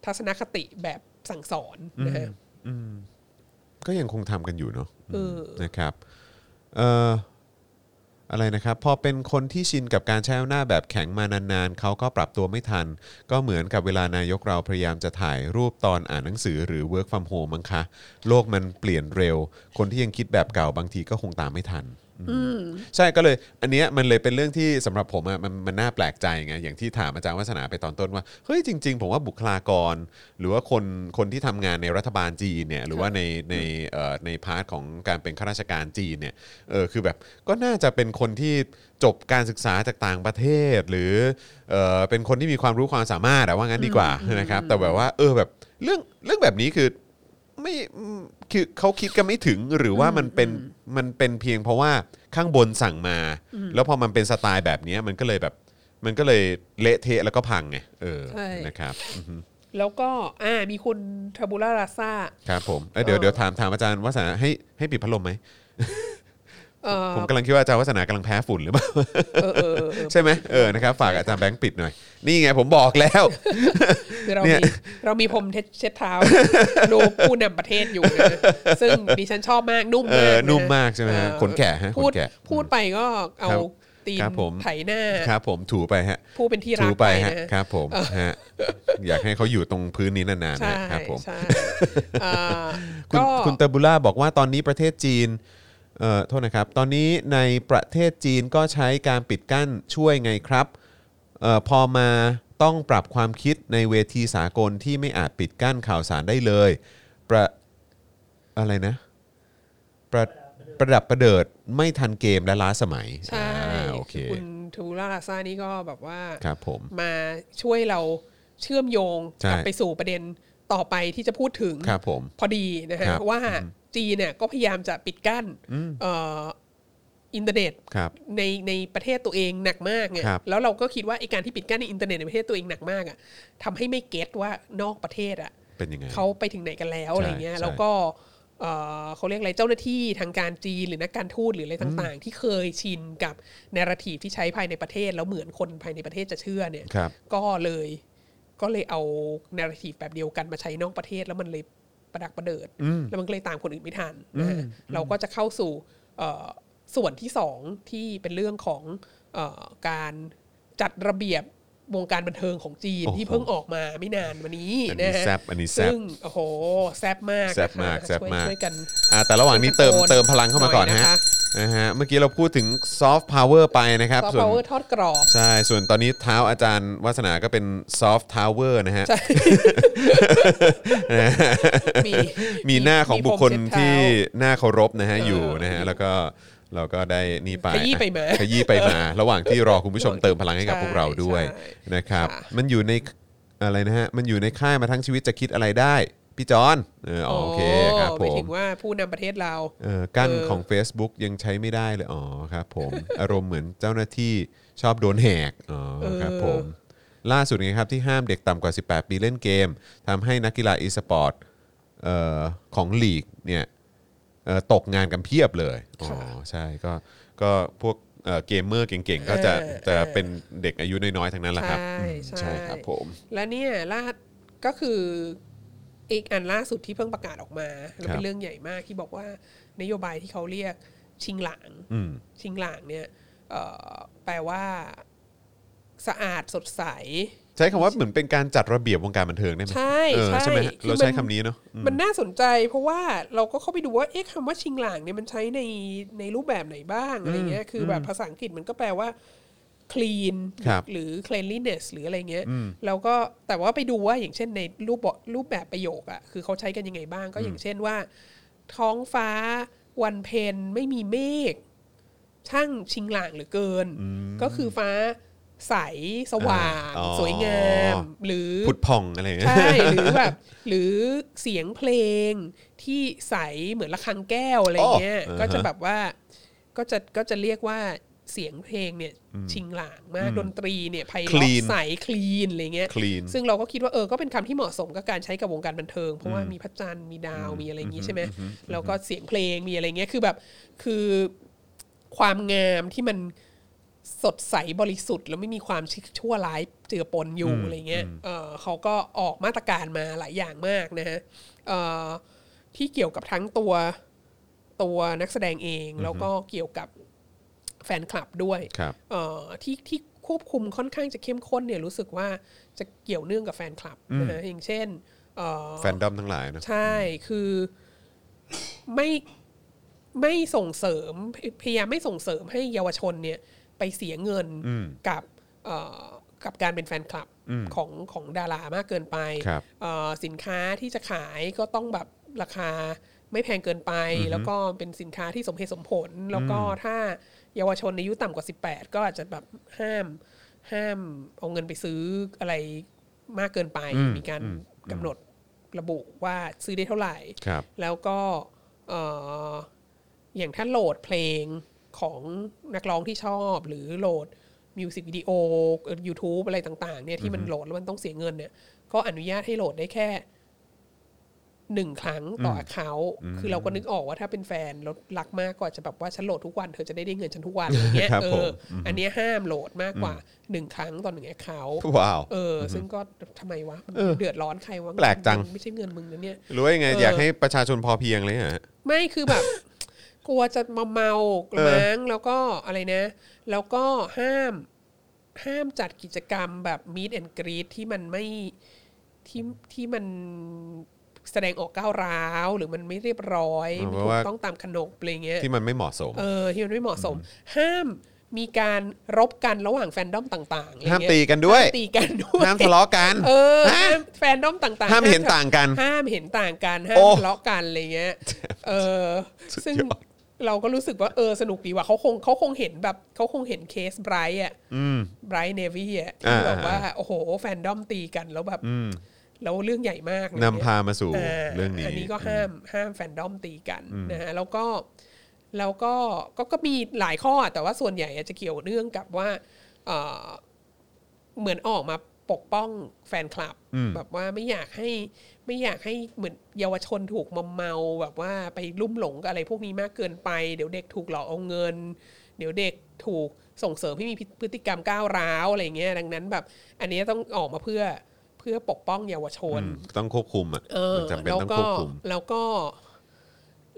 S3: ทัศนคติแบบสั่งสอนนะฮะ
S2: ก็ยังคงทำกันอยู่เนาะ
S3: เออ
S2: นะครับเอ่ออะไรนะครับ พอเป็นคนที่ชินกับการใช้อำนาจแบบแข็งมานานๆ เขาก็ปรับตัวไม่ทัน ก็เหมือนกับเวลานายกเราพยายามจะถ่ายรูปตอนอ่านหนังสือหรือ work from home มั้งคะ โลกมันเปลี่ยนเร็ว คนที่ยังคิดแบบเก่าบางทีก็คงตามไม่ทัน ใช่ก็เลยอันเนี้ยมันเลยเป็นเรื่องที่สำหรับผมอะมันมันน่าแปลกใจไงอย่างที่ถามอาจารย์วัฒนาไปตอนต้นว่าเฮ้ยจริง ๆ ผมว่าบุคลากร หรือว่าคนคนที่ทำงานในรัฐบาลจีนเนี่ยหรือว่าในในเอ่อในพาร์ทของการเป็นข้าราชการจีนเนี่ยเออคือแบบก็น่าจะเป็นคนที่จบการศึกษาจากต่างประเทศ หรือเออเป็นคนที่มีความรู้ความสามารถอะว่างั้นดีกว่านะครับ แต่แบบว่าเออแบบเรื่องเรื่องแบบนี้คือ ไม่อืมคือเขาคิดกันไม่ถึงหรือว่ามันเป็นมันเป็นเพียงเพราะว่าข้างบนสั่งมา แล้วพอมันเป็นสไตล์แบบเนี้ยมันก็เลยแบบ มันก็เลยเละเทะแล้วก็พังไงเออ
S3: ใช่
S2: นะครับอือฮึ
S3: แล้วก็ อ่า มีคุณทาบูล่าราซา
S2: ครับผมเอ้ยเดี๋ยว
S3: เออ
S2: เดี๋ยวถามถามอาจารย์วัฒนาให้ให้ปิดพัดลมไหม
S3: เออ
S2: ผมกำลังคิดว่าอาจารย์วัฒนากำลังแพ้ฝุ่นหรือเปล่า
S3: เออเออเออเออ
S2: ใช่ไหมเออนะครับฝากอาจารย์แบงค์ปิดหน่อย นี่ไงผมบอก แล้ว
S3: คือเรา
S2: เนี่
S3: มี
S2: ย
S3: เรามีผมเช็ดเท้า รูปผู้นำประเทศอยู่นะซึ่งดิฉันชอบมากนุ่ม
S2: เอ
S3: มาก
S2: อ
S3: นะ
S2: นุ่มมากใช่ไหมฮะ
S3: เออ
S2: ขนแกะฮะข
S3: พู
S2: น
S3: ด
S2: แกะ
S3: พูดไปก็เอา
S2: ครับ
S3: ตีน
S2: ครับผม
S3: ไถหน้า
S2: ครับผมถูไปฮะ
S3: ผู้เป็นที่รั
S2: ถู
S3: ก
S2: ไป
S3: ไป
S2: ฮะ
S3: นะครับ
S2: ผมฮะอยากให้เขาอยู่ตรงพื้นนี้นานๆ
S3: ใช่
S2: นะค
S3: ใช่
S2: รับผม
S3: เอ่อ
S2: คุณ
S3: ก็
S2: คุณเตอร์บูล่าบอกว่าตอนนี้ประเทศจีนเอ่อโทษนะครับ ตอนนี้ในประเทศจีนก็ใช้การปิดกั้นช่วยไงครับเอ่อพอมาต้องปรับความคิดในเวทีสากลที่ไม่อาจปิดกั้นข่าวสารได้เลยประอะไรนะ ประประดับประเดิดไม่ทันเกมและล้าสมัย
S3: ใช่
S2: อ่าโอเค
S3: คือคุณทูล่าราซานี่ก็แบบว่า
S2: ครับผม
S3: มาช่วยเราเชื่อมโยง
S2: ใช่
S3: กลับไปสู่ประเด็นต่อไปที่จะพูดถึง
S2: ครับผม
S3: พอดีนะฮะ
S2: ครับ
S3: ว่าจีนเนี่ยก็พยายามจะปิดกั้นเอ่ออินเทอร์เน็ต
S2: ครับ
S3: ในในประเทศตัวเองหนักมากไง
S2: ครับ
S3: แล้วเราก็คิดว่าไอการที่ปิดกั้นในอินเทอร์เน็ตในประเทศตัวเองหนักมากอ่ะทำให้ไม่เก็ตว่านอกประเทศอ่ะ
S2: เป็นยังไง
S3: เขาไปถึงไหนกันแล้ว
S2: ใช่
S3: อะไรเงี้ย
S2: ใช่
S3: แล้วก็เอ่อเขาเรียกอะไรเจ้าหน้าที่ทางการจีนหรือนักการทูตหรืออะไรต่าง ๆ ที่เคยชินกับนาราทีที่ใช้ภายในประเทศ แล้วเหมือนคนภายในประเทศจะเชื่อเนี่ย
S2: ครับ
S3: ก็เลยก็เลยเอานาราทีฟแบบเดียวกันมาใช้นอกประเทศแล้วมันเลยประดักประเดิด แล้วมันก็เลยตามคนอื่นไม่ทันนะฮะเราก็จะเข้าสู่เอ่อส่วนที่สองที่เป็นเรื่องของเออการจัดระเบียบวงการบันเทิงของจีน
S2: โอ้โห
S3: ที่เพิ่งออกมาไม่นานมานี้
S2: อันนี้
S3: นะฮะ
S2: แซบอันนี้แซบ
S3: ซึ่งโอ้โหแซบมาก
S2: แซ่บมาก
S3: นะคะ
S2: แซ่บมาก
S3: ช่วยกัน
S2: อ่าแต่ระหว่างนี้เติม
S3: ตะโกน
S2: เติมพลังเข้ามาก่อน
S3: หน่อย
S2: ฮะ
S3: นะคะ
S2: นะฮะเมื่อกี้เราพูดถึงซอฟต์พาวเวอร์ไปนะครับ
S3: ซอฟ
S2: ส่วน
S3: ต์พาวเวอร์ทอดกรอบ
S2: ใช่ส่วนตอนนี้เท้าอาจารย์วัสนาก็เป็นซอฟต์ทาวเวอร์นะฮะ
S3: ใช่ มี
S2: มีหน้าของบุคคล
S3: มีผมเช็ดเท้า
S2: ที่น่าเคารพนะฮะ
S3: เออ
S2: อ
S3: อยู่
S2: นะฮะแล้วก็เราก็ได้นี่ไป
S3: ขยี้ไปมา
S2: ขยี้ไปมา ระหว่างที่รอคุณผู้ชมเติมพลังให้กับ
S3: ใช่
S2: พวกเราด้วย
S3: ใช่
S2: นะครับ
S3: ค่ะ
S2: มันอยู่ในอะไรนะฮะมันอยู่ในค่ายมาทั้งชีวิตจะคิดอะไรได้พี่จอนเอออ๋อโอเคครับผ
S3: หายถึ
S2: ม
S3: งว่าผู้นำประเทศเรา
S2: เออกั้น
S3: เออ
S2: ของ Facebook ยังใช้ไม่ได้เลย อ๋อครับผม อารมณ์เหมือนเจ้าหน้าที่ชอบโดนแหก อ๋อครับผม ล่าสุดไงครับที่ห้ามเด็กต่ำกว่า 18 ปีเล่นเกมทำให้นักกีฬาอีสปอร์ตเอ่อของลีกเนี่ยเอ่อตกงานกันเพียบเลย อ๋อ ใช่ก็ก็พวกเอ่อเกมเมอร์เก่งๆ ก็จะจะเป็นเด็กอายุน้อยๆ ทั้งนั้นแหละครับอืม
S3: ใช่
S2: ครับผม
S3: และเนี่ยล่าก็คืออีกอันล่าสุดที่เพิ่งประกาศออกมาแล้ว
S2: ครั
S3: เป็
S2: บ
S3: นเรื่องใหญ่มากที่บอกว่านโยบายที่เขาเรียกชิงหลัง
S2: อืม
S3: ชิงหลังเนี่ยเอ่อแปลว่าสะอาดสดใส
S2: ใช้คำว่าเหมือนเป็นการจัดระเบียบวงการบันเทิงได้ไหม
S3: ใช่
S2: เออ
S3: ใช่
S2: ใช่ไหมฮะ
S3: คือ
S2: เราใช้
S3: มัน
S2: คำนี้เนาะอืม
S3: มันน่าสนใจ เพราะว่าเราก็เข้าไปดูว่าเอ๊ะคำว่าชิงหลังเนี่ยมันใช้ในในรูปแบบไหนบ้างอะไรเงี้ยคือแบบภาษาอังกฤษมันก็แปลว่า clean
S2: ครับ
S3: หรือ cleanliness หรืออะไรเงี้ย
S2: อืม
S3: แล้วก็แต่ว่าไปดูว่าอย่างเช่นในรูปบทรูปแบบประโยคอะคือเขาใช้กันยังไงบ้าง ก็อย่างเช่นว่า ท้องฟ้าวันเพนไม่มีเมฆช่างชิงหลางเหรือเกิน ก็คือฟ้าใสสว่าง
S2: อ่าอ๋อ
S3: สวยงาม หรือ
S2: ผุดผ่องอะไรอย่างเงี้ย
S3: ใช่ หรือแบบ หรือเสียงเพลงที่ใสเหมือนระฆังแก้วอะไรเงี้ย
S2: อ๋ออ่าฮะ
S3: ก็จะแบบว่าก็จะก็จะเรียกว่าเสียงเพลงเนี่ยชิงหลางมากดนตรีเนี่ยไพเราะ
S2: Clean
S3: ใสคลีนอะไรเงี้ย
S2: Clean
S3: ซึ่งเราก็คิดว่าเออก็เป็นคำที่เหมาะสมกับการใช้กับวงการบันเทิง เพราะว่ามีพระจันทร์มีดาวมีอะไรอย่างงี้ใช่ไหมแล้วก็เสียงเพลงมีอะไรเงี้ยคือแบบคือความงามที่มัน สดใสบริสุทธิ์แล้วไม่มีความชั่วร้ายเจือปนอยู่อะไรเงี้ยเอ่อเขาก็ออกมาตรการมาหลายอย่างมากนะฮะเอ่อที่เกี่ยวกับทั้งตัวตัวนักแสดงเอง แล้วก็เกี่ยวกับแฟนคลับด้วย
S2: ครับ
S3: เอ่อที่ที่ควบคุมค่อนข้างจะเข้มข้นเนี่ยรู้สึกว่าจะเกี่ยวเนื่องกับแฟนคลับนะฮะอย่างเช่นเอ่อ
S2: แฟนดอมทั้งหลายเนอะ
S3: ใช่คือไม่ไม่ส่งเสริมพพยายามไม่ส่งเสริมให้เยาวชนเนี่ยไปเสียเงินกับเอ่อกับการเป็นแฟนคลับของของดารามากเกินไป
S2: ครับ
S3: เอ่อสินค้าที่จะขายก็ต้องแบบราคาไม่แพงเกินไป แล้วก็เป็นสินค้าที่สมเหตุสมผล แล้วก็ถ้าเยาวชนอายุต่ำกว่า 18 ก็อาจจะแบบห้ามห้ามเอาเงินไปซื้ออะไรมากเกินไป
S2: อืม
S3: มีการกำหนด ระบุว่าซื้อได้เท่าไหร่
S2: ครับ
S3: แล้วก็เอ่ออย่างถ้าโหลดเพลงของนักร้องที่ชอบ หรือโหลดมิวสิกวิดีโอ YouTube อะไรต่างๆเนี่ยที่มันโหลดแล้วมันต้องเสียเงินเนี่ย ก็อนุญาตให้โหลดได้แค่หนึ่งครั้งต่ออเขาคือเราก็นึกออกว่าถ้าเป็นแฟนแล้วรักมากกว่าจะแบบว่าฉันโหลดทุกวันเธอจะได้ได้เงินฉันทุกวันอย่างเงี้ย
S2: ครับ
S3: เอ
S2: ผม
S3: อออันเนี้ยห้ามโหลดมากกว่าหนึ่งครั้งต่อหนึ่งเขา
S2: ว้าว
S3: เอออซึ่งก็ทำไมวะมันเดือดร้อนใครวะ
S2: แปลกจัง
S3: มันไม่ใช่เงินมึงนะเนี่ย
S2: หรือว่ายังไง
S3: เออ
S2: อ
S3: อ
S2: ยากให้ประชาชนพอเพียงเลยฮะ
S3: ไม่คือแบบ กลัวจะมาเมากระ
S2: เออ
S3: มังแล้วก็อะไรนะ แล้วก็ห้ามห้ามจัดกิจกรรมแบบ meet and greet ที่มันไม่ที่ที่มันแสดงออกก้าวร้าว หรือมันไม่เรียบร้อย
S2: เออ
S3: ไม่
S2: เพราะ
S3: ถู
S2: ว่า
S3: กต้องตามขนบอะไรเงี้ย
S2: ที่มันไม่เหมาะสม
S3: เออที่มันไม่เหมาะสม ห้ามมีการรบกันระหว่างแฟนดอมต่างๆอะไรเงี้ย
S2: ห้ามตีกันด้วย
S3: ห้ามตีกันด้วย
S2: ห้ามทะเลาะกัน
S3: เออ
S2: ฮะ
S3: ห้ามแฟนด้อมต่างๆ
S2: ห้ามเห็นต่างกัน
S3: ห้ามเห็นต่างกัน ห้า
S2: โอ้
S3: มทะเลาะกันอะไรเงี้ย เออ ซึ่งเราก็รู้สึกว่าเออสนุกดีว่ะเขาคงเขาคงเห็นแบบเขาคงเห็นเคสไบรท์อ่ะไบรท์เนวี่อ่ะที่
S2: อ่า
S3: แบบว่า
S2: อ่า
S3: โอ้โห แฟนด้อมตีกันแล้วแบบแล้วเรื่องใหญ่มากเลย
S2: นำพามาสู่
S3: เออ
S2: เรื่องนี้
S3: อันนี้ก็ห้ามห้ามแฟนด้อมตีกันนะฮะแล้วก็แล้วก็ก็ก็มีหลายข้อแต่ว่าส่วนใหญ่อาจจะเกี่ยวเนื่องกับว่าเอ่อ เหมือนออกมาปกป้องแฟนคลับ แบบว่าไม่อยากให้ไม่อยากให้เหมือนเยาวชนถูกมอมเมาแบบว่าไปลุ่มหลงกับอะไรพวกนี้มากเกินไป เดี๋ยวเด็กถูกหลอกเอาเงิน เดี๋ยวเด็กถูกส่งเสริมให้มีพฤติกรรมก้าวร้าวอะไรเงี้ยดังนั้นแบบ อันนี้ต้องออกมาเพื่อเพื่อปกป้องเยาวชน
S2: อืมต้องควบคุมอ่ะ
S3: เออ
S2: มันจำเป็น
S3: แล้ว
S2: ต้อง
S3: ก็
S2: ควบคุม
S3: แล้วก็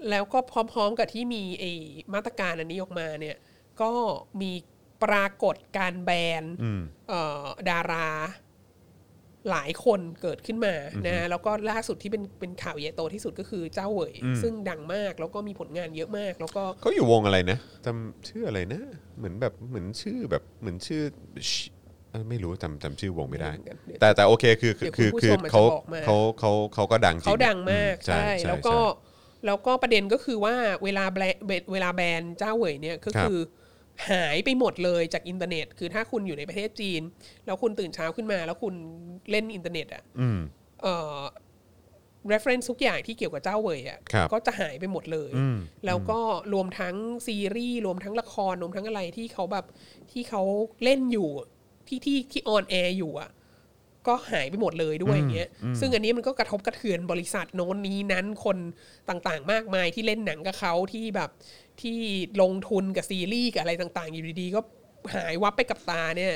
S3: แล้วก็พร้อม ๆ กับที่มีไอ้มาตรการอันนี้ออกมาเนี่ย ก็มีปรากฏการแบนเอ่อดาราหลายคนเกิดขึ้นมานะ แล้วก็ล่าสุดที่เป็นเป็นข่าวใหญ่โตที่สุดก็คือเจ้าเหวยซึ่งดังมากแล้วก็มีผลงานเยอะมาก แล้วก็
S2: เขาอยู่วงอะไรนะจำชื่ออะไรนะ เหมือนแบบเหมือนชื่อแบบเหมือนชื่อชิเอ่อไม่รู้จำจำชื่อวงไม่ได้
S3: เดี๋ยวเดี๋ยว
S2: แต่แต่โอเคคือคือ
S3: เดี๋
S2: คื
S3: ย
S2: อ
S3: วคุณ
S2: คือ
S3: ผู้ชมอาจจะ
S2: เขา
S3: บอกมา
S2: เขาเขาเขาก็ดังจริง
S3: เขาดังมาก
S2: อื
S3: ใช่แล้วก็
S2: ใช่
S3: แล้วก็ประเด็นก็คือว่าเวลาแบรนด์เวลาแบรนด์เจ้าเหวยเนี่ยก็
S2: ครับ
S3: คือหายไปหมดเลยจากอินเทอร์เน็ต คือถ้าคุณอยู่ในประเทศจีน แล้วคุณตื่นเช้าขึ้นมา แล้วคุณเล่นอินเทอร์เน็ตอ่ะเอ่อ reference ทุกอย่างที่เกี่ยวกับเจ้าเหวยอ่ะ
S2: ครับ
S3: ก็จะหายไปหมดเลย แล้วก็รวมทั้งซีรีส์รวมทั้งละครรวมทั้งอะไรที่เขาแบบที่เขาเล่นอยู่ที่ที่ที่ออนแอร์อยู่อ่ะ ก็หายไปหมดเลยด้วยอย่างเงี้ย ซึ่งอันนี้มันก็กระทบกระเทือนบริษัทโน้นนี้นั้นคนต่างๆ มากมายที่เล่นหนังกับเขาที่แบบที่ลงทุนกับซีรีส์กับอะไรต่างๆ อยู่ดีๆ ก็หายวับไปกับตาเนี่ย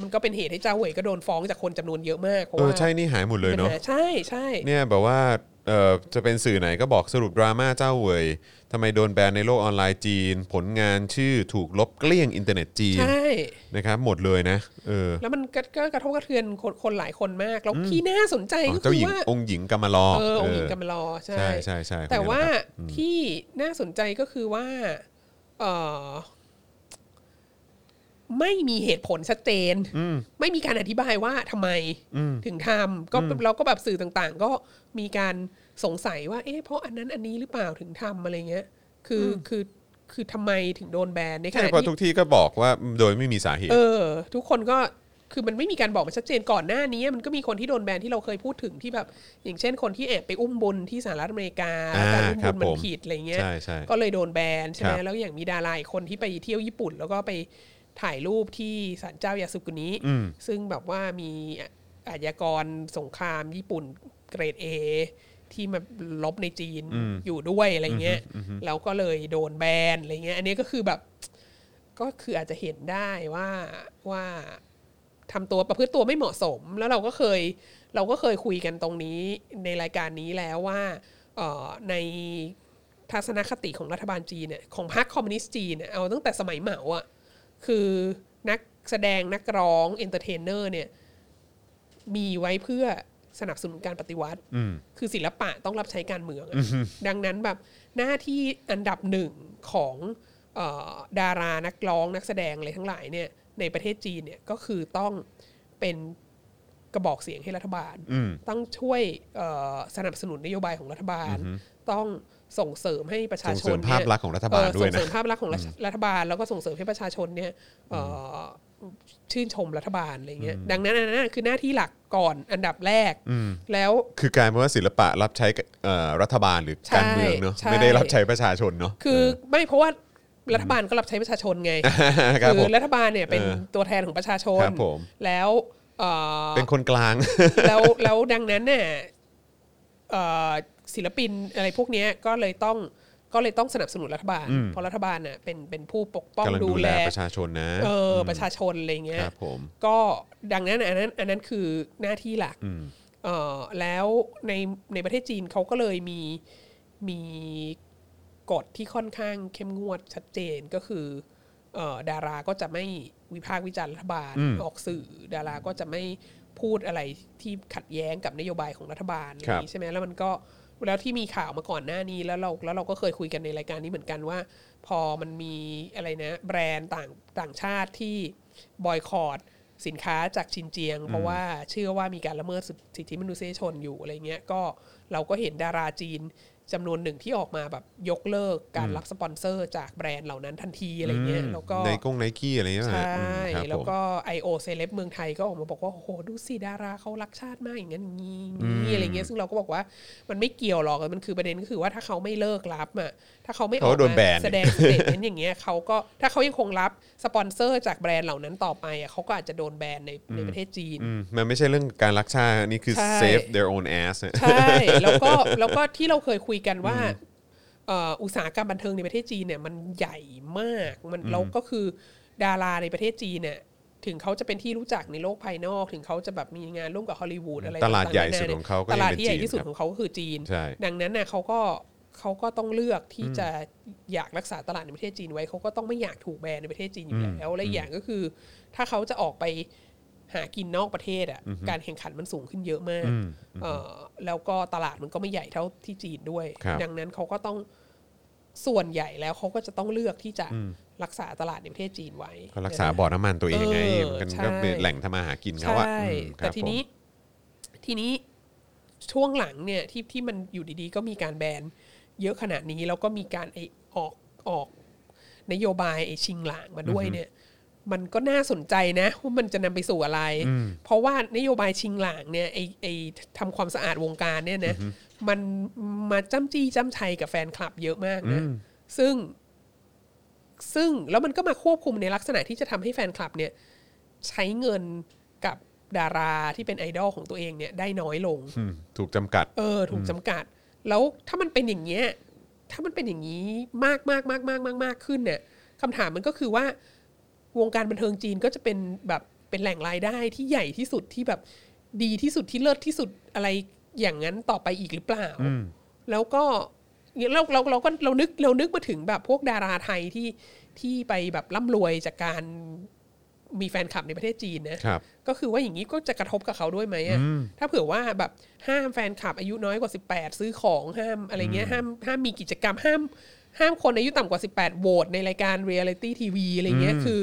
S3: มันก็เป็นเหตุให้เจ้าเหวยก็โดนฟ้องจากคนจำนวนเยอะมากเพราะ
S2: เออ
S3: ว่า
S2: ใช่นี่หายหมดเลยเนาะ
S3: ปัญหใช่ใช่
S2: เนี่ยแบบว่าเอ่อจะเป็นสื่อไหนก็บอกสรุปดราม่าเจ้าเว่ยทำไมโดนแบนในโลกออนไลน์จีน ผลงานชื่อถูกลบเกลี้ยงอินเทอร์เน็ตจีน
S3: ใช่
S2: นะครับหมดเลยนะเออ
S3: แล้วมันก็ก็กระทบกระเทือนคนคนหลายคนมาก แล้วที่น่าสนใจ
S2: อ๋อ
S3: ก็
S2: เจ้าห
S3: คือ
S2: ญิง
S3: ว่า
S2: องค์หญิงกำมะลอ
S3: เออองค์หญิง
S2: เ
S3: กำมะลอใช่
S2: ใช่ใช่ใช่คนนี้
S3: แต่ว่า
S2: นะครับ
S3: ที่น่าสนใจก็คือว่าเออ ไม่มีเหตุผลชัดเจน ไม่มีการอธิบายว่าทำไมถึงทำก็เราก็แบบสื่อต่างๆ ก็มีการสงสัยว่า เอ๊ะเพราะอันนั้นอันนี้หรือเปล่าถึงทำอะไรเงี้ย คืออคือคือทำไมถึงโดนแบนในข
S2: ใช่
S3: ณะ
S2: เพราะ
S3: ที่
S2: ทุกที่ก็บอกว่าโดยไม่มีสาเหตุ
S3: เออ ทุกคนก็คือมันไม่มีการบอกมาชัดเจนก่อนหน้านี้ มันก็มีคนที่โดนแบนที่เราเคยพูดถึงที่แบบ อย่างเช่นคนที่แอบไปอุ้มบุญที่สหรัฐอเมริกา
S2: อ่า
S3: การอุ้
S2: ครับ
S3: มุ
S2: บ
S3: ญ
S2: ผ
S3: มัน
S2: ม
S3: ผิดอะไรเงี้ย
S2: ใช่ใช่
S3: ก็เลยโดนแบนใช่ไหม
S2: ครับ
S3: แล้วอย่างมีดาราอีกคนที่ไปเที่ยวญี่ปุ่น แล้วก็ไปถ่ายรูปที่ศาลเจ้ายาสุกุนิ
S2: อืม
S3: ซึ่งแบบว่ามีอาชญากรสงครามญี่ปุ่นเกรดเอที่มาลบในจีนอยู่ด้วยอะไรเงี้ยแล้วก็เลยโดนแบนอะไรเงี้ยอันนี้ก็คือแบบ ก็คืออาจจะเห็นได้ว่าว่าทำตัวประพฤติตัวไม่เหมาะสม แล้วเราก็เคย เราก็เคยคุยกันตรงนี้ในรายการนี้แล้วว่าเอ่อในทัศนคติของรัฐบาลจีนเนี่ยของพรรคคอมมิวนิสต์จีนเนี่ยเอาตั้งแต่สมัยเหมาอะคือนักแสดงนักร้องเอนเตอร์เทนเนอร์เนี่ยมีไว้เพื่อสนับสนุนการปฏิวัติ
S2: อืม
S3: คือศิลปะต้องรับใช้การเมืองอะดังนั้นแบบหน้าที่อันดับหนึ่งของเออดารานักร้องนักแสดงอะไรทั้งหลายเนี่ยในประเทศจีนเนี่ยก็คือต้องเป็นกระบอกเสียงให้รัฐบาล
S2: อืม
S3: ต้องช่วยเอ่อสนับสนุนนโยบายของรัฐบาล ต้องส่งเสริมให้ประชาช
S2: ส่ง
S3: น
S2: เสริมภาพลักษณ์ของรัฐบาล
S3: เออ
S2: ด้วยนะ
S3: ส่งเสริมภาพลักษณ์ของรัฐรัฐบาล แล้วก็ส่งเสริมให้ประชาชนเนี่ยเอ่ออชื่นชมรัฐบาลอะไรเงี้ยดังนั้นอันนั้นคือหน้าที่หลักก่อนอันดับแรก
S2: อืม
S3: แล้ว
S2: คือกลายเป็นว่าศิลปะรับใช้กับเอ่อรัฐบาลหรือการเมืองเนาะ
S3: ใช่
S2: ไม่ได้รับใช้ประชาชนเนาะ
S3: คือไม่เพราะว่ารัฐบาลก็รับใช้ประชาชนไง
S2: เออครับ
S3: คื
S2: ผ
S3: อ
S2: ม
S3: รัฐบาลเนี่ยเป็น
S2: เออ
S3: ตัวแทนของประชาชน
S2: ครับผม
S3: แล้วเอ่อ
S2: เป็นคนกลาง
S3: แล้วแล้วดังนั้นเนี่ยเอ่อศิลปินอะไรพวกเนี้ยก็เลยต้องก็เลยต้องสนับสนุนรัฐบาล เพราะรัฐบาลน่ะเป็นเป็นผู้ปกป้อง
S2: กำลัง
S3: ดู
S2: ดูแล
S3: แล
S2: ประชาชนนะ
S3: เออประชาชนอะไรเงี้ย
S2: ครับผม
S3: ก็ดังนั้นอันนั้นอันนั้นคือหน้าที่หลัก เอ่อแล้วในในประเทศจีนเขาก็เลยมีมีกฎที่ค่อนข้างเข้มงวดชัดเจนก็คือเอ่อดาราก็จะไม่วิพากษ์วิจารณ์รัฐบาลออกสื่อ ดาราก็จะไม่พูดอะไรที่ขัดแย้งกับนโยบายของรัฐบาล
S2: ครับ
S3: ใช่ไหมแล้วมันก็แล้วที่มีข่าวมาก่อนหน้านี้แล้วเราแล้วเราก็เคยคุยกันในรายการนี้เหมือนกันว่า พอมันมีอะไรนะแบรนด์ต่างต่างชาติที่บอยคอรดสินค้าจากชินเจียง เพราะว่าเชื่อว่ามีการละเมิดสิทธิมนุษยชนอยู่อะไรเงี้ยก็เราก็เห็นดาราจีนจำนวนหนึ่งที่ออกมาแบบยกเลิกการรับสปอนเซอร์จากแบรนด์เหล่านั้นทันทีอะไรเงี้ยแล้วก็
S2: ในกงไนกี้อะไรเงี้ย
S3: ใช
S2: นะอื่ มครับ
S3: แล้ว
S2: ผม
S3: ก็ I.O. เซเลบเมืองไทยก็ออกมาบอกว่าโอ้โหดูสิดาราเขารักชาติมากอย่างนั้นอย่างนี้อย่างนี้อะไรเงี้ยซึ่งเราก็บอกว่ามันไม่เกี่ยวหรอกมันคือประเด็นก็คือว่าถ้าเขาไม่เลิกรับอ่ะถ้าเขาไม่ออกมาแสดงสเตทเมนต์อย่างเงี้ยเขาก็ถ้าเขายังคงรับสปอนเซอร์จากแบรนด์เหล่านั้นต่อไปอ่ะเขาก็อาจจะโดนแบนในในประเทศจีน
S2: อืมมันไม่ใช่เรื่องการรักชาตินี่คือ
S3: ใช่
S2: save their own ass เนี่ย
S3: ใช่ แล้วก็แล้วก็ที่เราเคยคุยกันว่าเอ่ออุตสาหกรรมบันเทิงในประเทศจีนเนี่ยมันใหญ่มากมันแล้วก็คือดาราในประเทศจีนเนี่ยถึงเขาจะเป็นที่รู้จักในโลกภายนอก ถึงเขาจะแบบมีงานร่วมกับฮอลลีวูดอะไร
S2: ตลาด
S3: ต่งๆ
S2: ใหญ่
S3: นน
S2: สุด
S3: นี่ย
S2: ของเขาก็
S3: ตลาด
S2: ยังเป็น
S3: ที่ใหญ่ที่สุด
S2: จีนครับ
S3: ของเขาก็คือจีน
S2: ใช่
S3: ดังนั้นน่ะเขาก็เขาก็ต้องเลือกที่จะอยากรักษาตลาดในประเทศจีนไว้เขาก็ต้องไม่อยากถูกแบนในประเทศจีนอยู่แล้วและอีกอย่างก็คือ ถ้าเขาจะออกไป หากินนอกประเทศอ่ะการแข่งขันมันสูงขึ้นเยอะมากเอ่อแล้วก็ตลาดมันก็ไม่ใหญ่เท่าที่จีนด้วย
S2: ครับ
S3: ดังนั้นเขาก็ต้องส่วนใหญ่แล้วเขาก็จะต้องเลือกที่จะรักษาตลาดในประเทศจีนไว้
S2: เขารักษาบ่อน้ำมันตัวเองไง
S3: เออ
S2: มัน
S3: ใช่
S2: ก็เป็นแหล่งทำมาหากินเขา
S3: ใช่
S2: อะอืมค
S3: แต่
S2: รับ
S3: ที
S2: ผม
S3: นี้ทีนี้ช่วงหลังเนี่ยที่ที่มันอยู่ดีๆ ก็มีการแบนเยอะขนาดนี้ แล้วก็มีการไอออกออก นโยบายไอชิงหลางมาด้วยเนี่ย มันก็น่าสนใจนะว่ามันจะนำไปสู่อะไร เพราะว่านโยบายชิงหลางเนี่ยไอไอทำความสะอาดวงการเนี่ยนะมันมาจ้ำจี้จ้ำชัยกับแฟนคลับเยอะมากนะซึ่ง ซึ่งแล้วมันก็มาควบคุมในลักษณะที่จะทำให้แฟนคลับเนี่ย ใช้เงินกับดาราที่เป็นไอดอลของตัวเองเนี่ยได้น้อยลง
S2: อืมถูกจำกัด
S3: เออถูกจำกัด แล้วถ้ามันเป็นอย่างเงี้ยถ้ามันเป็นอย่างนี้มากมากมากมากมากมากขึ้นเนี่ยคำถามมันก็คือว่าวงการบันเทิงจีนก็จะเป็นแบบเป็นแหล่งรายได้ที่ใหญ่ที่สุดที่แบบดีที่สุดที่เลิศที่สุดอะไรอย่างนั้นต่อไปอีกหรือเปล่า แล้วก็เนี่ยเราเราเราก็เรานึกเรานึกมาถึงแบบพวกดาราไทยที่ที่ไปแบบร่ำรวยจากการมีแฟนคลับในประเทศจีนนะ
S2: ครับ
S3: ก็คือว่าอย่างนี้ก็จะกระทบกับเขาด้วยไหมอะถ้าเผื่อว่าแบบห้ามแฟนคลับอายุน้อยกว่า 18 ซื้อของห้ามอะไรเงี้ยห้ามห้ามมีกิจกรรมห้าม ห้ามคนอายุต่ำกว่า 18โหวตในรายการเรียลิตี้ทีวีอะไรเงี้ยคือ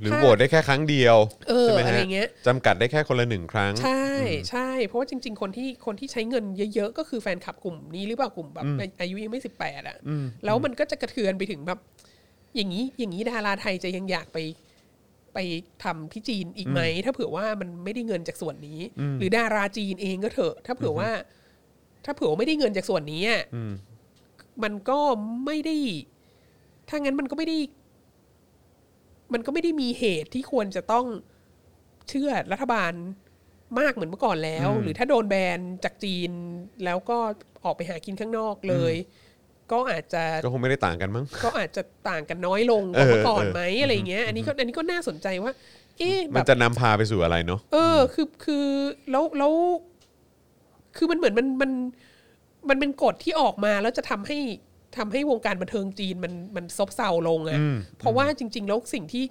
S2: หรือ
S3: ถ้า
S2: โหวตได้แค่ครั้งเดียว
S3: เออ
S2: ใช่ไหม
S3: อะไร
S2: ฮะ
S3: เงี้ย
S2: จำกัดได้แค่คนละหนึ่งครั้ง
S3: ใช่ใช่ เพราะว่าจริง ๆ คนที่คนที่ใช้เงินเยอะ ๆ ก็คือแฟนคลับกลุ่มนี้หรือเปล่ากลุ่มแบบอายุยังไม่สิบแปดอ่ะแล้วมันก็จะกระเทือนไปถึงแบบ อย่างนี้อย่างนี้ดาราไทยจะยังอยากไป ไปทำที่จีนอีกไหม ถ้าเผื่อว่ามันไม่ได้เงินจากส่วนนี้ หรือดาราจีนเองก็เถอะ ถ้าเผื่อว่า ถ้าเผื่อว่าไม่ได้เงินจากส่วนนี้อะ
S2: อืม
S3: มันก็ไม่ได้ ถ้างั้นมันก็ไม่ได้ มันก็ไม่ได้มีเหตุที่ควรจะต้องเชื่อรัฐบาลมากเหมือนเมื่อก่อนแล้ว หรือถ้าโดนแบนจากจีนแล้วก็ออกไปหากินข้างนอกเลย ก็อาจจะ
S2: ก็คงไม่ได้ต่างกันมั้ง
S3: ก็อาจจะต่างกันน้อยลงก
S2: เอ
S3: ว่า
S2: อ
S3: เมื่อก่อน
S2: เออ
S3: ไหมอะไรเงี้ย อันนี้ก็อันนี้ก็น่าสนใจว่า เอ๊ะแบ
S2: มัน
S3: บ
S2: จะนำพาไปสู่อะไรเนาะ
S3: เออ คือคือแล้วแล้วคือมันเหมือนมันมันมันเป็นกฎที่ออกมาแล้วจะทำให้ทำให้วงการบันเทิงจีนมันมันซบเซาลง
S2: อื
S3: อะ่ะ
S2: ม
S3: เพราะว่าจริง ๆ แล้วสิ่งที่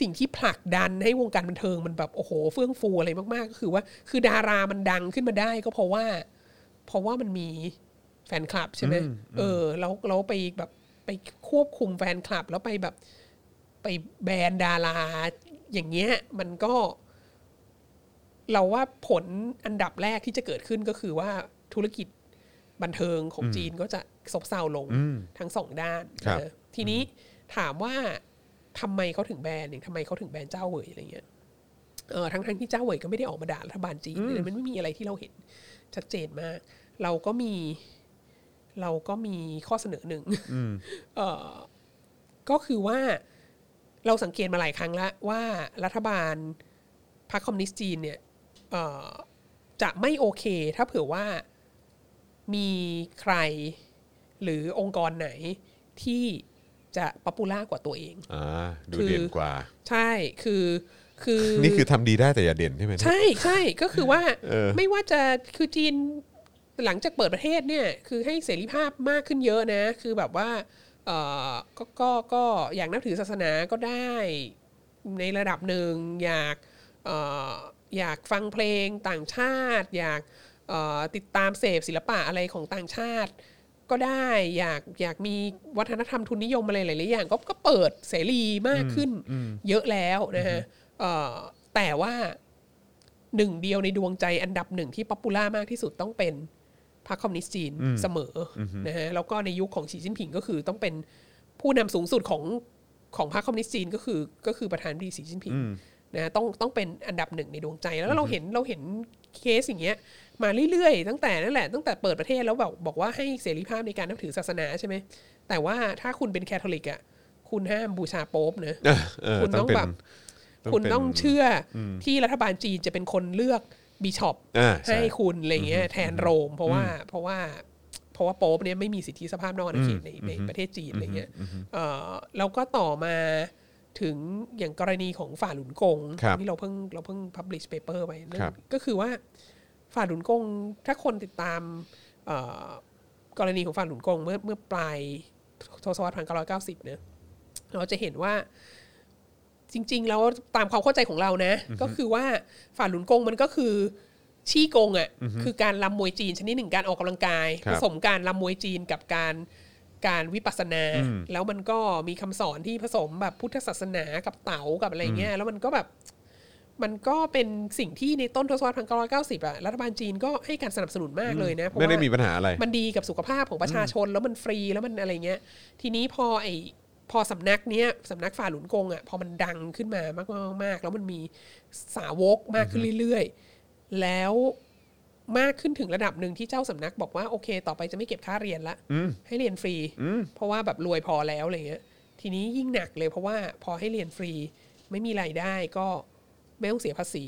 S3: สิ่งที่ผลักดันให้วงการบันเทิงมันแบบโอ้โหเฟื่องฟูอะไรมากๆ ก็คือว่าคือดารามันดังขึ้นมาได้ ก็เพราะว่า เพราะว่ามันมีแฟนคลับใช่ไหมเออ แล้วแล้วไปแบบไปควบคุมแฟนคลับ แล้วไปแบบไปแบนดาราอย่างเงี้ย มันก็ เราว่าผลอันดับแรกที่จะเกิดขึ้นก็คือว่าธุรกิจบันเทิงของจีนก็จะซบเซาลง
S2: อืม
S3: ทั้งสองด้าน
S2: ครับ
S3: เออทีนี้ถามว่าทำไมเขาถึงแบนอย่างทำไมเขาถึงแบนเจ้าเหวยอะไรเงี้ย เออทั้งทั้งๆที่เจ้าเหวยก็ไม่ได้ออกมาด่ารัฐบาลจีนเลยมันไม่มีอะไรที่เราเห็นชัดเจนมาก เราก็มี เราก็มีข้อเสนอหนึ่งเออก็คือว่าเราสังเกตมาหลายครั้งแล้วว่ารัฐบาลพรรคคอมมิวนิสต์จีนเนี่ยเอ่อจะไม่โอเค ถ้าเผื่อว่ามีใครหรือองค์กรไหนที่จะป๊อปปูล่ากว่าตัวเอง
S2: อ่าดู
S3: คือ
S2: เด่นกว่า
S3: ใช่คือคือ
S2: นี่คือทำดีได้แต่อย่าเด่นใช่ไหมเนี่ย
S3: ใช่ใช่ก็คือว่า
S2: เออ
S3: ไม่ว่าจะคือจีนหลังจากเปิดประเทศเนี่ย คือให้เสรีภาพมากขึ้นเยอะนะ คือแบบว่าเออก็ก็ก็อยากนับถือศาสนาก็ได้ในระดับหนึ่งอยากเอออยากฟังเพลงต่างชาติ อยากเอ่อติดตามเสพศิลปะอะไรของต่างชาติ ก็ได้อยากอยากมีวัฒนธรรมทุนนิยมอะไรหลายๆอย่างก็ก็เปิดเสรีมากขึ้นเยอะแล้วนะฮะเอ่อแต่ว่า หนึ่งเดียวในดวงใจอันดับหนึ่งที่ป๊อปปูล่ามากที่สุดต้องเป็นพรรคคอมมิวนิสต์จีนเสมออนะฮะแล้วก็ในยุคของสีจิ้นผิงก็คือต้องเป็นผู้นำสูงสุดของของพรรคคอมมิวนิสต์จีนก็คือก็คือประธานาธิบดีสีจิ้นผิงนะฮะต้องต้องเป็นอันดับหนึ่งในดวงใจแล้วเราเห็นเราเห็นเคสอย่างเงี้ยมาเรื่อยๆ ตั้งแต่นั่นแหละตั้งแต่เปิดประเทศแล้วแบบบอกว่าให้เสรีภาพในการนับถือศาสนาใช่ไหมแต่ว่าถ้าคุณเป็นแคทอลิกอ่ะคุณห้ามบูชาโป๊ปเนอะ
S2: เออเออ
S3: คุณ
S2: ต้
S3: ต้
S2: อ
S3: อง ง
S2: เป็น
S3: แบบ คุณ
S2: เป็น
S3: ต้องเชื่ออที่รัฐบาลจีนจะเป็นคนเลือกบิชอป
S2: อ่าใช่
S3: ให้คุณอะไรเงี้ยแทนโรม เพราะว่าเพราะว่าเพราะว่าโป๊ปเนี่ยไม่มีสิทธิสภาพนอกอาณาเขตในในประเทศจีนอะไรเงี้ยเอ่อแล้วก็ต่อมาถึงอย่างกรณีของฝ่าหลุนกง
S2: ครับ
S3: ที่เราเพิ่งเราเพิ่งพับลิชเปเปอร์ไปนั่น
S2: ครับ
S3: ก็คือว่าฝ่าหลุนกงถ้าคนติดตามเอ่อกรณีของฝ่าหลุนกงเมื่อเมื่อปลายทศวรรษพันเก้าร้อยเก้าสิบเนี่ยเราจะเห็นว่า จริง ๆ แล้วตามความเข้าใจของเรานะ ก็คือว่าฝ่าหลุนกงมันก็คือชี้กงอะ่ะคือการลำมวยจีนชนิดหนึ่งการออกกำลังกาย
S2: ครับ
S3: ผสมการลำมวยจีนกับการการวิปัสสนา แล้วมันก็มีคำสอนที่ผสมแบบพุทธศาสนากับเต๋ากับอะไรเงี้ยแล้วมันก็แบบ มันก็เป็นสิ่งที่ในต้นทศวรรษพันเก้าร้อยเก้าสิบอะรัฐบาลจีนก็ให้การสนับสนุนมากเลยนะเพราะ
S2: ไม่ได้
S3: ว่า
S2: มีปัญหาอะไร
S3: มันดีกับสุขภาพของประชาชนแล้วมันฟรีแล้วมันอะไรเงี้ย ทีนี้พอไอพอสำนักเนี้ยสำนักฝ่าหลุนกงอ่ะพอมันดังขึ้นมามากๆมากๆแล้วมันมีสาวกมากขึ้นเรื่อยๆ แล้วมากขึ้นถึงระดับหนึ่งที่เจ้าสำนักบอกว่าโอเค ต่อไปจะไม่เก็บค่าเรียนละให้เรียนฟรี เพราะว่าแบบรวยพอแล้วอะไรเงี้ย ทีนี้ยิ่งหนักเลยเพราะว่าพอให้เรียนฟรี ไม่มีรายได้ก็ไม่ต้องเสียภาษี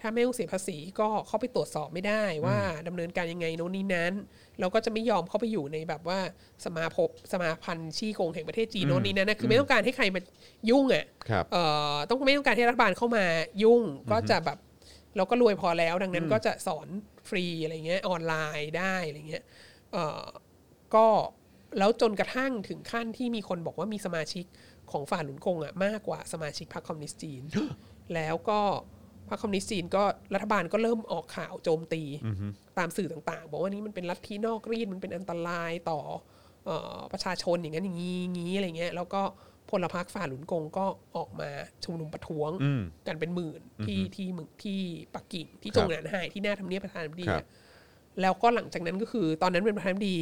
S3: ถ้าไม่ต้องเสียภาษีก็เข้าไปตรวจสอบไม่ได้ว่าดำเนินการยังไงโน่นนี่นั้นเราก็จะไม่ยอมเข้าไปอยู่ในแบบว่าสมาพบสมาพันธ์ชี้โกงแห่งประเทศจีนโน่นนี่นั้นนะคือไม่ต้องการให้ใครมายุ่งอ่ะ
S2: ครับ
S3: เอ่อต้องไม่ต้องการให้รัฐบาลเข้ามายุ่งก็จะแบบเราก็รวยพอแล้ว ดังนั้นก็จะสอนฟรีอะไรเงี้ยออนไลน์ได้อะไรเงี้ยเอ่อก็แล้วจนกระทั่งถึงขั้นที่มีคนบอกว่ามีสมาชิกของฝ่าหลุนคงอะมากกว่าสมาชิกพรรคคอมมิวนิสต์จีน แล้วก็พรรคคอมมิวนิสต์จีนก็รัฐบาลก็เริ่มออกข่าวโจมตีตามสื่อต่างๆ บอกว่านี่มันเป็นลัทธินอกรีดมันเป็นอันตรายต่อเออประชาชนอย่างนั้นอย่างนี้อย่างนี้อะไรเงี้ยแล้วก็ พลพรรคฝ่าหลุนกงก็ออกมาชุมนุมประท้วง
S2: อืม
S3: กันเป็นหมื่นที่ที่เมืองที่ปักกิ่งที่
S2: ครั
S3: จ
S2: บ
S3: งหนานไฮที่หน้าทำเนียบประธานาธิบดี
S2: ครับ
S3: อะแล้วก็หลังจากนั้นก็คือ ตอนนั้นเป็นประธานาธิบดี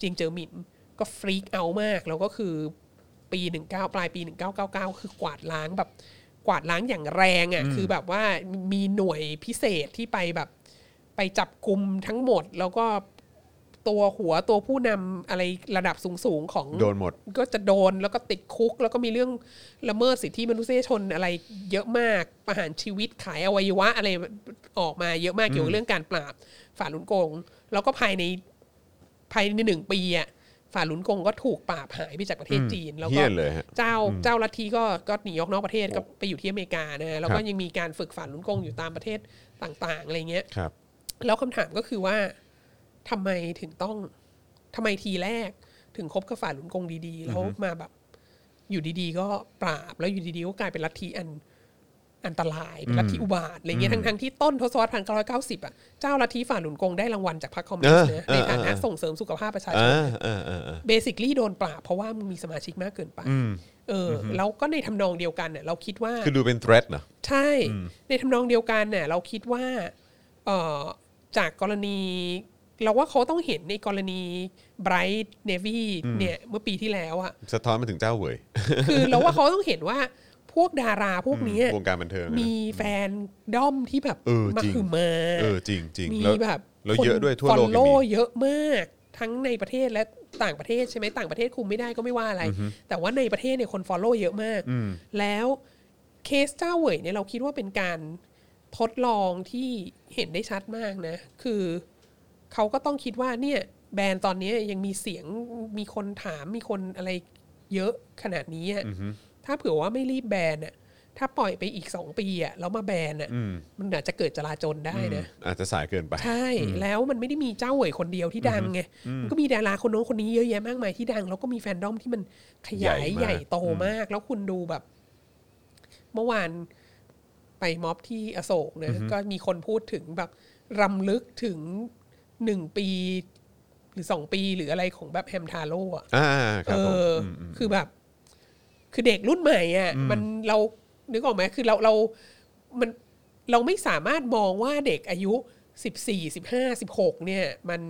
S3: จิงเจอหมินก็ฟรีกเอาท์มาก แล้วก็คือปีหนึ่งเก้าปลายปีหนึ่งเก้าเก้าเก้าคือกวาดล้างแบบกวาดล้างอย่างแรงอะ่ะคือแบบว่ามีหน่วยพิเศษที่ไปแบบไปจับกลุ่มทั้งหมด แล้วก็ตัวหัวตัวผู้นำอะไรระดับสูงๆของ
S2: โดนหมด
S3: ก็จะโดนแล้วก็ติดคุก แล้วก็มีเรื่องละเมิดสิทธิมนุษยชนอะไรเยอะมากประหารชีวิตขายอวัยวะอะไรออกมาเยอะมากเกี่ยวกับเรื่องการปราบฝ่าหลุนกง แล้วก็ภายในภายในหนึ่งปีอ่ะฝ่าหลุนกงก็ถูกปราบหายไปจากประเทศ
S2: อืม
S3: จีน แล้ว
S2: เหี้
S3: ก็
S2: ยเลยฮะ
S3: เจ้าเจ้าลัทธิก็ก็หนีออกนอกประเทศก็ไปอยู่ที่อเมริกานะฮะแล้ว
S2: ค
S3: ก็
S2: รับ
S3: ยังมีการฝึกฝ่าหลุนกงอยู่ตามประเทศต่างๆอะไรเงี้ย
S2: ครับ
S3: แล้วคำถามก็คือว่าทำไมถึงต้องทำไมทีแรก ถึงคบกับฝ่ายหลุนกงดีๆ แล้วมาแบบ อยู่ดีๆ ก็ปราบแล้วอยู่ดีๆ ก็กลายเป็นลัทธิอันอันตรายเป็นลัทธิอุบาทอะไรเงี้ยทั้งๆที่ต้นทศวรรษพันเก้าร้อยเก้าสิบอ่ะเจ้าลัทธิฝ่ายหลุนกงได้รางวัลจากพรรคคอมมิวนิสต์นะ
S2: เออ
S3: ใน
S2: เออเออ
S3: ฐานะส่งเสริมสุขภาพประชาช
S2: เอน อเออเออเออ
S3: เบสิคลี่โดนปราบเพราะว่ามึงมีสมาชิกมากเกินไปเอออแล้วก็ในทำนองเดียวกันเนี่ยเราคิดว่า
S2: คือดูเป็น threat เหรอ
S3: ใช่ ในทำนองเดียวกันเนี่ยเราคิดว่าเอ่อจากกรณี เราว่าเขาต้องเห็นในกรณีไบรท์เนวีเนี่ยเมื่อปีที่แล้วอะ
S2: สะท้อนมาถึงเจ้าเหวย
S3: คือเราว่าเขาต้องเห็นว่าพวกดาราพวกเนี้ยว
S2: งการบันเทิงอะนะ
S3: มีแฟนด้อมที่แบบ
S2: เออ
S3: มา
S2: จริง
S3: คือมา
S2: เออจริงจริง
S3: มี
S2: แล้ว
S3: แบบ
S2: แล้วเยอะด้วยทั่วโลก
S3: ฟอ
S2: ยั
S3: โล
S2: งมี
S3: เยอะมาก ทั้งในประเทศและต่างประเทศใช่ไหมต่างประเทศคุมไม่ได้ก็ไม่ว่าอะไร แต่ว่าในประเทศเนี่ยคนฟอลโล่เยอะมาก แล้วเคสเจ้าเหวยเนี่ยเราคิดว่าเป็นการทดลองที่เห็นได้ชัดมากนะ คือเขาก็ต้องคิดว่าเนี่ยแบรนด์ตอนนี้ยังมีเสียงมีคนถามมีคนอะไรเยอะขนาดนี้อะถ้าเผื่อว่าไม่รีบแบนอะถ้าปล่อยไปอีกสองปีอะแล้วมาแบนอะมันอาจจะเกิดจลาจลได้นะ
S2: อาจจะสายเกินไป
S3: ใช่ แล้วมันไม่ได้มีเจ้าเหวยคนเดียวที่ดังไง มันก็มีดาราคนโน้นคนนี้เยอะแยะมากมายที่ดัง แล้วก็มีแฟนดอมที่มันขยาย
S2: ใหญ่มาก
S3: ใหญ่โตมาก แล้วคุณดูแบบ เมื่อวานไปม็อบที่อโศกนะ ก็มีคนพูดถึงแบบรำลึกถึงหนึ่งปี หรือสองปีหรืออะไรของแบบแฮมทาโร่อะ
S2: อ่าค
S3: เอ
S2: รับผม
S3: ออ
S2: ม
S3: คือแบบ คือเด็กรุ่นใหม่อ่ะ มันเรานึกออกไหมคือเราเรา มันเราไม่สามารถมองว่าเด็กอายุสิบสี่สิบห้าสิบหกเนี่ย มัน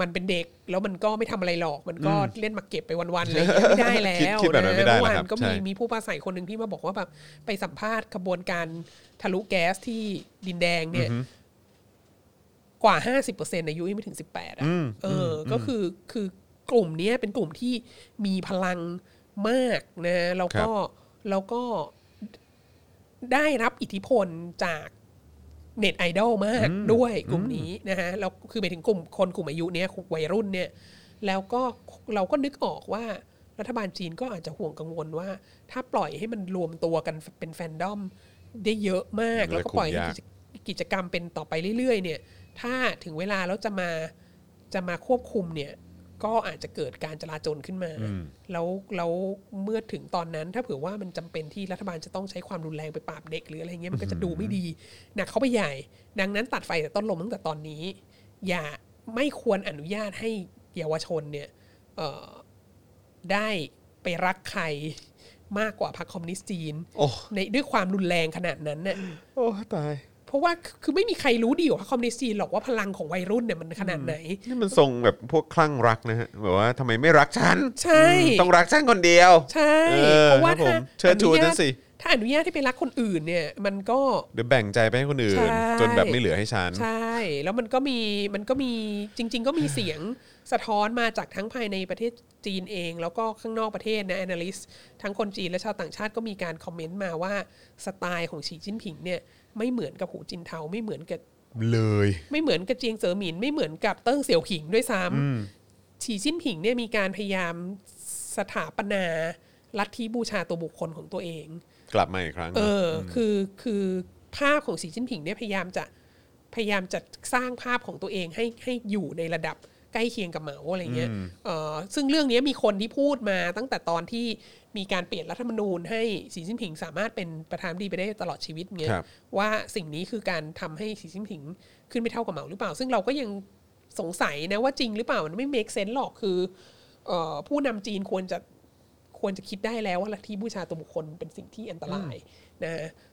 S3: มันเป็นเด็กแล้วมันก็ไม่ทำอะไรหรอก มันก็เล่นมาเก็บไปวันๆอะไรอย่างเงี้ยไม่ได้แล้ว
S2: คิดคิดแบบนั้นไม่ได้
S3: เมื่
S2: แล้ว
S3: อ
S2: ค
S3: วา
S2: รั
S3: น
S2: บ
S3: ก็มี
S2: ใช่
S3: มีผู้ปราศัยคนหนึ่งที่มาบอกว่าแบบไปสัมภาษณ์ขบวนการทะลุแก๊สที่ดินแดงเนี่ย กว่าห้าสิบเปอร์เซ็นต์อายุยังไม่ถึงสิบแปดอ่ะเอออ ก็คือคือกลุ่มเนี้ยเป็นกลุ่มที่มีพลังมากนะแล้วก็แล้วก็ได้รับอิทธิพลจากเน็ตไอดอลมากด้วยกลุ่มนี้นะฮะแล้วคือไปถึงกลุ่มคนกลุ่มอายุเนี้ยวัยรุ่นเนี่ย แล้วก็เราก็นึกออกว่ารัฐบาลจีนก็อาจจะห่วงกังวลว่า ถ้าปล่อยให้มันรวมตัวกันเป็นแฟนดอมได้เยอะมาก
S2: มันจะ
S3: แล้วก็ปล่อยให้
S2: คุมยาก
S3: กิจ กิจกรรมเป็นต่อไปเรื่อยๆ เนี่ย ถ้าถึงเวลาแล้วจะมาจะมาควบคุมเนี่ย ก็อาจจะเกิดการจลาจลขึ้นมา แล้วแล้วเมื่อถึงตอนนั้น ถ้าเผื่อว่ามันจำเป็นที่รัฐบาลจะต้องใช้ความรุนแรงไปปราบเด็กหรืออะไรเงี้ยมันก็จะดูไม่ดีหนักเข้าไปใหญ่ ดังนั้นตัดไฟแต่ต้นลมตั้งแต่ตอนนี้ อย่าไม่ควรอนุญาตให้เยาวชนเนี่ยเอ่อได้ไปรักใครมากกว่าพรรคคอมมิวนิสต์จีน
S2: โอ้
S3: ในด้วยความรุนแรงขนาดนั้นเนี่ย
S2: โอ้ตาย
S3: เพราะว่าคือไม่มีใครรู้ดีกว่าคอมมิวนิสต์จีนหรอกว่าพลังของวัยรุ่นเนี่ยมันขนาดไหน
S2: นี่มันทรงแบบพวกคลั่งรักนะฮะแบบว่าทำไมไม่รักฉัน
S3: ใช่
S2: ต้องรักฉันคนเดียว
S3: ใช่
S2: เออ
S3: เพราะ
S2: ค
S3: ว่า
S2: รับผ
S3: ถ้าม
S2: เชิดชู
S3: อนุญา
S2: นั่
S3: ต
S2: นสิ
S3: ถ้าอนุญาตให้ไปรักคนอื่นเนี่ย มันก็
S2: เดี๋ยวแบ่งใจไปให้คนอื่น
S3: ใช่
S2: จนแบบไม่เหลือให้ฉัน
S3: ใช่แล้วมันก็มีมันก็มีจริง ๆ ก็มีเสียงสะท้อนมาจากทั้งภายในประเทศจีนเอง แล้วก็ข้างนอกประเทศนะ analyst ทั้งคนจีนและชาวต่างชาติก็มีการคอมเมนต์มาว่าสไตล์ของฉีจิ้นผิงเนี่ยไม่เหมือนกับหูจินเทาไม่เหมือนกับ
S2: เลย
S3: ไม่เหมือนกับเจียงเจ๋อหมินไม่เหมือนกับเติ้งเสี่ยวผิงด้วยซ้ำฉีจิ้นผิงเนี่ยมีการพยายามสถาปนาลัทธิบูชาตัวบุคคลของตัวเอง
S2: กลับมาอีกครั้ง
S3: เอออคือคือภาพของสีจิ้นผิงเนี่ยพยายามจะพยายามจะสร้างภาพของตัวเองให้ให้อยู่ในระดับใกล้เคียงกับเหมาอะไรเงี้ยเออซึ่งเรื่องเนี้ยมีคนที่พูดมาตั้งแต่ตอนที่มีการเปลี่ยนรัฐธรรมนูญ ให้สีจิ้นผิงสามารถเป็นประธานาธิบดีไปได้ตลอดชีวิตเงี้ย
S2: ครับ
S3: ว่าสิ่งนี้คือการทำให้สีจิ้นผิงขึ้นไม่เท่ากับเหมาหรือเปล่า ซึ่งเราก็ยังสงสัยนะว่าจริงหรือเปล่ามันไม่ make sense หรอกคือเอ่อผู้นำจีนควรจะ ค ควรจะคิดได้แล้วว่าลัทธิบูชาตัวบุคคลเป็นสิ่งที่อันตรายนะ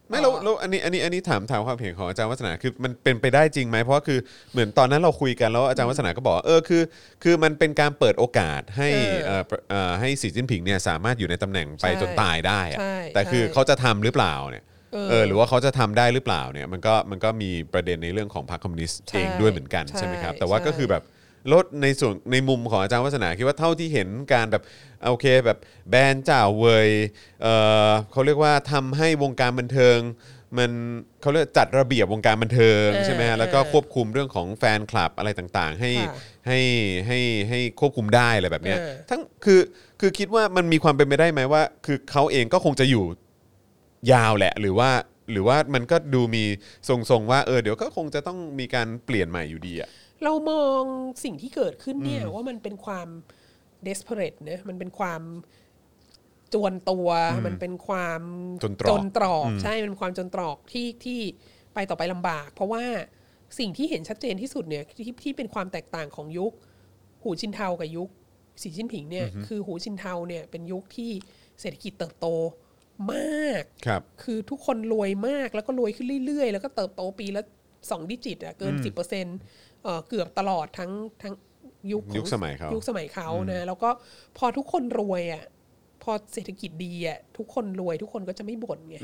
S2: ไม่เราเราอันนี้อันนี้อันนี้ถามถามความเห็นของอาจารย์วัฒนาคือมันเป็นไปได้จริงไหมเพราะว่าคือเหมือนตอนนั้นเราคุยกันแล้วอาจารย์วัฒนาก็บอกว่าเออคือคือมันเป็นการเปิดโอกาสให้
S3: เออ
S2: เอ่อประเอ่อให้สีจิ้นผิงเนี่ยสามารถอยู่ในตำแหน่งไป
S3: ใช่
S2: จนตายได้อะ
S3: ใช่
S2: แต่คือ
S3: ใช่
S2: เขาจะทำหรือเปล่าเนี่ย
S3: เออ
S2: เออหรือว่าเขาจะทำได้หรือเปล่าเนี่ยมันก็มันก็มีประเด็นในเรื่องของพรรคคอมมิวนิสต์
S3: ใช่
S2: เองด้วยเหมือนกันใช่ไหมครับ
S3: ใช่
S2: แต่ว่าก็
S3: ใช่
S2: คือแบบ ลดในส่วนในมุมของอาจารย์วัฒนาคิดว่าเท่าที่เห็นการแบบโอเคแบบแบรนด์เจ้าเวยเอ่อเขาเรียกว่าทำให้วงการบันเทิง มันเขาเรียกจัดระเบียบวงการบันเทิง
S3: เออ
S2: ใช่ไหมฮะ
S3: เออ
S2: แล้วก็ควบคุมเรื่องของแฟนคลับอะไรต่างๆ ให้
S3: ค่ะ
S2: ให้ให้ให้ควบคุมได้อะไรแบบเนี้ย
S3: เออ
S2: ทั้งคือคือคิดว่ามันมีความเป็นไปได้ไหมว่า คือเขาเองก็คงจะอยู่ ยาวแหละหรือว่าหรือว่ามันก็ดูมีทรงๆว่าเออเดี๋ยวก็คงจะต้องมีการเปลี่ยนใหม่อยู่ดีอ่ะ
S3: เรามองสิ่งที่เกิดขึ้นเนี่ยว่ามันเป็นความ desperate นะมันเป็นความจวนตัว มันเป็นความ
S2: จนตรอก
S3: ตรอก ใช่มันเป็นความจนตรอกที่ที่ไปต่อไปลำบาก เพราะว่าสิ่งที่เห็นชัดเจนที่สุดเนี่ยที่ที่เป็นความแตกต่างของยุค หูชินเทากับยุคสีจิ้นผิงเนี่ยคือหูชินเทาเนี่ยเป็นยุคที่เศรษฐกิจเติบโตมาก
S2: ครับ
S3: คือทุกคนรวยมากแล้วก็รวยขึ้นเรื่อยๆ แล้วก็เติบโตปีละสองดิจิตอะเกินสิบเปอร์เซ็นต์เกือบตลอดทั้งทั้งยุคของ
S2: ยุคสมัยเขายุ
S3: ยุคสมัยเขานะแล้วก็พอทุกคนรวยอะพอเศรษฐกิจดีอะทุกคนรวยทุกคนก็จะไม่บ่นไง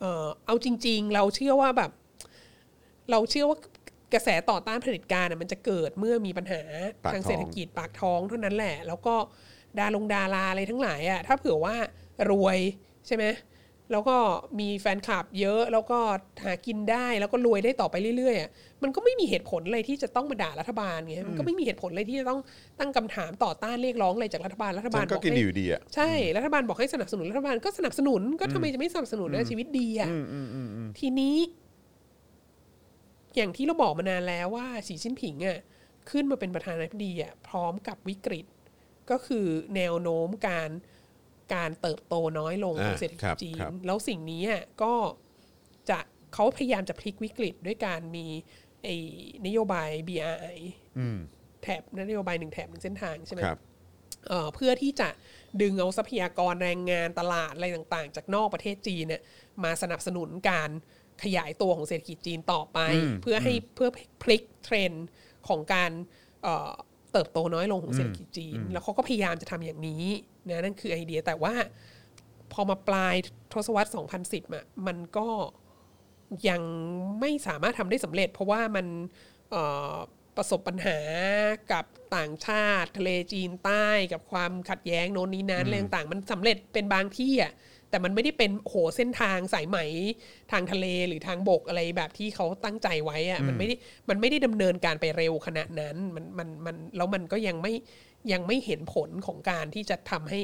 S3: เอ่อเอาจริง ๆ เราเชื่อว่าแบบ เราเชื่อว่ากระแสต่อต้านเผด็จการน่ะมันจะเกิดเมื่อมีปัญหา
S2: ปากท้อง
S3: ทางเศรษฐกิจปากท้องเท่านั้นแหละ แล้วก็ดาลงดาราอะไรทั้งหลายอ่ะถ้าเผื่อว่ารวยใช่ไหมแล้วก็มีแฟนคลับเยอะแล้วก็หากินได้แล้วก็รวยได้ต่อไปเรื่อยๆอ่ะมันก็ไม่มีเหตุผลอะไรที่จะต้องมาด่ารัฐบาลไงมันก็ไม่มีเหตุผลอะไรที่จะต้องตั้งคำถามต่อต้านเรียกร้องอะไรจากรัฐบาลรัฐบาล
S2: ฉันก็
S3: บอก
S2: กิน
S3: ให้
S2: ดีอยู่ดีอ่ะ
S3: ใช่ รัฐบาลบอกให้สนับสนุน รัฐบาลก็สนับสนุน ก็ทำไมจะไม่สนับสนุนนะชีวิตดีอ่ะทีนี้ อย่างที่เราบอกมานานแล้วว่าสีชิ้นผิงอ่ะขึ้นมาเป็นประธานาธิบดีอ่ะพร้อมกับวิกฤต ก็คือแนวโน้มการการเติบโตน้อยลงของ
S2: อ่า
S3: เศรษฐกิ
S2: ครั
S3: จ
S2: บ
S3: จีน
S2: ครับ
S3: แล้วสิ่งนี้อ่ะก็จะเขาพยายามจะพลิกวิกฤตด้วยการมีไอ้นโยบาย BRI แถบนโยบายหนึ่งแถบหนึ่งเส้นทางใช่ไหม
S2: ครับ
S3: เอ่อเพื่อที่จะดึงเอาทรัพยากรแรงงานตลาดอะไรต่างๆ จากนอกประเทศจีนเนี่ยมาสนับสนุนการขยายตัวของเศรษฐกิจจีนต่อไป เพื่อให้เพื่อพลิกเทรนด์ของการเอ่อเติบโตน้อยลงของเศรษฐกิจจีน แล้วเขาก็พยายามจะทำอย่างนี้นะนั่นคือไอเดียแต่ว่าพอมาปลายทศวรรษ 2010อ่ะมันก็ยังไม่สามารถทำได้สำเร็จ เพราะว่ามันเอ่อประสบปัญหากับต่างชาติ ทะเลจีนใต้กับความขัดแย้งโน้นนี้นั้นอะไรต่างๆมันสำเร็จเป็นบางที่อ่ะแต่มันไม่ได้เป็นโอ้โหเส้นทางสายไหมทางทะเลหรือทางบกอะไรแบบที่เขาตั้งใจไว้อ่ะมันไม่ได้มันไม่ได้ดำเนินการไปเร็วขนาดนั้นมันมันมันแล้วมันก็ยังไม่ยังไม่เห็นผลของการที่จะทำให้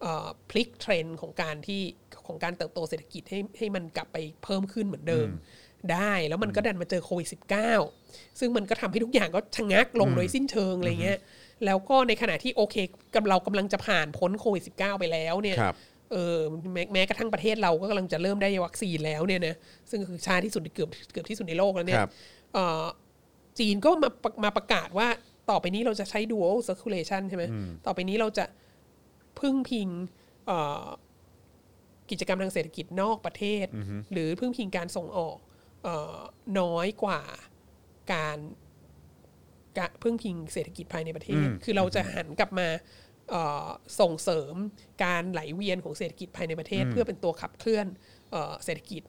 S3: เอ่อพลิกเทรนด์ของการที่ของการเติบโตเศรษฐกิจให้ให้มันกลับไปเพิ่มขึ้นเหมือนเดิม ได้แล้วมันก็ดันมาเจอโควิด19ซึ่งมันก็ทำให้ทุกอย่างก็ชะงักลงโดยสิ้นเชิงอะไรเงี้ยแล้วก็ในขณะที่โอเคกำเรากำลังจะผ่านพ้นโควิด19ไปแล้วเนี่ย
S2: ครับ
S3: เออแม้แม้กระทั่งประเทศเราก็กำลังจะเริ่มได้วัคซีนแล้วเนี่ยนะซึ่งคือช้าที่สุดเกือบเกือบที่สุดในโลกแล้วเนี่
S2: ค
S3: ย
S2: รับ
S3: เอ่อจีนก็มาประมาประกาศว่าต่อไปนี้เราจะใช้ dual circulation ใช่ไหมต่อไปนี้เราจะพึ่งพิงเอ่อกิจกรรมทางเศรษฐกิจนอกประเทศ หรือพึ่งพิงการส่งออกเออน้อยกว่าการกะพึ่งพิงเศรษฐกิจภายในประเทศ คือเราจะหันกลับมาเอ่อส่งเสริมการไหลเวียนของเศรษฐกิจภายในประเทศ เพื่อเป็นตัวขับเคลื่อนเอ่อเศรษฐกิจ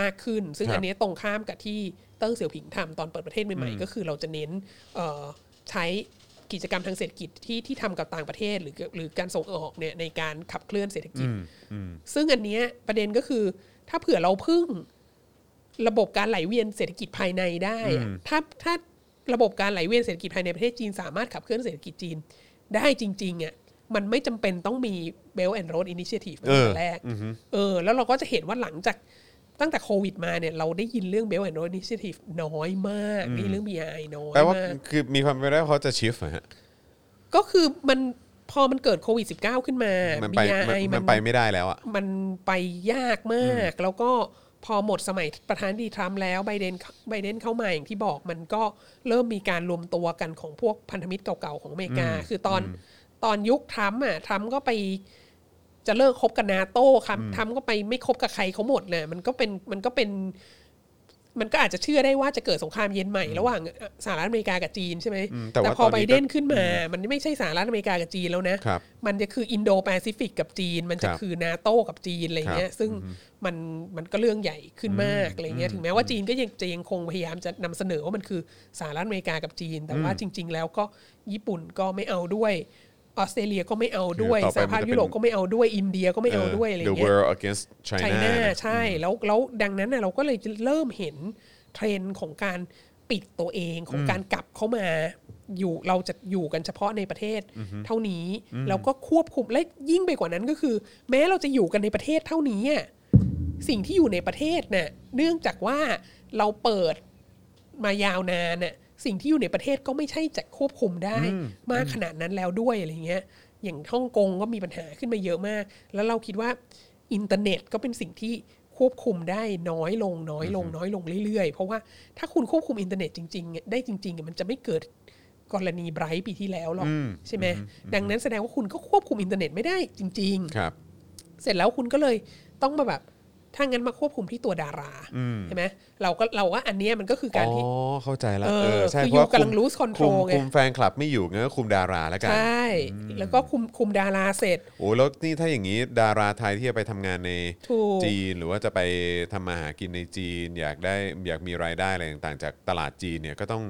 S3: มากขึ้น ซึ่ง
S2: ครับ
S3: อันเนี้ย ตรงข้ามกับที่เติ้งเสี่ยวผิงทำตอนเปิดประเทศใหม่ๆ ก็คือเราจะเน้นเอ่อใช้กิจกรรมทางเศรษฐกิจที่ที่ทำกับต่างประเทศหรือหรือการส่งออกเนี่ยในการขับเคลื่อนเศรษฐกิจ ซึ่งอันเนี้ยประเด็นก็คือถ้าเผื่อเราพึ่งระบบการไหลเวียนเศรษฐกิจภายในได้อะถ้าถ้าระบบการไหลเวียนเศรษฐกิจภายในประเทศจีนสามารถขับเคลื่อนเศรษฐกิจจีนได้จริงๆอ่ะมันไม่จำเป็นต้องมี Belt and Road Initiative เป็น
S2: เอ
S3: แต่
S2: อ
S3: แรก เออ แล้วเราก็จะเห็นว่าหลังจากตั้งแต่โควิดมาเนี่ยเราได้ยินเรื่อง Belt and Road Initiative น้อยมากมีเรื่อง BI น้อย
S2: แปลว่า
S3: มาก
S2: คือมีความเป็นไปได้ว่าเขาจะชิฟฮะ
S3: ก็คือมันพอมันเกิดโควิด -19 ขึ้นมา
S2: มันไป
S3: BI
S2: มันไปไม่ได้แล้วอ่ะ
S3: มันไปยากมาก แล้วก็พอหมดสมัยประธานาธิบดีทรัมป์แล้วไบเดนไบเดนเข้ามาอย่างที่บอกมันก็เริ่มมีการรวมตัวกันของพวกพันธมิตรเก่าๆของอเมริกา คือตอนตอนยุคทรัมป์อ่ะทรัมป์ก็ไป จะเลิกคบกับนาโต้ครับทำก็ไปไม่คบกับใครเขาหมดนะมันก็เป็นมันก็เป็น มันก็อาจจะเชื่อได้ว่าจะเกิดสงครามเย็นใหม่ระหว่างสหรัฐอเมริกากับจีนใช่ไหม
S2: อืมแต่ว่า
S3: พอ
S2: ตอน
S3: ไบ
S2: นี้ก็
S3: เดนขึ้นมา มันไม่ใช่สหรัฐอเมริกากับจีนแล้วนะ
S2: ครับ
S3: มันจะคืออินโดแปซิฟิกกับจีน มันจะ
S2: ครับ
S3: คือนาโต้กับจีนอะไรเงี้ย ซึ่งมันมันก็เรื่องใหญ่ขึ้นมากอะไรเงี้ย ถึงแม้ว่าจีนก็ยังจะยังคงพยายามจะนำเสนอว่ามันคือสหรัฐอเมริกากับจีน แต่ว่าจริง ๆ แล้วก็ญี่ปุ่นก็ไม่เอาด้วยออสเตรเลียก็ไม่เอาด้วย
S2: คือต่อ
S3: ส
S2: ไป
S3: หภาพ
S2: มันจะเป็น
S3: ยุโรปก็ไม่เอาด้วยอินเดียก็ไม่เอาด้วยอะไร
S2: เออ The
S3: เงี้ย
S2: world against
S3: ไช
S2: China
S3: น่า
S2: นะ
S3: ใช่แล้วแล้วดังนั้นนะเราก็เลยเริ่มเห็นเทรนด์ของการปิดตัวเองของการกลับเข้ามาอยู่เราจะอยู่กันเฉพาะในประเทศเท่านี้แล้วก็ควบคุมและยิ่งไปกว่านั้นก็คือ แม้เราจะอยู่กันในประเทศเท่านี้อะสิ่งที่อยู่ในประเทศน่ะเนื่องจากว่าเราเปิด มายาวนานน่ะสิ่งที่อยู่ในประเทศก็ไม่ใช่จะควบคุมได้ มากขนาดนั้นแล้วด้วยอะไรเงี้ย อย่างฮ่องกงก็มีปัญหาขึ้นมาเยอะมาก แล้วเราคิดว่าอินเทอร์เน็ตก็เป็นสิ่งที่ควบคุมได้น้อยลงน้อยลงน้อยลงเรื่อยๆ เพราะว่าถ้าคุณควบคุมอินเทอร์เน็ตจริงๆ ได้จริงๆ มันจะไม่เกิดกรณีไบรท์ปีที่แล้วหรอกใช่ไหมดังนั้นแสดงว่าคุณก็ควบคุมอินเทอร์เน็ตไม่ได้จริง ๆ
S2: ครับ
S3: เสร็จแล้วคุณก็เลยต้องมาแบบ ถ้างั้นมาควบคุมที่ตัวดาราใช่ไหมเราก็เราว่าอันเนี้ยมันก็คือการที่
S2: อ๋อ เข้าใจละ
S3: เออ
S2: เออใช่
S3: คือ
S2: เพราะว่า
S3: อยู่กำลัง
S2: คุม
S3: lose control
S2: คุม
S3: ไง
S2: คุมแฟนคลับไม่อยู่งั้นก็คุมดาราแล้วกัน
S3: ใช่ แล้วก็คุมคุมดาราเสร็จ
S2: โอ้แล้วนี่ถ้าอย่างนี้ดาราไทยที่จะไปทำงานใน
S3: ถูก
S2: จีน หรือว่าจะไปทำมาหากินในจีน อยากได้อยากมีรายได้อะไรต่างๆ จากตลาดจีนเนี่ยก็ต้อง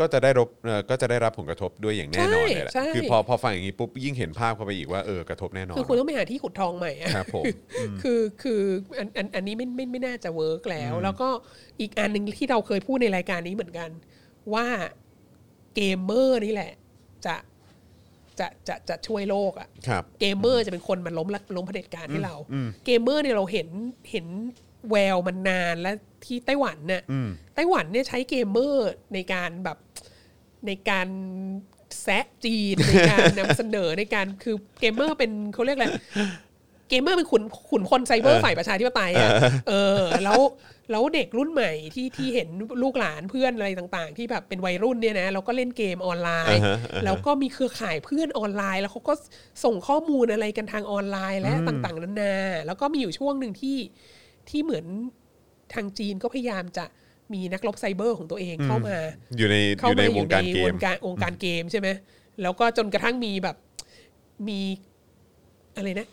S2: ก็จะได้รับเอ่อก็จะได้รับผลกระทบด้วยอย่างแน่นอนเลยแหละ
S3: ใช่ใช่
S2: คือพอพอฟังอย่างนี้ปุ๊บยิ่งเห็นภาพเข้าไปอีกว่าเออกระทบแน่นอน
S3: คือคุณต้องไปหาที่ขุดทองใหม่อะ
S2: ครับผม
S3: คือคืออันอันอันนี้ไม่ไม่ไม่น่าจะเวิร์กแล้ว แล้วก็อีกอันหนึ่งที่เราเคยพูดในรายการนี้เหมือนกัน ว่าเกมเมอร์นี่แหละ จะจะจะจะช่วยโลกอ่ะ
S2: ครับ
S3: เกมเมอร์จะเป็นคนมันล้มละล้มเผด็จการให้เรา เกมเมอร์เนี่ยเราเห็นเห็นแววมันนานและที่ไต้หวันเนี่ยไต้หวันเนี่ยใช้เกมเมอร์ในการแบบในการแซะจีน ในการนำเสนอในการคือเกมเมอร์เป็นเขาเรียกอะไรเกมเมอร์เป็นขุนขุนพลไซเบอร์ฝ่ายประชาธิปไตยอะเออ แล้วแล้วเด็กรุ่นใหม่ที่ที่เห็นลูกหลานเพื่อนอะไรต่างๆ ที่แบบเป็นวัยรุ่นเนี่ยนะเราก็เล่นเกมออนไลน์ แล้วก็มีเครือข่ายเพื่อนออนไลน์ แล้วเขาก็ส่งข้อมูลอะไรกันทางออนไลน์และต่างๆนานาแล้วก็มีอยู่ช่วงหนึ่งที่ที่เหมือนทางจีนก็พยายามจะมีนักรบไซเบอร์ของตัวเองเข้ามา
S2: อยู่ในอ
S3: เข้า
S2: ยู่ใน
S3: มาว องยู่ใน
S2: การเก
S3: ว
S2: ม
S3: งการวงการเกมใช่ไหม แล้วก็จนกระทั่งมีแบบมีอะไรนะ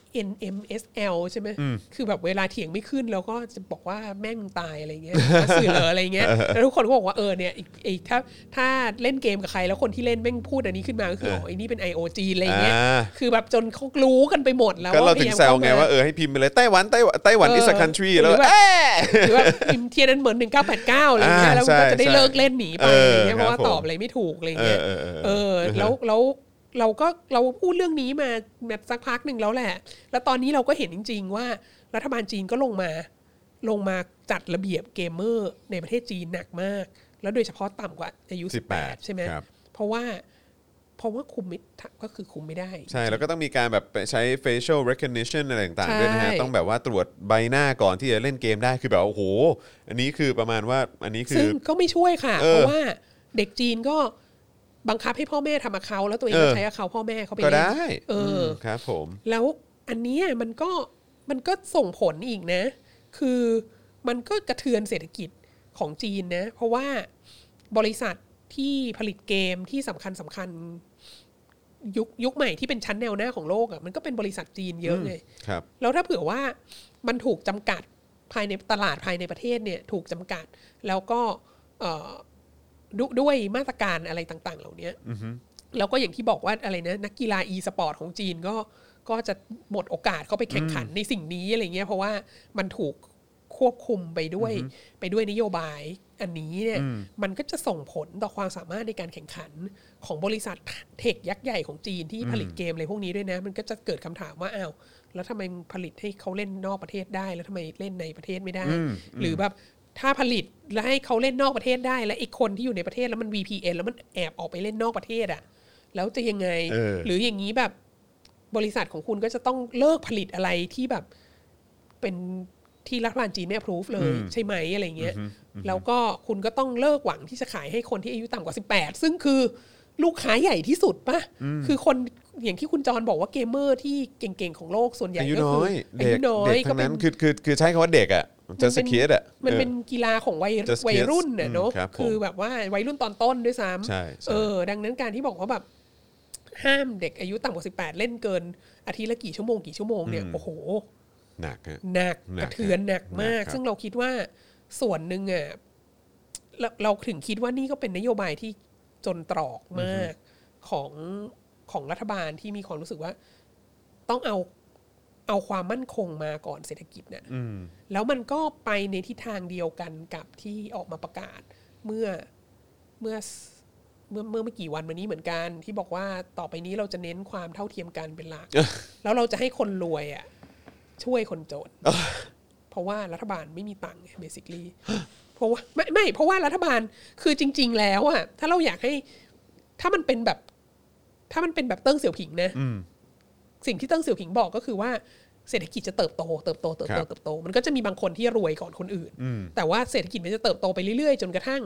S3: NMSL ใช่ไหม คือแบบเวลาเถียงไม่ขึ้นแล้วก็จะบอกว่าแม่งมึงตายอะไรเงี้ย มาสื่อเหรออะไร เงี้ย แล้วทุกคนก็บอกว่าเออเนี่ยอีกอีกถ้าถ้าเล่นเกมกับใคร แล้วคนที่เล่นแม่งพูดอันนี้ขึ้นมาก็คืออ๋อไอ้นี่เป็น IOG อะไรเงี้ย
S2: อ่า
S3: คือแบบจนเขารู้กันไปหมดแล้ว
S2: ก็เรา
S3: พ
S2: ถึ
S3: ยย
S2: ง
S3: ม
S2: แซวไง
S3: ข้ม
S2: ว่าเออให้พิมพ์ไปเลยไต้หวันไต้หวันไต้หวัน
S3: เออ
S2: is a country แล้ว
S3: หรือว่า
S2: เอ๊ะ
S3: หรือว่า พิมพ์เทียนนั้นเหมือนหนึ่งเก้าแปดเก้าอะไรเงี้ย
S2: อ่า
S3: แล้วมัน
S2: ใช่
S3: ก็จะได้เลิกเล่นหนีไป
S2: เออ
S3: อะไรเงี้ย
S2: ค
S3: เพ
S2: รับ
S3: ราะว่าตอ
S2: ผ
S3: บ
S2: ม
S3: อะไรไม่ถูกอะไรเงี้ย
S2: เออเออเออ
S3: เออแล้วแล้วเราก็เราพูดเรื่องนี้มาแบบสักพักหนึ่งแล้วแหละ แล้วตอนนี้เราก็เห็นจริง ๆ ว่ารัฐบาลจีนก็ลงมา ลงมาจัดระเบียบเกมเมอร์ในประเทศจีนหนักมาก แล้วโดยเฉพาะต่ำกว่าอายุ 18 ใช่ไหม
S2: ครับ
S3: เพราะว่าเพราะว่าคุมไม่ก็คือคุมไม่ได้
S2: ใช่ แล้วก็ต้องมีการแบบใช้ facial recognition อะไรต่างๆ
S3: ใช่
S2: ด้วยนะฮะ ต้องแบบว่าตรวจใบหน้าก่อนที่จะเล่นเกมได้คือแบบว่าโอ้โห อันนี้คือประมาณว่าอันนี้คื
S3: ซึ่
S2: อ
S3: งก็ไม่ช่วยค่ะ
S2: เออ
S3: เพราะว่าเด็กจีนก็บังคับให้พ่อแม่ทำ a เ c o u n t แล้วตัวเองก็
S2: เออ
S3: ใช้ a เ c o u n t พ่อแม่เขาไป
S2: ก็
S3: เล่น
S2: ได้
S3: เออ
S2: ม
S3: อื
S2: ครับผม
S3: แล้วอันเนี้ยมันก็มันก็ส่งผลอีกนะ คือมันก็กระเทือนเศรษฐกิจของจีนนะ เพราะว่าบริษัทที่ผลิตเกมที่สำคัญสำคัญยุคยุคใหม่ที่เป็นชั้นแนวหน้าของโลกอะ่ะมันก็เป็นบริษัทจีนเยอะไง
S2: ครับ
S3: แล้วถ้าเผื่อว่ามันถูกจำกัดภายในตลาดภายในประเทศเนี่ยถูกจำกัด แล้วก็เอ่อดด้วยมาตรการอะไรต่าง ๆ เหล่านี้แล้วก็อย่างที่บอกว่าอะไรนะนักกีฬา e สปอร์ตของจีนก็ก็จะหมดโอกาสเข้าไปแข่งขันในสิ่งนี้อะไรเงี้ยเพราะว่ามันถูกควบคุมไปด้วย ไปด้วยนโยบายอันนี้เนี่ยมันก็จะส่งผลต่อความสามารถในการแข่งขันของบริษัทเทคยักษ์ใหญ่ของจีนที่ผลิตเกมอะไรพวกนี้ด้วยนะ มันก็จะเกิดคำถามว่าอ้าว แล้วทำไมผลิตให้เขาเล่นนอกประเทศได้ แล้วทำไมเล่นในประเทศไม่ได้ หรือแบบถ้าผลิตแล้วให้เขาเล่นนอกประเทศได้ แล้วไอีกคนที่อยู่ในประเทศแล้วมัน VPN แล้วมันแอบออกไปเล่นนอกประเทศอะ่ะ แล้วจะยังไง
S2: เออ
S3: หรืออย่างนี้แบบบริษัทของคุณก็จะต้องเลิกผลิตอะไรที่แบบเป็นที่รัฐบาลจีนไม่ approve เลยใช่ไหมอะไรเงี้ยแล้วก็คุณก็ต้องเลิกหวังที่จะขายให้คนที่อายุต่ำกว่า 18 ซึ่งคือลูกค้าใหญ่ที่สุดปะคือคน อย่างที่คุณจรบอกว่าเกมเมอร์ที่เก่งๆของโลกส่วนใหญ่
S2: อายุ
S3: ก็
S2: น้
S3: คือ อย อา
S2: เด็
S3: ยุ
S2: ก
S3: น้อ
S2: เด็
S3: ย
S2: ก
S3: ก็
S2: ทั้ง
S3: เป็
S2: นั้น นคือคือคือใช้คำว่าเด็กอ่ะจะส
S3: มันเป็น
S2: เกียตอ่ะ
S3: มันเป็น
S2: ออ
S3: กีฬาของวัย
S2: Just kids
S3: วัยรุ่นเนี่ยเนาะ
S2: อืมครับผม
S3: คือแบบว่าวัยรุ่นตอนต้นด้วยซ้ำ
S2: ใช่ใช่
S3: เออ ดังนั้นการที่บอกว่าแบบ ห้ามเด็กอายุต่ำกว่า 18 เล่นเกิน อาทิตย์ละกี่ชั่วโมงกี่ชั่วโมงเนี่ยโอ้โห
S2: หนักฮะ
S3: หนัก
S2: หนัก
S3: กระเทือนหนักมาก
S2: หนักครับ
S3: ซึ่งเราคิดว่าส่วนหนึ่งอ่ะเราเราถึงคิดว่านี่ก็เป็นนโยบายที่จนตรอกมากของของรัฐบาลที่มีความรู้สึกว่า ต้องเอาเอาความมั่นคงมาก่อนเศรษฐกิจเนี่ย
S2: อืม
S3: แล้วมันก็ไปในทิศทางเดียวกันกับที่ออกมาประกาศ เมื่อเมื่อเมื่อเมื่อไม่กี่วันมานี้เหมือนกัน ที่บอกว่าต่อไปนี้เราจะเน้นความเท่าเทียมกันเป็นหลัก แล้วเราจะให้คนรวยอ่ะ ช่วยคนจน เพราะว่ารัฐบาลไม่มีตังค์เบสิคลี เพราะว่าไม่ไม่ เพราะว่ารัฐบาลคือจริง ๆ แล้วอะถ้าเราอยากให้ถ้ามันเป็นแบบ ถ้ามันเป็นแบบเติ้งเสี่ยวผิงนะ
S2: อืม
S3: สิ่งที่เติ้งเสี่ยวผิงบอกก็คือว่าเศรษฐกิจจะเติบโตเติบโตเติบ
S2: ครั
S3: โต
S2: บ
S3: เติบโต มันก็จะมีบางคนที่รวยก่อนคนอื่น
S2: อืม
S3: แต่ว่าเศรษฐกิจมันจะเติบโตไปเรื่อยๆ จนกระทั่ง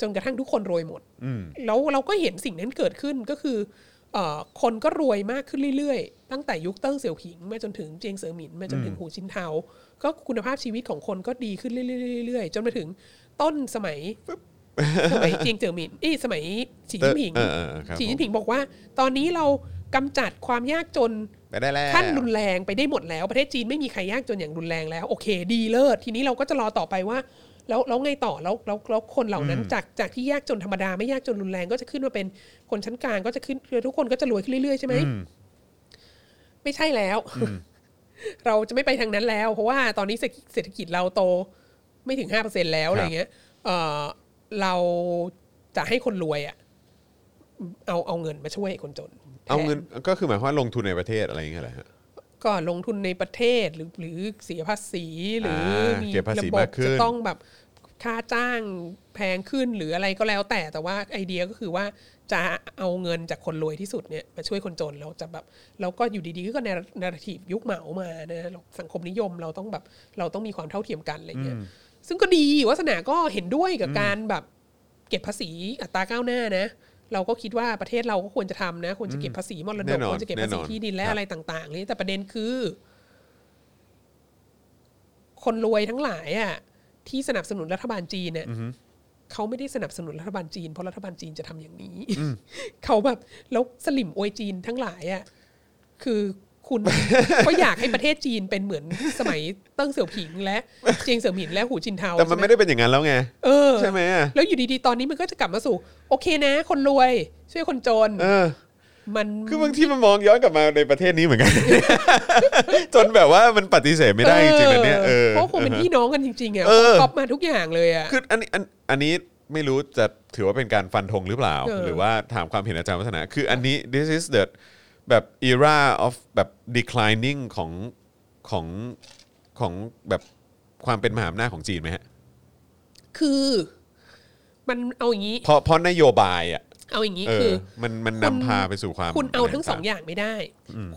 S3: จนกระทั่งทุกคนรวยหมด
S2: อืม
S3: แล้วเราก็เห็นสิ่งนั้นเกิดขึ้นก็คือเออคนก็รวยมากขึ้นเรื่อยๆ ตั้งแต่ยุคเติ้งเสี่ยวผิงมาจนถึงเจียงเสี่อหมินมาจนถึงหูชินเทา ก็คุณภาพชีวิตของคนก็ดีขึ้นเรื่อยๆๆๆจนมาถึงต้นสมัยสมัยเจียงเสี่อหมินเอ้ยสมัยฉีจิ้นผิง
S2: เออเออเออครับ
S3: ฉีจิ้นผิงบอกว่า ตอนนี้เรากำจัดความยากจน
S2: ไปได้แล้ว
S3: ขั้นรุนแรงไปได้หมดแล้ว ประเทศจีนไม่มีใครยากจนอย่างรุนแรงแล้ว โอเค ดีเลิศทีนี้เราก็จะรอต่อไปว่า แล้วแล้วไงต่อแล้วแล้วแล้วคนเหล่านั้นจากจากที่ยากจนธรรมดาไม่ยากจนรุนแรงก็จะขึ้นมาเป็นคนชั้นกลางก็จะขึ้นทุกคนก็จะรวยขึ้นเรื่อยๆใช่ไหม
S2: อืม
S3: ไม่ใช่แล้ว เราจะไม่ไปทางนั้นแล้ว เพราะว่าตอนนี้เศรษฐกิจเราโตไม่ถึงห้าเปอร์เซ็นแล้วอะไรเงี้ยเออเราจะให้คนรวยอะเอาเอาเงินมาช่วยคนจน
S2: เอาเงิน
S3: แท
S2: ก็คือหมายความว่าลงทุนในประเทศอะไรอย่างเงี้ยแหละฮะ
S3: นก็ลงทุนในประเทศหรือหรือเสียภาษีหรือ
S2: อ่า
S3: มี
S2: เก็บภา
S3: ระ
S2: ษี
S3: บ
S2: มา
S3: บ
S2: กขึ้น
S3: จะต้องแบบค่าจ้างแพงขึ้นหรืออะไรก็แล้วแต่แต่ว่าไอเดียก็คือว่าจะเอาเงินจากคนรวยที่สุดเนี่ยมาช่วยคนจนเราจะแบบเราก็อยู่ดีๆก็ในนาทีฟยุคเหมามานะเราสังคมนิยมเราต้องแบบเราต้องมีความเท่าเทียมกันอะไรเงี้ย ซึ่งก็ดีวัสนาก็เห็นด้วยกับการแบบเก็บภาษีอัตราก้าวหน้านะ เราก็คิดว่าประเทศเราก็ควรจะทำนะ ควรจะเก็บภาษีมรด
S2: แน่
S3: ก
S2: นอน
S3: ควรจะเก็บภา
S2: แน่
S3: ษี
S2: นอน
S3: ที่ดินและ
S2: ครับ
S3: อะไรต่างๆนี่แต่ประเด็นคือ คนรวยทั้งหลายอ่ะที่สนับสนุนรัฐบาลจีนเนี่ยเขาไม่ได้สนับสนุนรัฐบาลจีนเพราะรัฐบาลจีนจะทำอย่างนี้ เขาแบบแล้วสลิมอวยจีนทั้งหลายอ่ะ คือคุณ ก็อยากให้ประเทศจีนเป็นเหมือนสมัยเติ้งเสี่ยวผิง และเจียงเสี่ยวหมินและหูจินเทา
S2: แต่มันไม่
S3: ใช่ห
S2: ได้เป็นอย่างนั้นแล้วไง
S3: เออ
S2: ใช่ไหมอะ
S3: แล้วอยู่ดีๆ ตอนนี้มันก็จะกลับมาสู่ โอเคนะ คนรวย ช่วยคนจน
S2: เออ
S3: มัน
S2: คือบางทีมันมองย้อนกลับมาในประเทศนี้เหมื อนกัน จนแบบว่ามันปฏิเสธไม่ได้จริงๆนะเนี่ยเออ
S3: เพราะคงเป็นพี่น้องกันจริงๆอ่ะ
S2: เออ
S3: ก๊อปมาทุกอย่างเลยอ่ะ
S2: คืออันนี้อันอันนี้ไม่รู้จะถือว่าเป็นการฟันธงหรือเปล่า
S3: เออ
S2: หรือว่าถามความเห็นอาจารย์วัฒนา คืออันนี้ this is the แบบ era of แบบ declining ของของของแบบความเป็นมหาอำนาจของจีนไหมฮะ
S3: คือ มันเอาอย่างนี้
S2: เพราะเพราะนโยบายอ่ะ
S3: เอาอย่างนี้
S2: เอ
S3: คือ
S2: อมันมัน
S3: คุณ
S2: นำพาไปสู่ความ
S3: คุณเอาทั้งสอ
S2: ะ
S3: ง
S2: ไรต่
S3: อย่างไม่ได้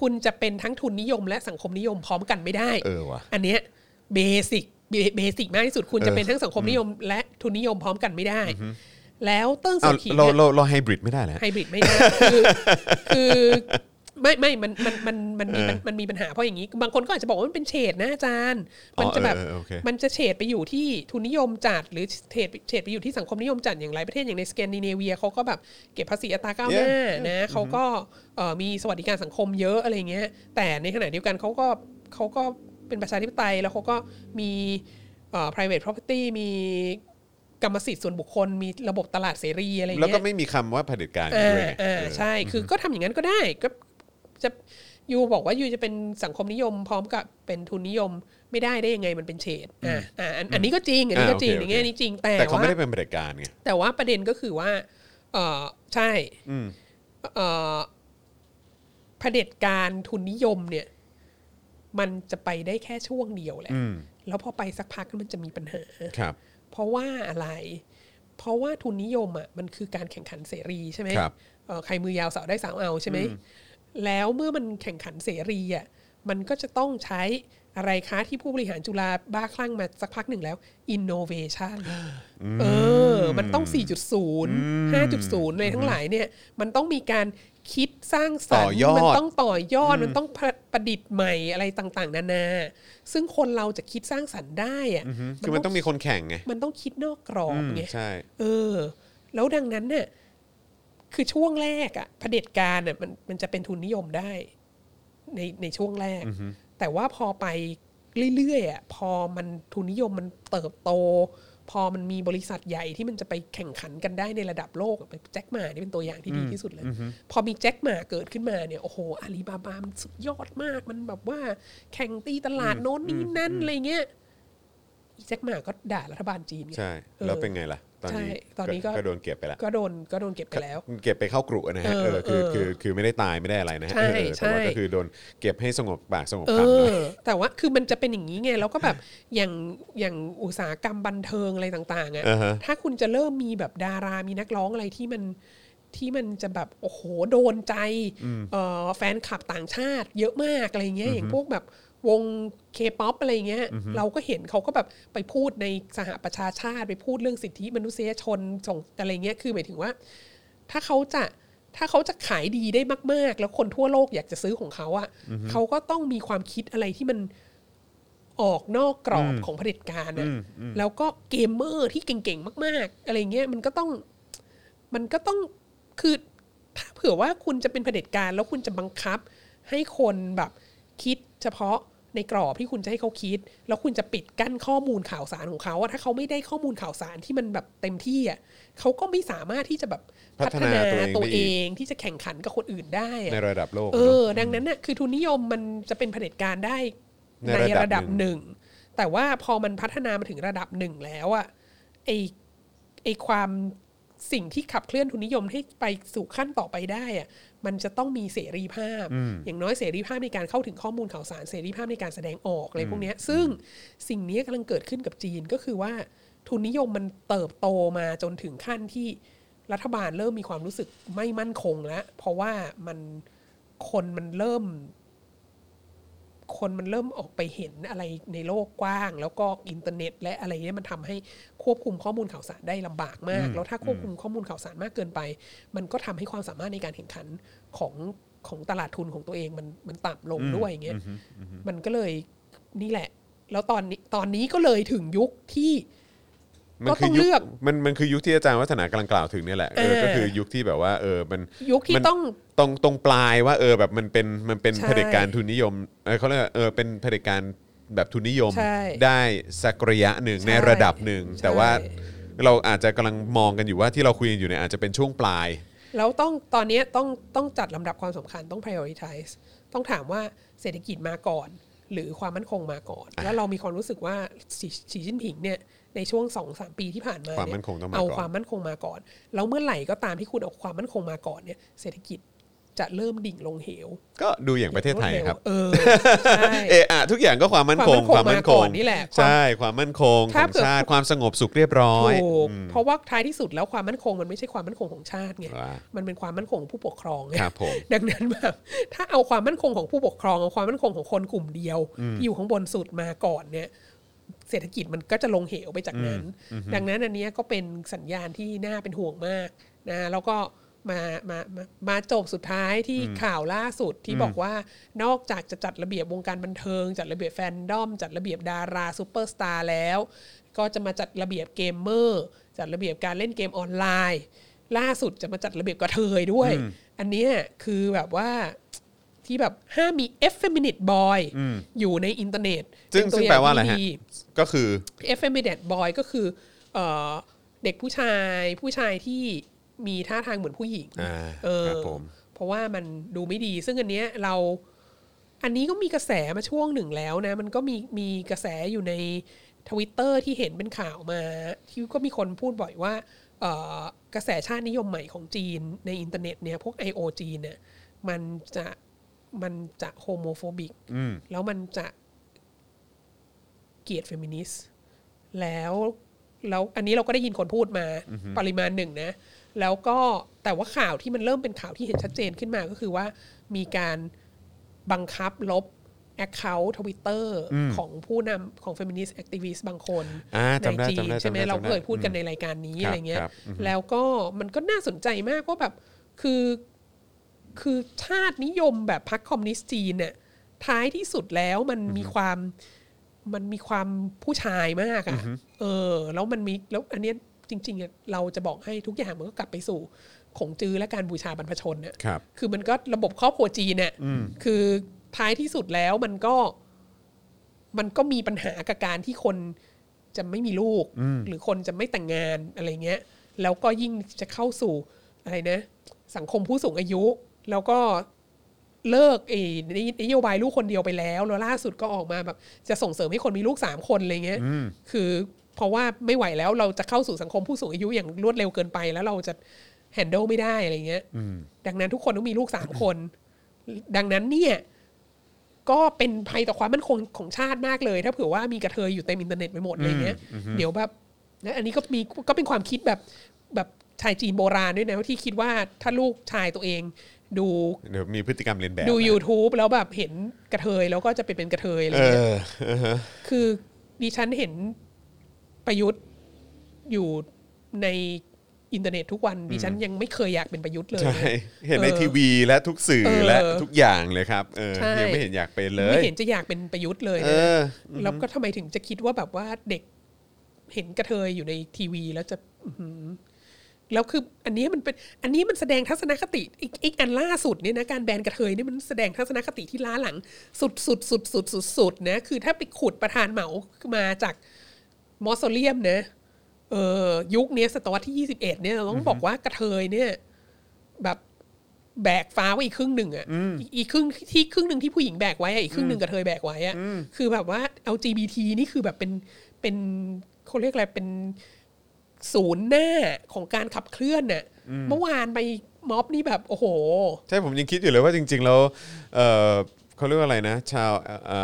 S3: คุณจะเป็นทั้งทุนนิยมและสังคมนิยมพร้อมกันไม่ได้
S2: เออว่ะ
S3: อันเนี้ยเบสิกเบสิกมากที่สุดคุณ
S2: เออ
S3: จะเป็นทั้งสังคมนิยม และทุนนิยมพร้อมกันไม่ได้ แล้วเติ้งเสี่
S2: เอา
S3: ยวผิง
S2: เรา
S3: เนี่ย
S2: เราเราไฮบริดไม่ได้แล้ว
S3: ไฮบริดไม่ได้คือคือไม่ไม่มันมันมันมันมีมันมันมีปัญหาเพราะอย่างนี้ บางคนก็อาจจะบอกว่ามันเป็นเฉดนะอาจารย์
S2: อ๋อ
S3: มันจะแบบ
S2: เออเออโอเค
S3: มันจะเฉดไปอยู่ที่ทุนนิยมจัดหรือเฉดเฉดไปอยู่ที่สังคมนิยมจัดอย่างไรประเทศอย่างในสแกนดิเนเวียเขาก็แบบเก็บภาษีอัตราก้าวหน้า
S2: Yeah.
S3: นะเขาก็เอ่อมีสวัสดิการสังคมเยอะอะไรเงี้ย แต่ในขณะเดียวกันเขาก็เขาก็เป็นประชาธิปไตยแล้วเขาก็มีเอ่อ private property มีกรรมสิทธิ์ส่วนบุคคล มีระบบตลาดเสรีอะไร
S2: แล้ว
S3: เงี้ย
S2: ก็ไม่มีคำว่าเผด็จการอยู่
S3: อ่า
S2: ด้วยไง
S3: อ่า
S2: เออ
S3: ใช่คือก็ทำอย่างนั้นก็ได้ก็จะยูบอกว่ายูจะเป็นสังคมนิยมพร้อมกับเป็นทุนนิยมไม่ได้ได้ยังไงมันเป็นเฉดอ่าอ่าอันอันนี้ก็จริง อันนี้ก็จริง
S2: อ่า
S3: อ
S2: โอเค
S3: ย่างเงี้ยนี้จริงแต่
S2: แต่เขา
S3: ว่า
S2: ไม่ได้เป็นเผด็จการไง
S3: แต่ว่าประเด็นก็คือว่าเออใช่
S2: อืม
S3: เอ่อเผด็จการทุนนิยมเนี่ย มันจะไปได้แค่ช่วงเดียวแหละ
S2: อืม
S3: แล้วพอไปสักพักมันจะมีปัญหา
S2: ครับ
S3: เพราะว่าอะไร เพราะว่าทุนนิยมอ่ะมันคือการแข่งขันเสรีใช่ไหม
S2: ครับ
S3: เอ่อใครมือยาวสาวได้สาวเอาใช่ไหมแล้วเมื่อมันแข่งขันเสรีอ่ะมันก็จะต้องใช้อะไรคะที่ผู้บริหารจุฬาบ้าคลั่งมาสักพักหนึ่งแล้ว innovation เออ มันต้อง 4.0 5.0อะไรทั้งหลายเนี่ย มันต้องมีการ คิดสร้างสรร
S2: ต่
S3: ค์
S2: อยอด
S3: มัต้องต่อยอดมันต้องประประดิษฐ์ใหม่อะไรต่างๆ นานา ซึ่งคนเราจะคิดสร้างสรรค์ได้อะ
S2: ืมคือมันต้องมีคนแข่งไง
S3: มันต้องคิดนอกกรอบ
S2: อืม
S3: ไง
S2: ใช่
S3: เออ แล้วดังนั้นเนี่ยคือช่วงแรกอะเผด็จการน่ะมันมันจะเป็นทุนนิยมได้ ในในช่วงแรก แต่ว่าพอไปเรื่อยๆอะพอมันทุนนิยมมันเติบโต พอมันมีบริษัทใหญ่ที่มันจะไปแข่งขันกันได้ในระดับโลกอะแจ็คหมานี่เป็นตัวอย่างที่ดีที่สุดเลย พอมีแจ็คหมาเกิดขึ้นมาเนี่ยโอ้โหอาลีบาบามันสุดยอดมาก มันแบบว่าแข่งตีตลาดโน้นนี่นั่นอะไรเงี้ยอีแจ็คหมาก็ด่ารัฐบาลจีนไง
S2: ใช่ แล้วเป็นไงล่ะ ตอนนี้
S3: ใช่ตอนนี้ก็
S2: ก็โดนเก็บไปแล้ว
S3: ก็โดนก็โดนเก็บไปแล้ว
S2: เก็บไปเข้ากรุนะฮะ
S3: เออ
S2: เออคือ
S3: เออ
S2: คือคือไม่ได้ตายไม่ได้อะไรนะฮะ
S3: ใช่
S2: เออแต่ว่า
S3: ใช่
S2: ก็คือโดนเก็บให้สงบปากสงบ
S3: เอ
S2: คำหน่อย
S3: อ แต่ว่าคือมันจะเป็นอย่างนี้ไง แล้วก็แบบ อย่างอย่างอุตสาหกรรมบันเทิงอะไรต่างๆอะ
S2: อ่าฮะ
S3: ถ้าคุณจะเริ่มมีแบบดารามีนักร้องอะไรที่มันที่มันจะแบบโอ้โหโดนใจเอ่อแฟนคลับต่างชาติเยอะมากอะไรเงี้ยอย่างพวกแบบวงเคป๊อปอะไรเงี้ยเราก็เห็นเขาก็แบบไปพูดในสหประชาชาติไปพูดเรื่องสิทธิมนุษยชนส่งอะไรเงี้ยคือหมายถึงว่า ถ้าเขาจะถ้าเขาจะขายดีได้มาก ๆ แล้วคนทั่วโลกอยากจะซื้อของเขาอะ่ะเขาก็ต้องมีความคิดอะไรที่มันออกนอกกรอบของเผด็จการอะแล้วก็เกมเมอร์ที่เก่ง ๆ มาก ๆ อะไรเงี้ยมันก็ต้องมันก็ต้องคือถ้าเผื่อว่าคุณจะเป็นเผด็จการแล้วคุณจะบังคับ ให้คนแบบคิดเฉพาะในกรอบที่คุณจะให้เขาคิด แล้วคุณจะปิดกั้นข้อมูลข่าวสารของเขาอะถ้าเขาไม่ได้ข้อมูลข่าวสารที่มันแบบเต็มที่อะเขาก็ไม่สามารถที่จะแบบ
S2: พัฒนาตัวเองได้อีก
S3: ตัวเองที่จะแข่งขันกับคนอื่นได้อะ
S2: ในระดับโลก
S3: เอ
S2: เน
S3: อ
S2: อะ
S3: ดังนั้นน่ะคือทุนนิยมมันจะเป็นเผด็จการได้
S2: ใน
S3: ใน
S2: ระดับ
S3: ระดับหนึ่ง แต่ว่าพอมันพัฒนามาถึงระดับหนึ่งแล้วอะไอไอความสิ่งที่ขับเคลื่อนทุนนิยมให้ไปสู่ขั้นต่อไปได้อะมันจะต้องมีเสรีภาพ อย่างน้อยเสรีภาพในการเข้าถึงข้อมูลข่าวสารเสรีภาพในการแสดงออกอะไรพวกเนี้ยซึ่งสิ่งเนี้ยกำลังเกิดขึ้นกับจีนก็คือว่าทุนนิยมมันเติบโตมาจนถึงขั้นที่รัฐบาลเริ่มมีความรู้สึกไม่มั่นคงแล้ว เพราะว่ามันคนมันเริ่ม คนมันเริ่มออกไปเห็นอะไรในโลกกว้าง แล้วก็อินเทอร์เน็ต และอะไรเนี่ยมันทำให้ควบคุมข้อมูลข่าวสารได้ลำบากมาก แล้วถ้าควบคุมข้อมูลข่าวสารมากเกินไป มันก็ทำให้ความสามารถในการแข่งขันของของตลาดทุนของตัวเองมันมันต่ำลงด้วยอย่างเงี้ยมันก็เลยนี่แหละ แล้วตอนนี้ตอนนี้ก็เลยถึงยุคที่
S2: มัน
S3: ก็
S2: คื
S3: ต้
S2: อ
S3: อง
S2: ยุ
S3: เลื
S2: ค
S3: อก
S2: มันมันคือยุคที่อาจารย์วัฒนากำลังกล่าวถึงเนี่ยแหละเออ
S3: เออ
S2: ก็คือยุคที่แบบว่าเออมัน
S3: ยุคที่
S2: มัน
S3: ต้อง
S2: ตรงตรงปลายว่าเออแบบมันเป็นมันเป็น
S3: ใช่
S2: เผด็จการทุนนิยมเออเขาเรียกว่าเออเป็นเผด็จการแบบทุนนิยม
S3: ใช่
S2: ได้สักระยะหนึ่ง
S3: ใช่
S2: ในระดับหนึ่ง แต่
S3: ใช่
S2: ว่าเราอาจจะกำลังมองกันอยู่ว่าที่เราคุยกันอยู่เนี่ยอาจจะเป็นช่วงปลาย
S3: แล้วต้องตอนเนี้ยต้องต้องจัดลำดับความสำคัญต้อง prioritize ต้องถามว่าเศรษฐกิจมาก่อน หรือความมั่นคงมาก่อน แล้วเรามีความรู้สึกว่าสีสีจิ้นผิงเนี่ยในช่วงสองสามปีที่ผ่านมา
S2: ความ
S3: เนี่
S2: มั่
S3: ย
S2: นคงต้องมาก่อน
S3: เอาความมั่นคงมาก่อน แล้วเมื่อไหร่ก็ตามที่คุณเอาความมั่นคงมาก่อนเนี่ยเศรษฐกิจจะเริ่มดิ่งลงเหว
S2: ก็ดูอย่างประเทศไทยครับ
S3: เอ อใช่
S2: เอะอะทุกอย่างก็ความมั่นคง
S3: ความมั่นคงมาก่อนนี่แหละ
S2: ใช่ความมั่นคงข
S3: ถ้า
S2: อง
S3: เผื่อ
S2: ชาติความสงบสุขเรียบร้อย
S3: ถูกเพราะว่าท้ายที่สุดแล้วความมั่นคงมันไม่ใช่ความมั่นคงของชาติไง
S2: ว้ามั
S3: มันเป็นความมั่นคงของผู้ปกครองไง
S2: ครับผม
S3: ดังนั้นแบบถ้าเอาความมั่นคงของผู้ปกครองเอาความมั่นคงของคนกลุ่มเดียวที่อยู่ข้างบนสุดมาก่อนเนี่ย เศรษฐกิจมันก็จะลงเหวไปจากนั้น ดังนั้นอันเนี้ยก็เป็นสัญญาณที่น่าเป็นห่วงมากนะแล้วก็มามามามาจบสุดท้ายที่ข่าวล่าสุดที่บอกว่านอกจากจะจัดระเบียบวงการบันเทิง จัดระเบียบแฟนดอม จัดระเบียบดาราซูเปอร์สตาร์แล้ว ก็จะมาจัดระเบียบเกมเมอร์ จัดระเบียบการเล่นเกมออนไลน์ ล่าสุดจะมาจัดระเบียบกระเทยด้วย อันเนี้ยคือแบบว่าที่แบบห้ามมี effeminate boy อยู่ในอินเทอร์เน็ต
S2: ซึ่ง
S3: เป็นตั
S2: ซึ่งแปลว่า
S3: ย่
S2: อะไรฮะ
S3: ที่ดี
S2: ก็คือ
S3: effeminate boy ก็คือเอ่อเด็กผู้ชายผู้ชายที่มีท่าทางเหมือนผู้หญิง
S2: อ่า
S3: เออ
S2: ครับผม
S3: เพราะว่ามันดูไม่ดี ซึ่งอันเนี้ยเราอันนี้ก็มีกระแสมาช่วงหนึ่งแล้วนะ มันก็มีมีกระแสอยู่ในทวิตเตอร์ที่เห็นเป็นข่าวมาที่ก็มีคนพูดบ่อยว่าเอ่อกระแสชาตินิยมใหม่ของจีนในอินเทอร์เน็ตเนี่ยพวก I.O. จีนเนี่ยมันจะมันจะโฮโมโฟบิก
S2: อืม
S3: แล้วมันจะเกลียดเฟมินิสต์แล้วแล้วอันนี้เราก็ได้ยินคนพูดมาปริมาณหนึ่งนะ แล้วก็แต่ว่าข่าวที่มันเริ่มเป็นข่าวที่เห็นชัดเจนขึ้นมาก็คือว่ามีการบังคับลบ Account ทวิตเตอร์ของผู้นำของเฟมินิสต์แอคทิวิสต์บางคน
S2: อ่า
S3: ใน
S2: จำได้
S3: จี
S2: จำ
S3: น
S2: ได้
S3: ใช่ไห
S2: จำ
S3: ม
S2: ได้
S3: เราเคยพูดกัน
S2: จำได้
S3: ในรายการนี้
S2: ครับ
S3: อะไรเงี้ย
S2: ครับอือฮึ
S3: แล้วก็มันก็น่าสนใจมากว่าแบบคือ คือชาตินิยมแบบพรรคคอมมิวนิสต์จีนเนี่ยท้ายที่สุดแล้วมันมีความมันมีความผู้ชายมากอะ่ะเออ แล้วมันมีแล้วอันเนี้ยจริงๆอะเราจะบอกให้ทุกอย่างมันก็กลับไปสู่ของจื้อและการบูชาบรรพชนเนี่ย
S2: ครับ
S3: คือมันก็ระบบครอบครัวจีนเนี่ยคือท้ายที่สุดแล้วมันก็มันก็มีปัญหากับการที่คนจะไม่มีลูก หรือคนจะไม่แต่งงานอะไรเงี้ย แล้วก็ยิ่งจะเข้าสู่อะไรนะ สังคมผู้สูงอายุ แล้วก็เลิกไอ้นนโยบายลูกคนเดียวไปแล้ว แล้วล่าสุดก็ออกมาแบบ จะส่งเสริมให้คนมีลูกสามคนอะไรเงี้ย คือเพราะว่าไม่ไหวแล้วเราจะเข้าสู่สังคมผู้สูงอายุอย่างรวดเร็วเกินไปแล้วเราจะแฮนด์ลไม่ได้อะไรเงี้ย ดังนั้นทุกคนต้องมีลูกสามคน ดังนั้นเนี่ยก็เป็นภัยต่อความมั่นคงของชาติมากเลย ถ้าเผื่อว่ามีกระเทยอยู่เต็มอินเทอร์เน็ตไปหมดอะไรเงี้ย เดี๋ยวแบบนะอันนี้ก็มีก็เป็นความคิดแบบแบบชายจีนโบราณด้วยนะที่คิดว่าถ้าลูกชายตัวเองดู
S2: เดี๋ยวมีพฤติกรรมเลียนแบบ
S3: ดู
S2: นะ
S3: YouTube แล้วแบบเห็นกระเทยแล้วก็จะไปเป็นกระเทยอะไร
S2: เอ
S3: เงี้ย
S2: ออ่ าฮะ
S3: คือดิฉันเห็นประยุทธ์อยู่ในอินเทอร์เน็ตทุกวัน ดิฉันยังไม่เคยอยากเป็นประยุทธ์เลย
S2: ใช่เห็นใน
S3: เออ
S2: ทีวีและทุกสื่อ
S3: เออ
S2: และทุกอย่างเลยครับเออ
S3: ใช่
S2: ยังไม่เห็นอยากเป็นเล
S3: ไม่
S2: ย
S3: เห็นจะอยากเป็นประยุทธ์เลย
S2: เอ
S3: นะ
S2: อ
S3: แล้วก็ทำไมถึงจะคิดว่าแบบว่าเด็กเห็นกระเทยอยู่ในทีวีแล้วจะอื้อหือแล้วคืออันนี้มันเป็นอันนี้มันแสดงทัศนคติอีกอีกอันล่าสุดเนี่ยนะการแบนกระเทยเนี่ยมันแสดงทัศนคติที่ล้าหลัง สุดสุดสุดสุดสุดสุดนะคือถ้าไปขุดประธานเหมามาจาก มอสโซเลียมนะเออยุคเนี้ยศตวรรษที่ 21 เนี่ยเราต้องบอกว่ากระเทยเนี่ย แบบแบกฟ้าไว้อีกครึ่งหนึ่งอะอีกอีกครึ่งที่ครึ่งหนึ่งที่ผู้หญิงแบกไว้อะอีกครึ่งหนึ่งกระเทยแบกไว้อะคือแบบว่า LGBT นี่คือแบบเป็นเป็นเขาเรียกอะไรเป็นศูนย์หน้าของการขับเคลื่อนน่ะเมื่อวานไปม็อบนี่แบบโอ้โห
S2: ใช่ผมยังคิดอยู่เลยว่าจริงๆแล้วเอ่อเขาเรียกว่าอะไรนะ ชาวเอ่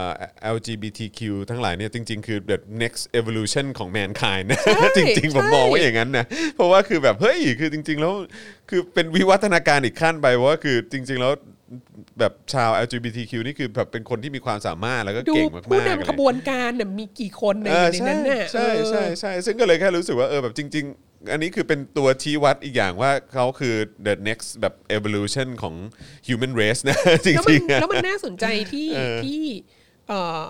S2: อ LGBTQ ทั้งหลายเนี่ยจริง ๆ คือ the next evolution ของ mankind นะ จริง ๆ ผม
S3: ใช่
S2: มองว่าอย่างนั้นนะ เพราะว่าคือแบบ เฮ้ย คือจริง ๆ แล้ว คือเป็นวิวัฒนาการอีกขั้นไปเพราะว่าคือจริง ๆ แล้วแบบชาว LGBTQ นี่คือแบบเป็นคนที่มีความสามารถแล้วก็
S3: ดู
S2: เก่งมากๆ
S3: ผู้
S2: อะไรอย่าง
S3: นำข
S2: เงี้ย
S3: บวนการน่ะมีกี่คนน่ะอยู่ในนั้นน่ะ
S2: ใช่
S3: เออ
S2: ใช่ใช่ซึ่งก็เลยแค่รู้สึกว่าเออแบบจริง ๆ อันนี้คือเป็นตัวชี้วัดอีกอย่างว่าเขาคือ the next แบบ evolution ของ human race นะ จ
S3: แล้วมั
S2: ริ
S3: น
S2: งๆอะ
S3: แล้วมันน่าสนใจที่
S2: เออ
S3: ที่เอ่อ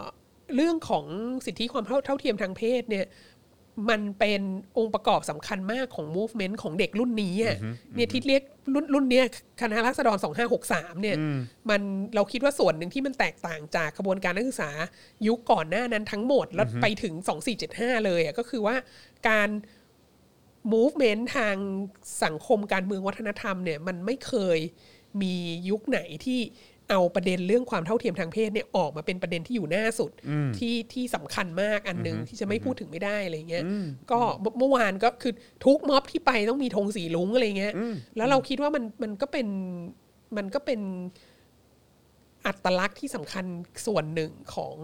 S3: เรื่องของสิทธิความเท่าเท่าเทียมทางเพศเนี่ยมันเป็นองค์ประกอบสำคัญมากของ movement ของเด็กรุ่นนี้อะเนี่ยที่เรียกรุ่นรุ่นเนี้ยคณะรัษฎร 2563 เนี่ยมันเราคิดว่าส่วนหนึ่งที่มันแตกต่างจากกระบวนการนักศึกษายุคก่อนหน้านั้นทั้งหมด แล้วไปถึง 2475 เลยอะก็คือว่าการ movement ทางสังคมการเมืองวัฒนธรรมเนี่ยมันไม่เคยมียุคไหนที่เอาประเด็นเรื่องความเท่าเทียมทางเพศเนี่ยออกมาเป็นประเด็นที่อยู่หน้าสุดที่ที่สำคัญมากอันหนึ่งที่จะไม่พูดถึงไม่ได้อะไรเงี้ยก็เมื่อเมื่อวานก็คือทุกม็อบที่ไปต้องมีธงสีลุงอะไรเงี้ยแล้วเราคิดว่ามันมันก็เป็นมันก็เป็นอัตลักษณ์ที่สำคัญส่วนหนึ่งของ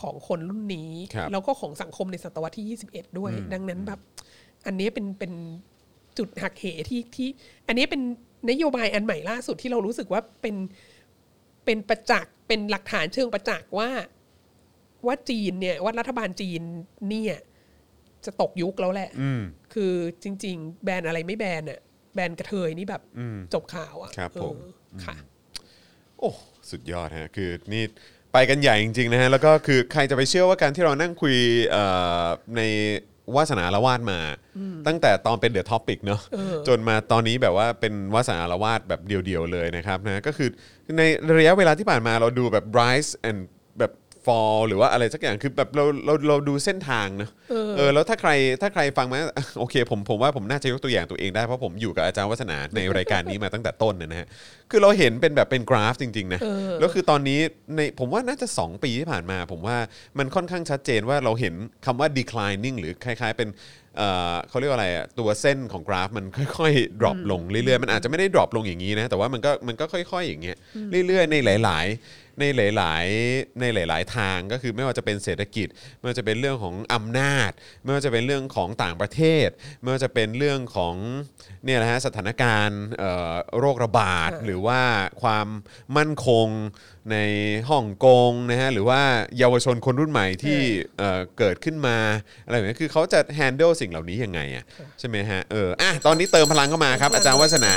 S3: ของคนรุ่นนี้
S2: ครับ
S3: แล้วก็ของสังคมในศตวรรษที่ 21 ด้วย ดังนั้นแบบ อันนี้เป็นเป็นจุดหักเหที่ที่ อันนี้เป็นนโยบายอันใหม่ล่าสุดที่เรารู้สึกว่าเป็นเป็นประจักษ์เป็นหลักฐานเชิงประจักษ์ว่า ว่าจีนเนี่ยว่ารัฐบาลจีนเนี่ย จะตกยุคแล้วแหละ
S2: อืม
S3: คือจริง ๆ แบรนด์อะไรไม่แบรนด์อะแบรนด์กระเทยนี่แบบ
S2: อืม
S3: จบข่าวอะ
S2: ครับ
S3: เออ
S2: ผม
S3: ค่ะ
S2: โอ้สุดยอดฮะคือนี่ไปกันใหญ่จริง ๆ นะฮะ แล้วก็คือใครจะไปเชื่อว่าการที่เรานั่งคุยเอ่อในวาสนาละวาดมา ตั้งแต่ตอนเป็นเดอะท็อปิกเนาะ
S3: เออ
S2: จนมาตอนนี้แบบว่าเป็นวาสนาละวาดแบบเดียว ๆ เลยนะครับนะก็คือในระยะเวลาที่ผ่านมาเราดูแบบ rise and แบบ fall หรือว่าอะไรสักอย่างคือแบบเราเราเราดูเส้นทางนะเออแล้วถ้าใครถ้าใครฟังมา โอเคผมผมว่าผมน่าจะยกตัวอย่างตัวเองได้เพราะผมอยู่กับอาจารย์วัฒนาในรายการนี้มาตั้งแต่ต้นนะฮะคือเราเห็นเป็นแบบเป็นกราฟจริงๆนะ
S3: เออ
S2: แล้วคือตอนนี้ในผมว่าน่าจะ 2 ปีที่ผ่านมา ผมว่ามันค่อนข้างชัดเจนว่าเราเห็นคำว่า declining หรือคล้าย ๆ เป็นเอ่อเขาเรียกว่าอะไรอะตัวเส้นของกราฟมันค่อยๆ drop ลงเรื่อยๆ มันอาจจะไม่ได้ drop ลงอย่างนี้นะ แต่ว่ามันก็มันก็ค่อย ๆ อย่างเงี้ยเรื่อยๆ ในหลาย ๆ ในหลาย ๆ ในหลาย ๆ ทางก็คือไม่ว่าจะเป็นเศรษฐกิจ ไม่ว่าจะเป็นเรื่องของอำนาจ ไม่ว่าจะเป็นเรื่องของต่างประเทศ ไม่ว่าจะเป็นเรื่องของเนี่ยนะฮะสถานการณ์เอ่อโรคระบาด
S3: ค่ะ
S2: หรือว่าความมั่นคงในฮ่องกงนะฮะหรือว่าเยาวชนคนรุ่นใหม่ที่เอ่อเกิดขึ้นมาอะไรแบบนี้คือเขาจะแฮนเดิลสิ่งเหล่านี้ยังไงอ่ะใช่ไหมฮะเอออ่ะตอนนี้เติมพลังเข้ามาครับ อาจารย์วัฒนา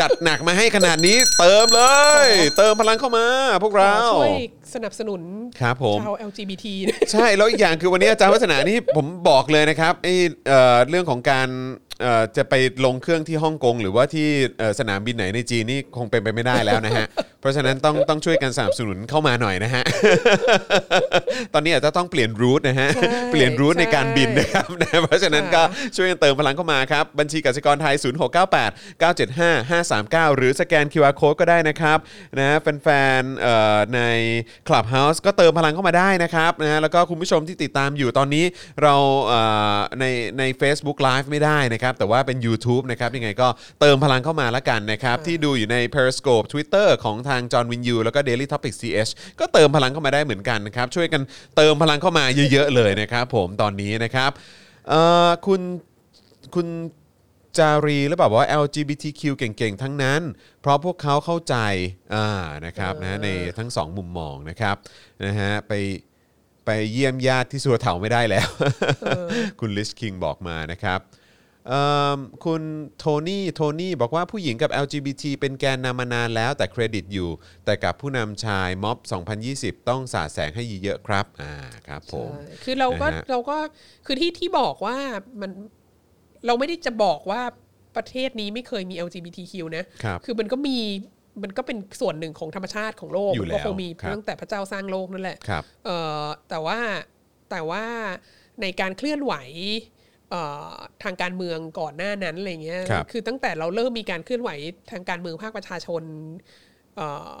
S2: จัดหนักมาให้ขนาดนี้เติมเลย เติมพลังเข้ามาพวก
S3: ขอ
S2: เรา
S3: ช่วยสนับสนุน
S2: ครับผม
S3: ชาว LGBT นะ
S2: ใช่ แล้วอีกอย่างคือวันนี้อาจารย์วัฒนานี่ผมบอกเลยนะครับไอ้เอ่อเรื่องของการเอ่อจะไปลงเครื่องที่ฮ่องกงหรือว่าที่เอ่อสนามบินไหนในจีนนี่คงเป็นไปไม่ได้แล้วนะฮะ เพราะฉะนั้นต้องต้องช่วยกันสนับสนุนเข้ามาหน่อยนะฮะ ตอนนี้อาจจะต้องเปลี่ยนรูทนะฮะ
S3: ใช่
S2: เปลี่ยนรูทในการบิน
S3: ใช่
S2: นะครับนะเพราะฉะนั้นก็ ช่วยกันเติมพลังเข้ามาครับ บัญชีกสิกรไทย 0698 975 539 หรือสแกน QR Code ก็ได้นะครับนะแฟนๆเอ่อใน Clubhouse ก็เติมพลังเข้ามาได้นะครับนะแล้วก็คุณผู้ชมที่ติดตามอยู่ตอนนี้เราเอ่อในใน Facebook Live ไม่ได้นะครับ แต่ว่าเป็น YouTube นะครับ ยังไงก็เติมพลังเข้ามาละกันนะครับ ที่ดูอยู่ใน Periscope Twitter ของทางจอห์นวินยูแล้วก็ Daily Topic CH ก็เติมพลังเข้ามาได้เหมือนกันนะครับ ช่วยกันเติมพลังเข้ามาเยอะ ๆ เลยนะครับผมตอนนี้นะครับ เอ่อคุณคุณจารีหรือเปล่าบอกว่า LGBTQ เก่งๆ ทั้งนั้น เพราะพวกเขาเข้าใจอ่านะครับนะในทั้งสองมุมมองนะครับนะฮะไปไปเยี่ยมญาติที่สัวเถาไม่ได้แล้ว คุณลิชคิงบอกมานะครับเอิ่มคุณโทนี่โทนี่บอกว่าผู้หญิงกับ LGBT เป็นแกนนำมานานแล้วแต่เครดิตอยู่ แต่กับผู้นำชายม็อบ 2020 ต้องสาดแสงให้เยอะๆครับอ่าครับผม
S3: ใช่คือเราก็
S2: นะฮะ
S3: เราก็คือที่ที่บอกว่ามันเราไม่ได้จะบอกว่าประเทศนี้ไม่เคยมี LGBTQ นะ
S2: ครับ
S3: คือมันก็มีมันก็เป็นส่วนหนึ่งของธรรมชาติของโลก
S2: อยู่แล้ว
S3: มันก็คงมี
S2: ครับ
S3: ตั้งแต่พระเจ้าสร้างโลกนั่นแหละ
S2: ครับ
S3: เอ่อแต่ว่าแต่ว่าในการเคลื่อนไหวเอ่อทางการเมืองก่อนหน้านั้นอะไรเงี้ย
S2: ครับ
S3: อตั้งแต่เราเริ่มมีการเคลื่อนไหวทางการเมืองภาคประชาชนเอ่อ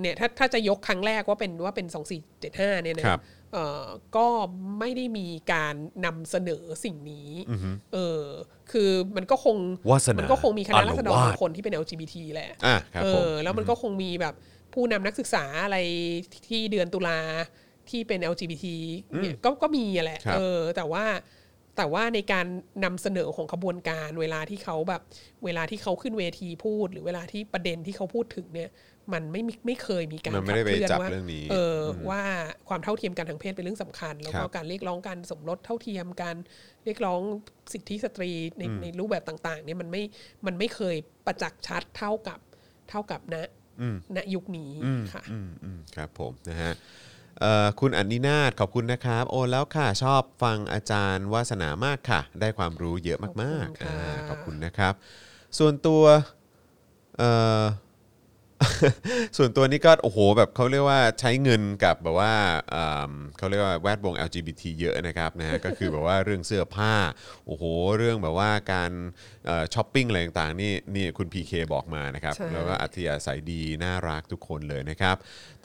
S3: เนี่ยถ้าถ้าจะยกครั้งแรกว่าเป็นว่าเป็นสองสี่เจ็ดห้าเนี่ยนะครับ เอ่อก็ไม่ได้มีการนำเสนอสิ่งนี้เออคือมันก็คง
S1: วาสนามั
S3: ก็คงมีคณะรัษฎ
S1: อาละ
S3: ร
S1: วาด
S3: บางคนที่เป็น LGBT แหละ
S2: อ่ะครับ
S3: เอ
S2: ผม
S3: อแล้วมันก็คงมีแบบผู้นำนักศึกษาอะไรที่เดือนตุลาที่เป็น LGBT เนี่ยก็ก็มีอะแหละ
S2: ครับ
S3: เออแต่ว่าแต่ว่าในการนำเสนอของขบวนการเวลาที่เขาแบบเวลาที่เขาขึ้นเวทีพูด หรือเวลาที่ประเด็นที่เขาพูดถึงเนี่ย มันไม่มีไม่เคยมีการ
S2: มันไม่ได้ไป
S3: ขับเคลื่อน
S2: จับ
S3: ว่า
S2: เรื่องนี้
S3: เอออว่าความเท่าเทียมกันทางเพศเป็นเรื่องสำคัญ แล้ว
S2: ครั
S3: ก็
S2: บ
S3: การเรียกร้องการสมรสเท่าเทียมการเรียกร้องสิทธิสตรีในในรูปแบบต่างๆเนี่ยมันไม่มันไม่เคยประจักษ์ชัดเท่ากับเท่ากับณ
S2: อืม
S3: ณยุคนี้ค่ะ
S2: อืมอืมครับผมนะฮะเอ่อคุณอนนินาถขอบคุณนะครับ โอนแล้วค่ะ ชอบฟังอาจารย์วาสนามากค่ะ ได้ความรู้เยอะมาก
S3: ขอบคุณ
S2: ๆอ่า
S3: ค่ะ
S2: ขอบคุณนะครับ ส่วนตัวเอ่อ ส่วนตัวนี้ก็โอ้โหแบบเขาเรียกว่าใช้เงินกับแบบว่าเอิ่มเขาเรียกว่าแวดวง LGBT เยอะนะครับนะฮะ ก็คือแบบว่าเรื่องเสื้อผ้าโอ้โหเรื่องแบบว่าการเอ่อช้อปปิ้งอะไรต่างๆนี่นี่คุณ PK บอกมานะครับ
S3: ใช่
S2: แล้วก็อัธยาศัยดีน่ารักทุกคนเลยนะครับ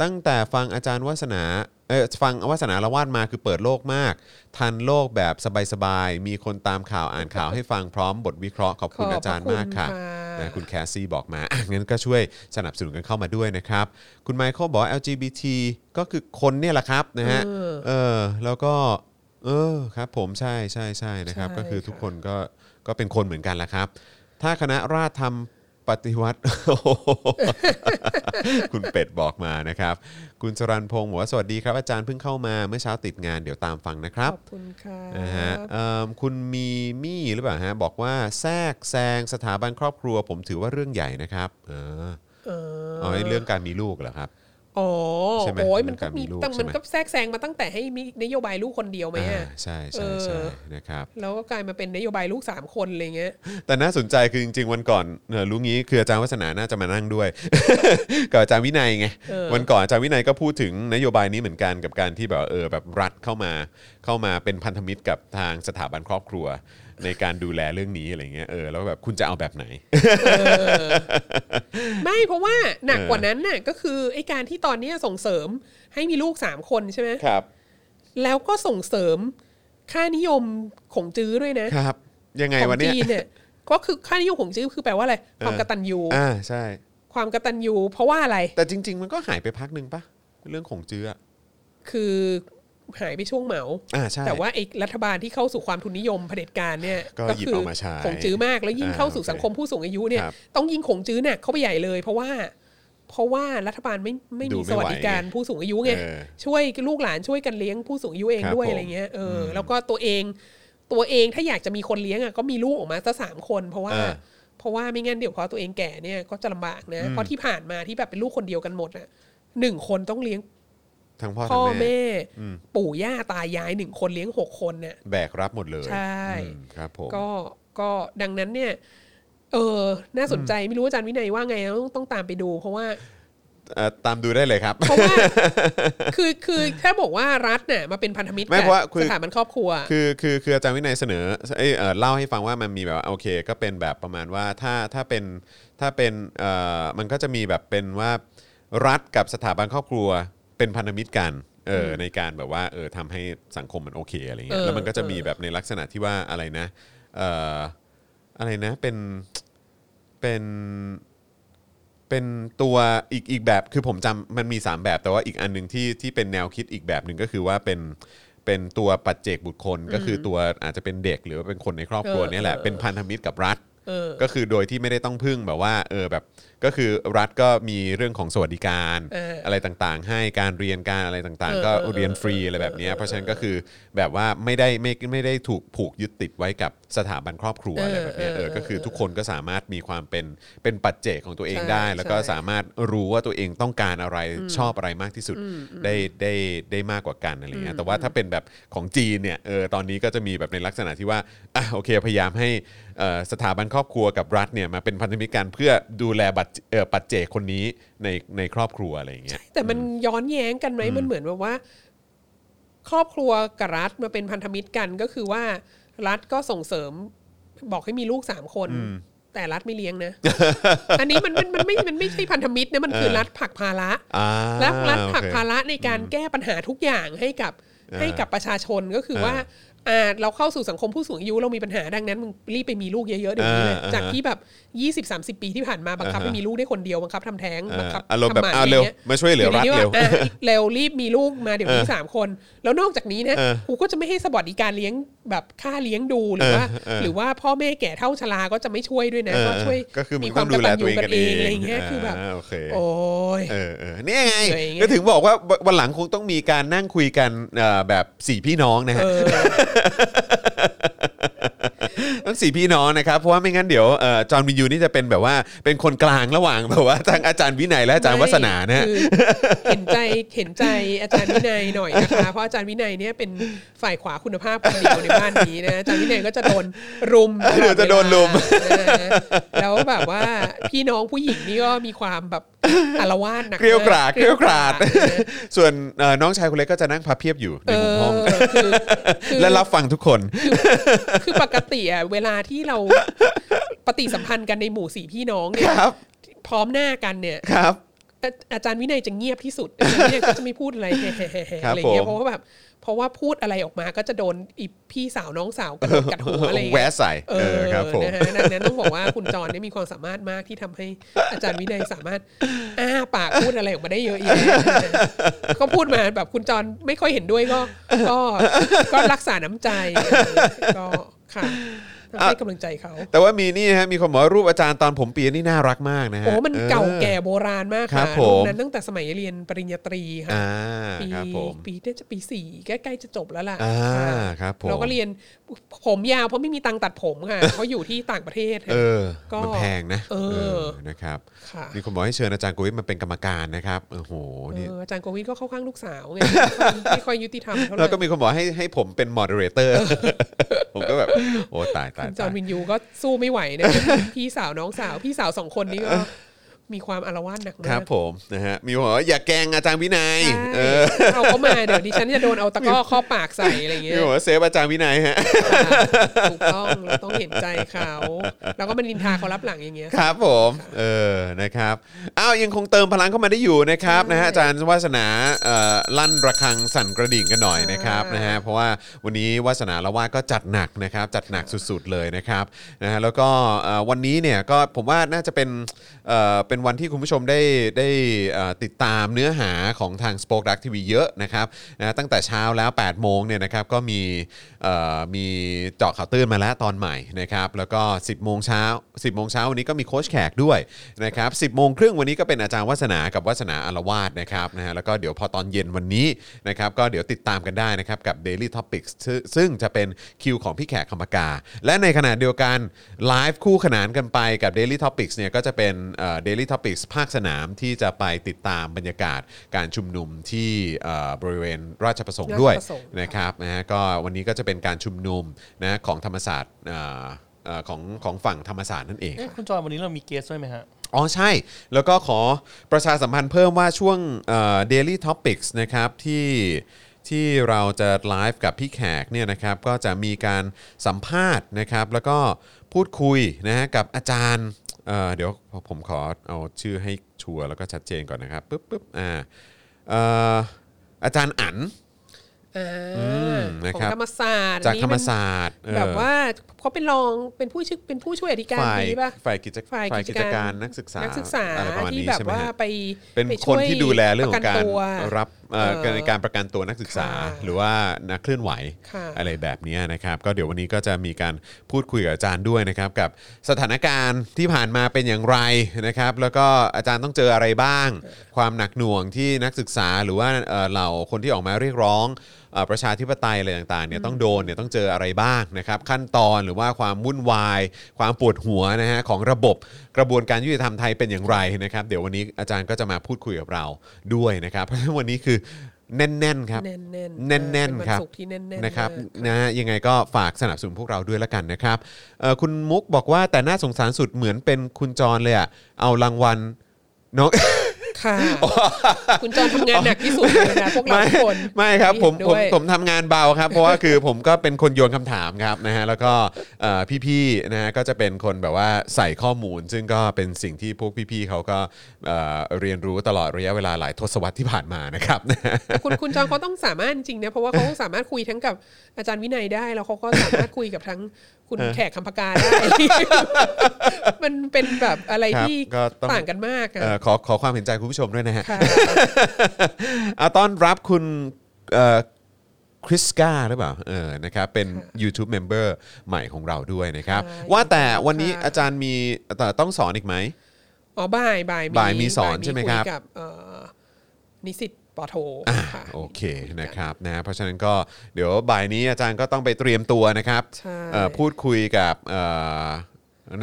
S2: ตั้งแต่ฟังอาจารย์วาสนาเออฟังวาสนาละวาดมาคือเปิดโลกมาก ทันโลกแบบสบายๆมีคนตามข่าวอ่านข่าวให้ฟังพร้อมบทวิเคราะห์ขอบคุณอาจารย์มากค่ะ
S3: ขอบณ
S2: นะคุณแคสซี่บอกมาอ่ะงั้นก็ช่วยสนับสนุนกันเข้ามาด้วยนะครับ คุณไมเคิลบอกว่า LGBT ก็คือคนเนี่ยแหละครับนะฮะ
S3: เออ
S2: เออ แล้วก็ เออครับผมใช่ใช่ใช่นะครับ
S3: ใช่
S2: ก็คือทุก
S3: ค่ะ
S2: คนก็ก็เป็นคนเหมือนกันแหละครับ ถ้าคณะราษฎรทำปฏิวัติ คุณเป็ดบอกมานะครับ คุณสรันพงศ์บอกว่าสวัสดีครับอาจารย์เพิ่งเข้ามาเมื่อเช้าติดงานเดี๋ยวตามฟังนะค
S3: ข
S2: รับ
S3: อบคุณค่ะ
S2: นะฮะเอิ่มคุณมีมี่หรือเปล่าฮะบอกว่าแทรกแซงสถาบันครอบครัว ผมถือว่าเรื่องใหญ่นะครับเออ
S3: เออ
S2: เอาไอ้เรื่องการมีลูกเหรอครับ
S3: อ๋อ
S2: ใช่ไหม
S3: โอ้ยมันก็มี
S2: เรื่อง
S3: แต่
S2: การมีลูกใช่ไหม
S3: มันก็แทรกแซงมาตั้งแต่ให้มีนโยบายลูกคนเดียวไหม
S2: อ่า
S3: อะ
S2: ใช่ใช่ใช่
S3: เออ
S2: นะครับ
S3: แล้วก็กลายมาเป็นนโยบายลูกสามคนอะไรเงี้ย
S2: แต่น่าสนใจคือจริงๆวันก่อนเออรู้งี้คืออาจารย์วัฒนาน่าจะมานั่งด้วย กับอาจารย์วินัยไง
S3: เออ
S2: วันก่อนอาจารย์วินัยก็พูดถึงนโยบายนี้เหมือนกันกับการที่แบบว่าเออแบบรัฐเข้ามาเข้ามาเป็นพันธมิตรกับทางสถาบันครอบครัว ในการดูแลเรื่องนี้อะไรเงี้ยเออแล้วแบบคุณจะเอาแบบไหน
S3: ไม่เพราะว่าหนักกว่านั้นน่ะก็คือไอ้การที่ตอนเนี้ยส่งเสริมให้มีลูกสามคนใช่ไหม
S2: ครับ
S3: แล้วก็ส่งเสริมค่านิยมของจื้อด้วยนะครับ
S2: ยังไง
S3: ของ
S2: วันเนี้ย
S3: จีนเนี่ยก็คือค่านิยมของจื้อคือแปลว่าอะไรความกตัญญู
S2: อ่าใช่
S3: ความกตัญญูเพราะว่าอะไร
S2: แต่จริง ๆ มันก็หายไปพักหนึ่งปะเรื่องของเจือ
S3: คือหายไปช่วงเหมา
S2: อ่าใช่
S3: แต่ว่าไอ้รัฐบาลที่เข้าสู่ความทุนนิยมเผด็จการเนี่ย
S2: ก็หยิบ
S3: คื
S2: เอามาใช้
S3: ขงจื้อมากแล้วยิ่ง
S2: อ่า
S3: เข้าสู่
S2: โอเค
S3: สังคมผู้สูงอายุเนี่ย
S2: ครับ
S3: ต้องยิ่งขงจื้อหนักเข้าไปใหญ่เลย เพราะว่า เพราะว่ารัฐบาลไม่ไม่
S2: ดู
S3: มี
S2: ไม่
S3: สวัสดิการ
S2: ไหวไง
S3: ผู้สูงอายุไง
S2: เออ
S3: ช่วยลูกหลานช่วยกันเลี้ยงผู้สูงอายุเอง
S2: ครับ
S3: ด้วย
S2: ผม
S3: อะไรเงี้ยเอออแล้วก็ตัวเองตัวเองถ้าอยากจะมีคนเลี้ยงอ่ะก็มีลูกออกมาสักสามคน เพราะว่า
S2: อ่า
S3: เพราะว่าไม่งั้นเดี๋ยวพอตัวเองแก่เนี่ยก็จะลำบากนะเพราะที่ผ่านมาที่แบบเป็นลูกคนเดียวกันหมดอ่ะหนึ่งคนต้องเลี้ยง
S2: ทั้งพ่อ
S3: พ่
S2: ทั้
S3: อง
S2: แม่
S3: แม่ ปู่ย่าตายายหนึ่งคนเลี้ยงหกคนเนี่ย
S2: แบกรับหมดเลย
S3: ใช่
S2: อืมครับผม
S3: ก็ก็ดังนั้นเนี่ย เออ น่าสนใจไม่รู้อาจารย์วินัยว่าไงนะต้องต้องตามไปดู เพราะว่า
S2: เอ่อตามดูได้เลยครับ
S3: เพราะ ว่า คือคือถ้าบอกว่ารัฐเนี่ยมาเป็นพันธมิตร
S2: ไม่
S3: กับ
S2: เพราะว่าคือ
S3: สถาบันครอบครัว
S2: คือคือคืออาจารย์วินัยเสนอเอยเอ่อเล่าให้ฟังว่ามันมีแบบว่าโอเค ก็เป็นแบบประมาณว่าถ้าถ้าเป็นถ้าเป็นเอ่อมันก็จะมีแบบเป็นว่ารัฐกับสถาบันครอบครัวเป็นพันธมิตรกันเออในการแบบว่าเออทำให้สังคมมันโอเคอะไรเงี้ย
S3: เออ
S2: แล้วมันก็จะ
S3: เออ
S2: มีแบบในลักษณะที่ว่าอะไรนะเอ่ออะไรนะเป็นเป็น เป็นตัวอีกอีกแบบคือผมจำมันมี 3 แบบ แต่ว่าอีกอันหนึ่งที่ที่เป็นแนวคิดอีกแบบหนึ่งก็คือว่าเป็นเป็นตัวปัจเจกบุคคล ก็คือตัวอาจจะเป็นเด็กหรือว่าเป็นคนในครอบครัว
S3: เออ
S2: เนี่ยแหละ
S3: เออ
S2: เป็นพันธมิตรกับรัฐ
S3: เออ
S2: ก็คือโดยที่ไม่ได้ต้องพึ่งแบบว่าเออแบบก็คือรัฐก็มีเรื่องของสวัสดิการ
S3: เอออ
S2: อะไรต่างๆ ให้การเรียนการอะไรต่าง
S3: เออ
S2: ๆ ก็
S3: เออ
S2: เรียนฟรี
S3: เอออ
S2: อะไรแบบเนี้ย
S3: เออ
S2: เพราะฉะนั้นก็คือแบบว่าไม่ได้ไม่ไม่ได้ถูกผูกยึดติดไว้กับสถาบันครอบครัว
S3: เอออ
S2: อะไรแบบเนี้ยเอ
S3: เอ
S2: อ
S3: อเออ
S2: ก็คือทุกคนก็สามารถมีความเป็นเป็นปัจเจกของตัวเอง
S3: ใช่
S2: ได้ แล้วก็
S3: ใช่
S2: สามารถรู้ว่าตัวเองต้องการอะไรชอบอะไรมากที่สุดได้ได้ได้มากกว่ากันอะไรเงี้ยแต่ว่าถ้าเป็นแบบของจีนเนี่ยเออตอนนี้ก็จะมีแบบในลักษณะที่ว่าอ่ะโอเคพยายามให้เอ่อสถาบันครอบครัวกับรัฐเนี่ยมาเป็นพันธมิตรกันเพื่อดูแลบัตรเอ่อปัจเจกคนนี้ในในครอบครัวอะไรเงี้ย
S3: แต่มันย้อนแย้งกันไหมมันเหมือนแบบว่า ครอบครัวกับรัฐมาเป็นพันธมิตรกันก็คือว่า รัฐก็ส่งเสริม บอกให้มีลูกสามคน แต่รัฐไม่เลี้ยงนะ อันนี้มันมันมันไม่มันไม่ใช่พันธมิตรนะมันคือ
S2: เออ
S3: รัฐผลักภาระ
S2: อ่า
S3: และรัฐผลัก
S2: โอเค
S3: ภาระในการแก้ปัญหาทุกอย่างให้กับ
S2: อ่า
S3: ให้กับประชาชนก็คือว่าอ่าเราเข้าสู่สังคมผู้สูงอายุเรามีปัญหาดังนั้นมึงรีบไปมีลูกเยอะๆเดี๋ยวนี้เลย
S2: อ่าอ่า
S3: จากที่แบบ 20 30 ปีที่ผ่านมาบังคับให้มีลูกได้คนเดียวบังคับทำแท้ง
S2: อ่า
S3: บังคับ
S2: อารมณ์แบบ
S3: ทำหมัน
S2: เอาเร็ว
S3: ย่งงี้ย
S2: มาช่วยเหลือรัฐ
S3: ยู่ดีๆ
S2: เร็ว
S3: อ่ะเร็วรีบมีลูกมาเดี๋ยวนี้
S2: เออ
S3: สามคน แล้วนอกจากนี้นะ
S2: เออ
S3: กูก็จะไม่ให้สวัสดิการเลี้ยงแบบค่าเลี้ยงดูหรือว่า
S2: เออเออ
S3: หรือว่าพ่อแม่แก่เท่าชราก็จะไม่ช่วยด้วยนะ
S2: เออ
S3: ก็ช่วย
S2: ก็คือมึง
S3: วาม
S2: ต้องดูแล
S3: ก
S2: ตัวเอง
S3: ญญู
S2: กันเอง
S3: อะไรอย่างเงี้ยคือแบบ
S2: อ่าโอเค
S3: โอ้ย
S2: เออเออเนี่ยไง
S3: เหนื่อยไง
S2: ก็ถึงบอกว่าวันหลังคงต้องมีการนั่งคุยกันเอ่อแบบสี่พี่น้องนะฮะ
S3: เออ
S2: ต้องสี่พี่น้องนะครับ เพราะว่าไม่งั้นเดี๋ยวเอ่อจอห์นวินยูนี่จะเป็นแบบว่าเป็นคนกลางระหว่างแบบว่าทางอาจารย์วินัยและอาจารย์วัฒนานะฮะ
S3: คือเห็นใจเห็นใจอาจารย์วินัยหน่อยนะคะเพราะอาจารย์วินัยเนี่ยเป็นฝ่ายขวาคุณภาพคนเดียวในบ้านนี้นะอาจารย์วินัยก็จะโดนรุมตลอ
S2: เดี๋ยวจะโดนรุม
S3: เวลานะแล้วแบบว่าพี่น้องผู้หญิงนี่ก็มีความแบบอารวาสหนักม
S2: เกลียวกราดเกลียวกราด
S3: เกยวกราดนะ
S2: ส่วนเอ่อน้องชายคนเล็กก็จะนั่งพับเพียบอยู่ใน
S3: เอ
S2: มุม
S3: อ
S2: ห้อง
S3: คือคือ
S2: และรับฟังทุกคน
S3: คือปกติอ่ะเวลาที่เราปฏิสัมพันธ์กันในหมู่สี่พี่น้องเนี่
S2: ค
S3: ย
S2: รับ
S3: พร้อมหน้ากันเนี่ย
S2: ครับ
S3: อาอาจารย์วินัยจะเงียบที่สุด อาจารย์วินัยก็จะไม่พูดอะไร แฮ่ๆๆ
S2: ครับ
S3: อะไรเงี้
S2: ผม
S3: ยเพราะว่าแบบเพราะว่าพูดอะไรออกมาก็จะโดนอีพี่สาวน้องสาวกระโดดกัดหัวอะไร
S2: แหวะ
S3: เงี้ย
S2: ใส่
S3: เอ
S2: เออ
S3: อ
S2: ครับผม
S3: นะฮะดังนั้นต้องบอกว่าคุณจรเนี่ยมีความสามารถมากที่ทำให้อาจารย์วินัยสามารถอ้าปากพูดอะไรออกมาได้เยอะแยะ นะก็พูดมาแบบคุณจรไม่ค่อยเห็นด้วยก็ ก็ ก็รักษาน้ำใจเออก็ค่ะต้องให้กำลังใจเขา
S2: แต่ว่ามีนี่ฮะมีคนบอกว่ารูปอาจารย์ตอนผมเปียนี่น่ารักมากนะฮะ
S3: โอ้มันเก่า
S2: ออ
S3: แก่โบราณมาก
S2: ครั
S3: ค่ะ
S2: บผม
S3: รูปนั้นตั้งแต่สมัยเรียนปริญญาตรีค่ะ
S2: อ่า
S3: ปี
S2: ครับผม
S3: ปีน่าจะปีสี่ใกล้ๆจะจบแล้วล่ะ
S2: อ่า
S3: ค่ะ
S2: ครับผม
S3: เราก็เรียนผมยาวเพราะไม่มีตังค์ตัดผมค่ะ เพราะอยู่ที่ต่างประเทศค่ะ
S2: เออ
S3: ก็
S2: มันแพงนะ
S3: เออ
S2: นะครับ
S3: ค่ะ
S2: มีคนบอกให้เชิญอาจารย์กุ้ยมาเป็นกรรมการนะครับ โอ้โห นี่
S3: เอออาจารย์โกวินก็เข้าข้างลูกสาว ไงไม่ค่อยยุติธรรมเท่าไห
S2: แล้วก็
S3: ร่
S2: มีคนบอกให้ให้ผมเป็นมอดเ e เตอร์ ผมก็แบบ โอ้ตายตาย
S3: คุณจอ
S2: ตาย
S3: ร์นวินยูก็สู้ไม่ไหวนะ พี่สาวน้องสาวพี่สาวสองคนนี้ก็มีความอารวาสหนัก
S2: ค
S3: มา
S2: รับ
S3: ก
S2: ผมนะฮะ มีคนบอกว่าอย่าแกล้งอาจารย์วินัย
S3: ใช่
S2: เออ
S3: เอาเขามาเดี๋ยวดิฉันจะโดนเอาตะกร้อข้อปากใส่อะไรอย่าง
S2: มีค
S3: เงี้ย
S2: นบอกว่าเซฟอาจารย์วินัยฮะ
S3: ถูกต้องเราต้องเห็นใจเขาแล้วก็มันนินทาเขารับหลังอย่างเงี้ย
S2: ครับผม เออ นะครับ อ้าว ยังคงเติมพลังเข้ามาได้อยู่นะครับนะฮะอาจารย์วาสนาเอ่อลั่นระฆังสั่นกระดิ่งกันหน่อยนะครับ
S3: ค่ะ
S2: นะฮะ เพราะว่าวันนี้วาสนาละว่าดก็จัดหนักนะครับ จัดหนักสุดๆเลยนะครับ นะฮะ แล้วก็เอ่อวันนี้เนี่ยก็ผมว่าน่าจะเป็นเอ่อเป็น เป็นวันที่คุณผู้ชมได้ได้เอ่อติดตามเนื้อหาของทาง Spoke Dark TV เยอะนะครับนะตั้งแต่เช้าแล้ว 8 โมงเนี่ยนะครับก็มีเอ่อมีเจาะข่าวตื่นมาแล้วตอนใหม่นะครับแล้วก็ 10 โมงเช้า 10 โมงเช้าวันนี้ก็มีโค้ชแขกด้วยนะครับ 10 โมงครึ่งวันนี้ก็เป็นอาจารย์วัฒนากับวัฒนาอารวาสนะครับนะฮะแล้วก็เดี๋ยวพอตอนเย็นวันนี้นะครับก็เดี๋ยวติดตามกันได้นะครับกับ Daily Topics ซึ่งซึ่งจะเป็นคิวของพี่แขกคำปากา และในขณะเดียวกันไลฟ์คู่ขนานกันไปกับ Daily Topics เนี่ยก็จะเป็นเอ่อ Daily Topics ภาคสนามที่จะไปติดตามบรรยากาศการชุมนุมที่เอ่อบริเวณราชประสงค์ด้วย
S3: ราชประสงค์
S2: นะครับนะฮะก็วันนี้ก็จะเป็นการชุมนุมนะของธรรมศาสตร์เอ่อเอ่อของของฝั่งธรรมศาสตร์นั่นเอง
S4: เอ๊ะคุณจอยวันนี้เรามีเกสด้วยไหมฮะ
S2: อ๋อใช่ แล้วก็ขอประชาสัมพันธ์เพิ่มว่าช่วงเอ่อ daily topics นะครับที่ที่เราจะไลฟ์กับพี่แขกเนี่ยนะครับก็จะมีการสัมภาษณ์นะครับแล้วก็พูดคุยนะฮะกับอาจารย์เอ่อเดี๋ยวผมขอเอาชื่อให้ชัวร์แล้วก็ชัดเจนก่อนนะครับปึ๊บปึ๊บอ่าเอ่ออาจารย์อั๋น
S3: อ่า
S2: อืมนะ
S3: ขอ
S2: ครั
S3: ง
S2: บ
S3: ธรรมศาสตร์
S2: จาก
S3: อัน
S2: ธร
S3: นี้
S2: รม
S3: มัน
S2: ศาสตร์เออ
S3: แบบว่าเขาเป็นรองเป็นผู้ช่วยเป็นผู้ช่วยอธิการ
S2: ฝ่าย
S3: นี้ป่ะ
S2: ฝ่ายกิจ
S3: ฝ่าย
S2: ฝ่ายกิจการนักศึกษา
S3: นักศึกษา
S2: อะไรประมาณ
S3: ที่
S2: นี้
S3: แบบ
S2: ใช่ไหม
S3: ว่า
S2: ฮะ
S3: ไป
S2: เป็น
S3: ไป
S2: ค
S3: ช่วย
S2: นที่ดูแลเรื่องของการ
S3: ปะนตัว
S2: รับเอ่อ
S3: เอ่อ
S2: ในการประกันตัวนักศึกษา
S3: ค่ะ
S2: หรือว่านักเคลื่อนไหว
S3: ค่ะ
S2: อะไรแบบนี้นะครับ ก็เดี๋ยววันนี้ก็จะมีการพูดคุยกับอาจารย์ด้วยนะครับ กับสถานการณ์ที่ผ่านมาเป็นอย่างไรนะครับ แล้วก็อาจารย์ต้องเจออะไรบ้าง ความหนักหน่วงที่นักศึกษาหรือว่าเอ่อเหล่าคนที่ออกมาเรียกร้องเอ่อประชาธิปไตยอะไรต่างๆเนี่ยต้องโดนเนี่ยต้องเจออะไรบ้างนะครับ ขั้นตอนหรือว่าความวุ่นวาย ความปวดหัวนะฮะของระบบกระบวนการยุติธรรมไทยเป็นอย่างไรนะครับ เดี๋ยววันนี้อาจารย์ก็จะมาพูดคุยกับเราด้วยนะครับเพราะฉะนั้นวันนี้คือแน่นๆครับ
S3: แน่นๆ
S2: แน่นๆ
S3: เออเป็วั
S2: ครับ
S3: ศุกร์ที่แน่นๆ
S2: นะครับ
S3: มาก
S2: นะฮะยังไงก็ฝากสนับสนุนพวกเราด้วยละกันนะครับเอ่อคุณมุกบอกว่าแต่น่าสงสารสุดเหมือนเป็นคุณจรเลยอะเอารางวัลน้อง
S3: ค่ะ คุณจอนทำงานหนักที่สุดเลย นะพวกเราทุกคน
S2: ไม่ครับ ผม
S3: เห็นด้
S2: ผม
S3: วย
S2: ผมทำงานเบาครับ เพราะว่าคือผมก็เป็นคนโยนคำถามครับ นะฮะแล้วก็เอ่อพี่ๆนะฮะก็จะเป็นคนแบบว่าใส่ข้อมูล ซึ่งก็เป็นสิ่งที่พวกพี่ๆเขาก็เอ่อเรียนรู้ตลอดระยะเวลาหลายทศวรรษที่ผ่านมานะครับ
S3: แต่คุณคุณจอนเขาต้องสามารถจริงนะ เพราะว่าเขาสามารถคุยทั้งกับอาจารย์วินัยได้ แล้วเขาก็สามารถคุยกับทั้งคุณแขกคำพกา ได้ มันเป็นแบบอะไร
S2: ครับ
S3: ที่
S2: ก็ต้อง
S3: ต่างกันมากอะ
S2: เอ่อขอขอความเห็นใจคุณผู้ชมด้วยนะฮะ
S3: ค่ะ
S2: เอาต้อนรับคุณเอ่อคริสกาหรือเปล่าเออนะครับเป็น YouTube Member ใหม่ของเราด้วยนะครับ
S3: ใช่
S2: ว่าแต่วันนี้
S3: ค่ะ
S2: อาจารย์มีแต่ต้องสอนอีกไหม
S3: อ๋อบ่ายบ่าย
S2: บ่ายมีสอนใช่ไหมครับ
S3: ยกับเอ่อนิสิตปอโทค่ะ
S2: โอเคนะครับนะเพราะฉะนั้นก็เดี๋ยวบ่ายนี้อาจารย์ก็ต้องไปเตรียมตัวนะครับ
S3: ใช่
S2: เอ่อพูดคุยกับเอ่อ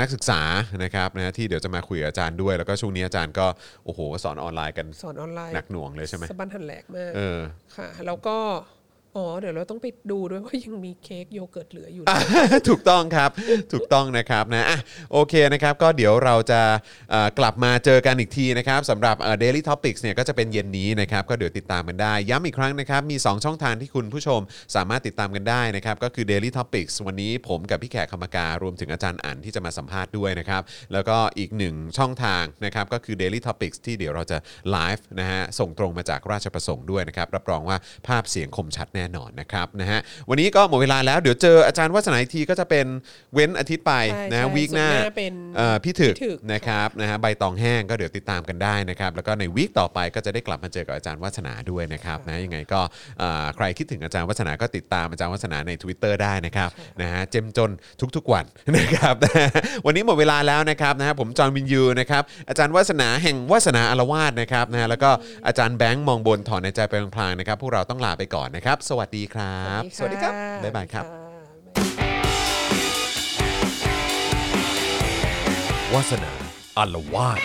S2: นักศึกษานะครับนะที่เดี๋ยวจะมาคุยกับอาจารย์ด้วย แล้วก็ช่วงนี้อาจารย์ก็โอ้โหสอนออนไลน์กัน
S3: สอนออนไลน์
S2: หนักหน่วงเลยใช่ไหม
S3: สะบันหันแหลกมาก
S2: เออ
S3: ค่ะ แล้วก็ อ๋อ เดี๋ยวเราต้องไปดูด้วยว่ายังมีเค้กโยเกิร์ตเหลืออยู่
S2: อ่ะ ถูกต้องครับถูกต้องนะครับนะอ่ะโอเคนะครับก็เดี๋ยวเราจะเอ่อกลับมาเจอกันอีกทีนะครับสำหรับเอ่อ Daily Topics เนี่ยก็จะเป็นเย็นนี้นะครับก็เดี๋ยวติดตามกันได้ย้ำอีกครั้งนะครับมี 2 ช่องทางที่คุณผู้ชมสามารถติดตามกันได้นะครับก็คือ Daily Topics วันนี้ผมกับพี่แขกคำปากา รวมถึงอาจารย์อั๋นที่จะมาสัมภาษณ์ด้วยนะครับ แล้วก็อีกหนึ่งช่องทางนะครับก็คือ Daily Topics ที่เดี๋ยวเราจะไลฟ์นะฮะส่งตรงมาจากราชประสงค์ด้วยนะครับ รับรองว่าภาพเสียงคมชัดแน่นอนนะครับนะฮะวันนี้ก็หมดเวลาแล้วเดี๋ยวเจออาจารย์วัฒนาอีกทีก็จะเป็นเว้นอาทิตย์ไป
S3: ใช่
S2: นะฮะ
S3: ใช่
S2: วีคหน้า
S3: ส่วนหน้าเป็น
S2: เอ่อพี่ถึก
S3: พี่ถึก
S2: นะครับนะฮะใบตองแห้งก็เดี๋ยวติดตามกันได้นะครับแล้วก็ในวีคต่อไปก็จะได้กลับมาเจอกับอาจารย์วัฒนาด้วยนะครับนะยังไงก็เอ่อใครคิดถึงอาจารย์วัฒนาก็ติดตามอาจารย์วัฒนาใน Twitter ได้นะครับนะฮะเจ้มจนทุกๆวัน นะครับ วันนี้หมดเวลาแล้วนะครับนะฮะผมจอห์นวินยูนะครับอาจารย์วัฒนาแห่งวัฒนาอารวาสนะครับนะฮะแล้วก็อาจารย์แบงค์มองบนถอนในใจไปพลางๆนะครับพวกเราต้องลาไปก่อนนะครับ สวัสดีครับ สวัสดีครับ
S3: ะ
S2: บ๊ายบายครับ
S3: ะ
S1: วาสนาอารวาส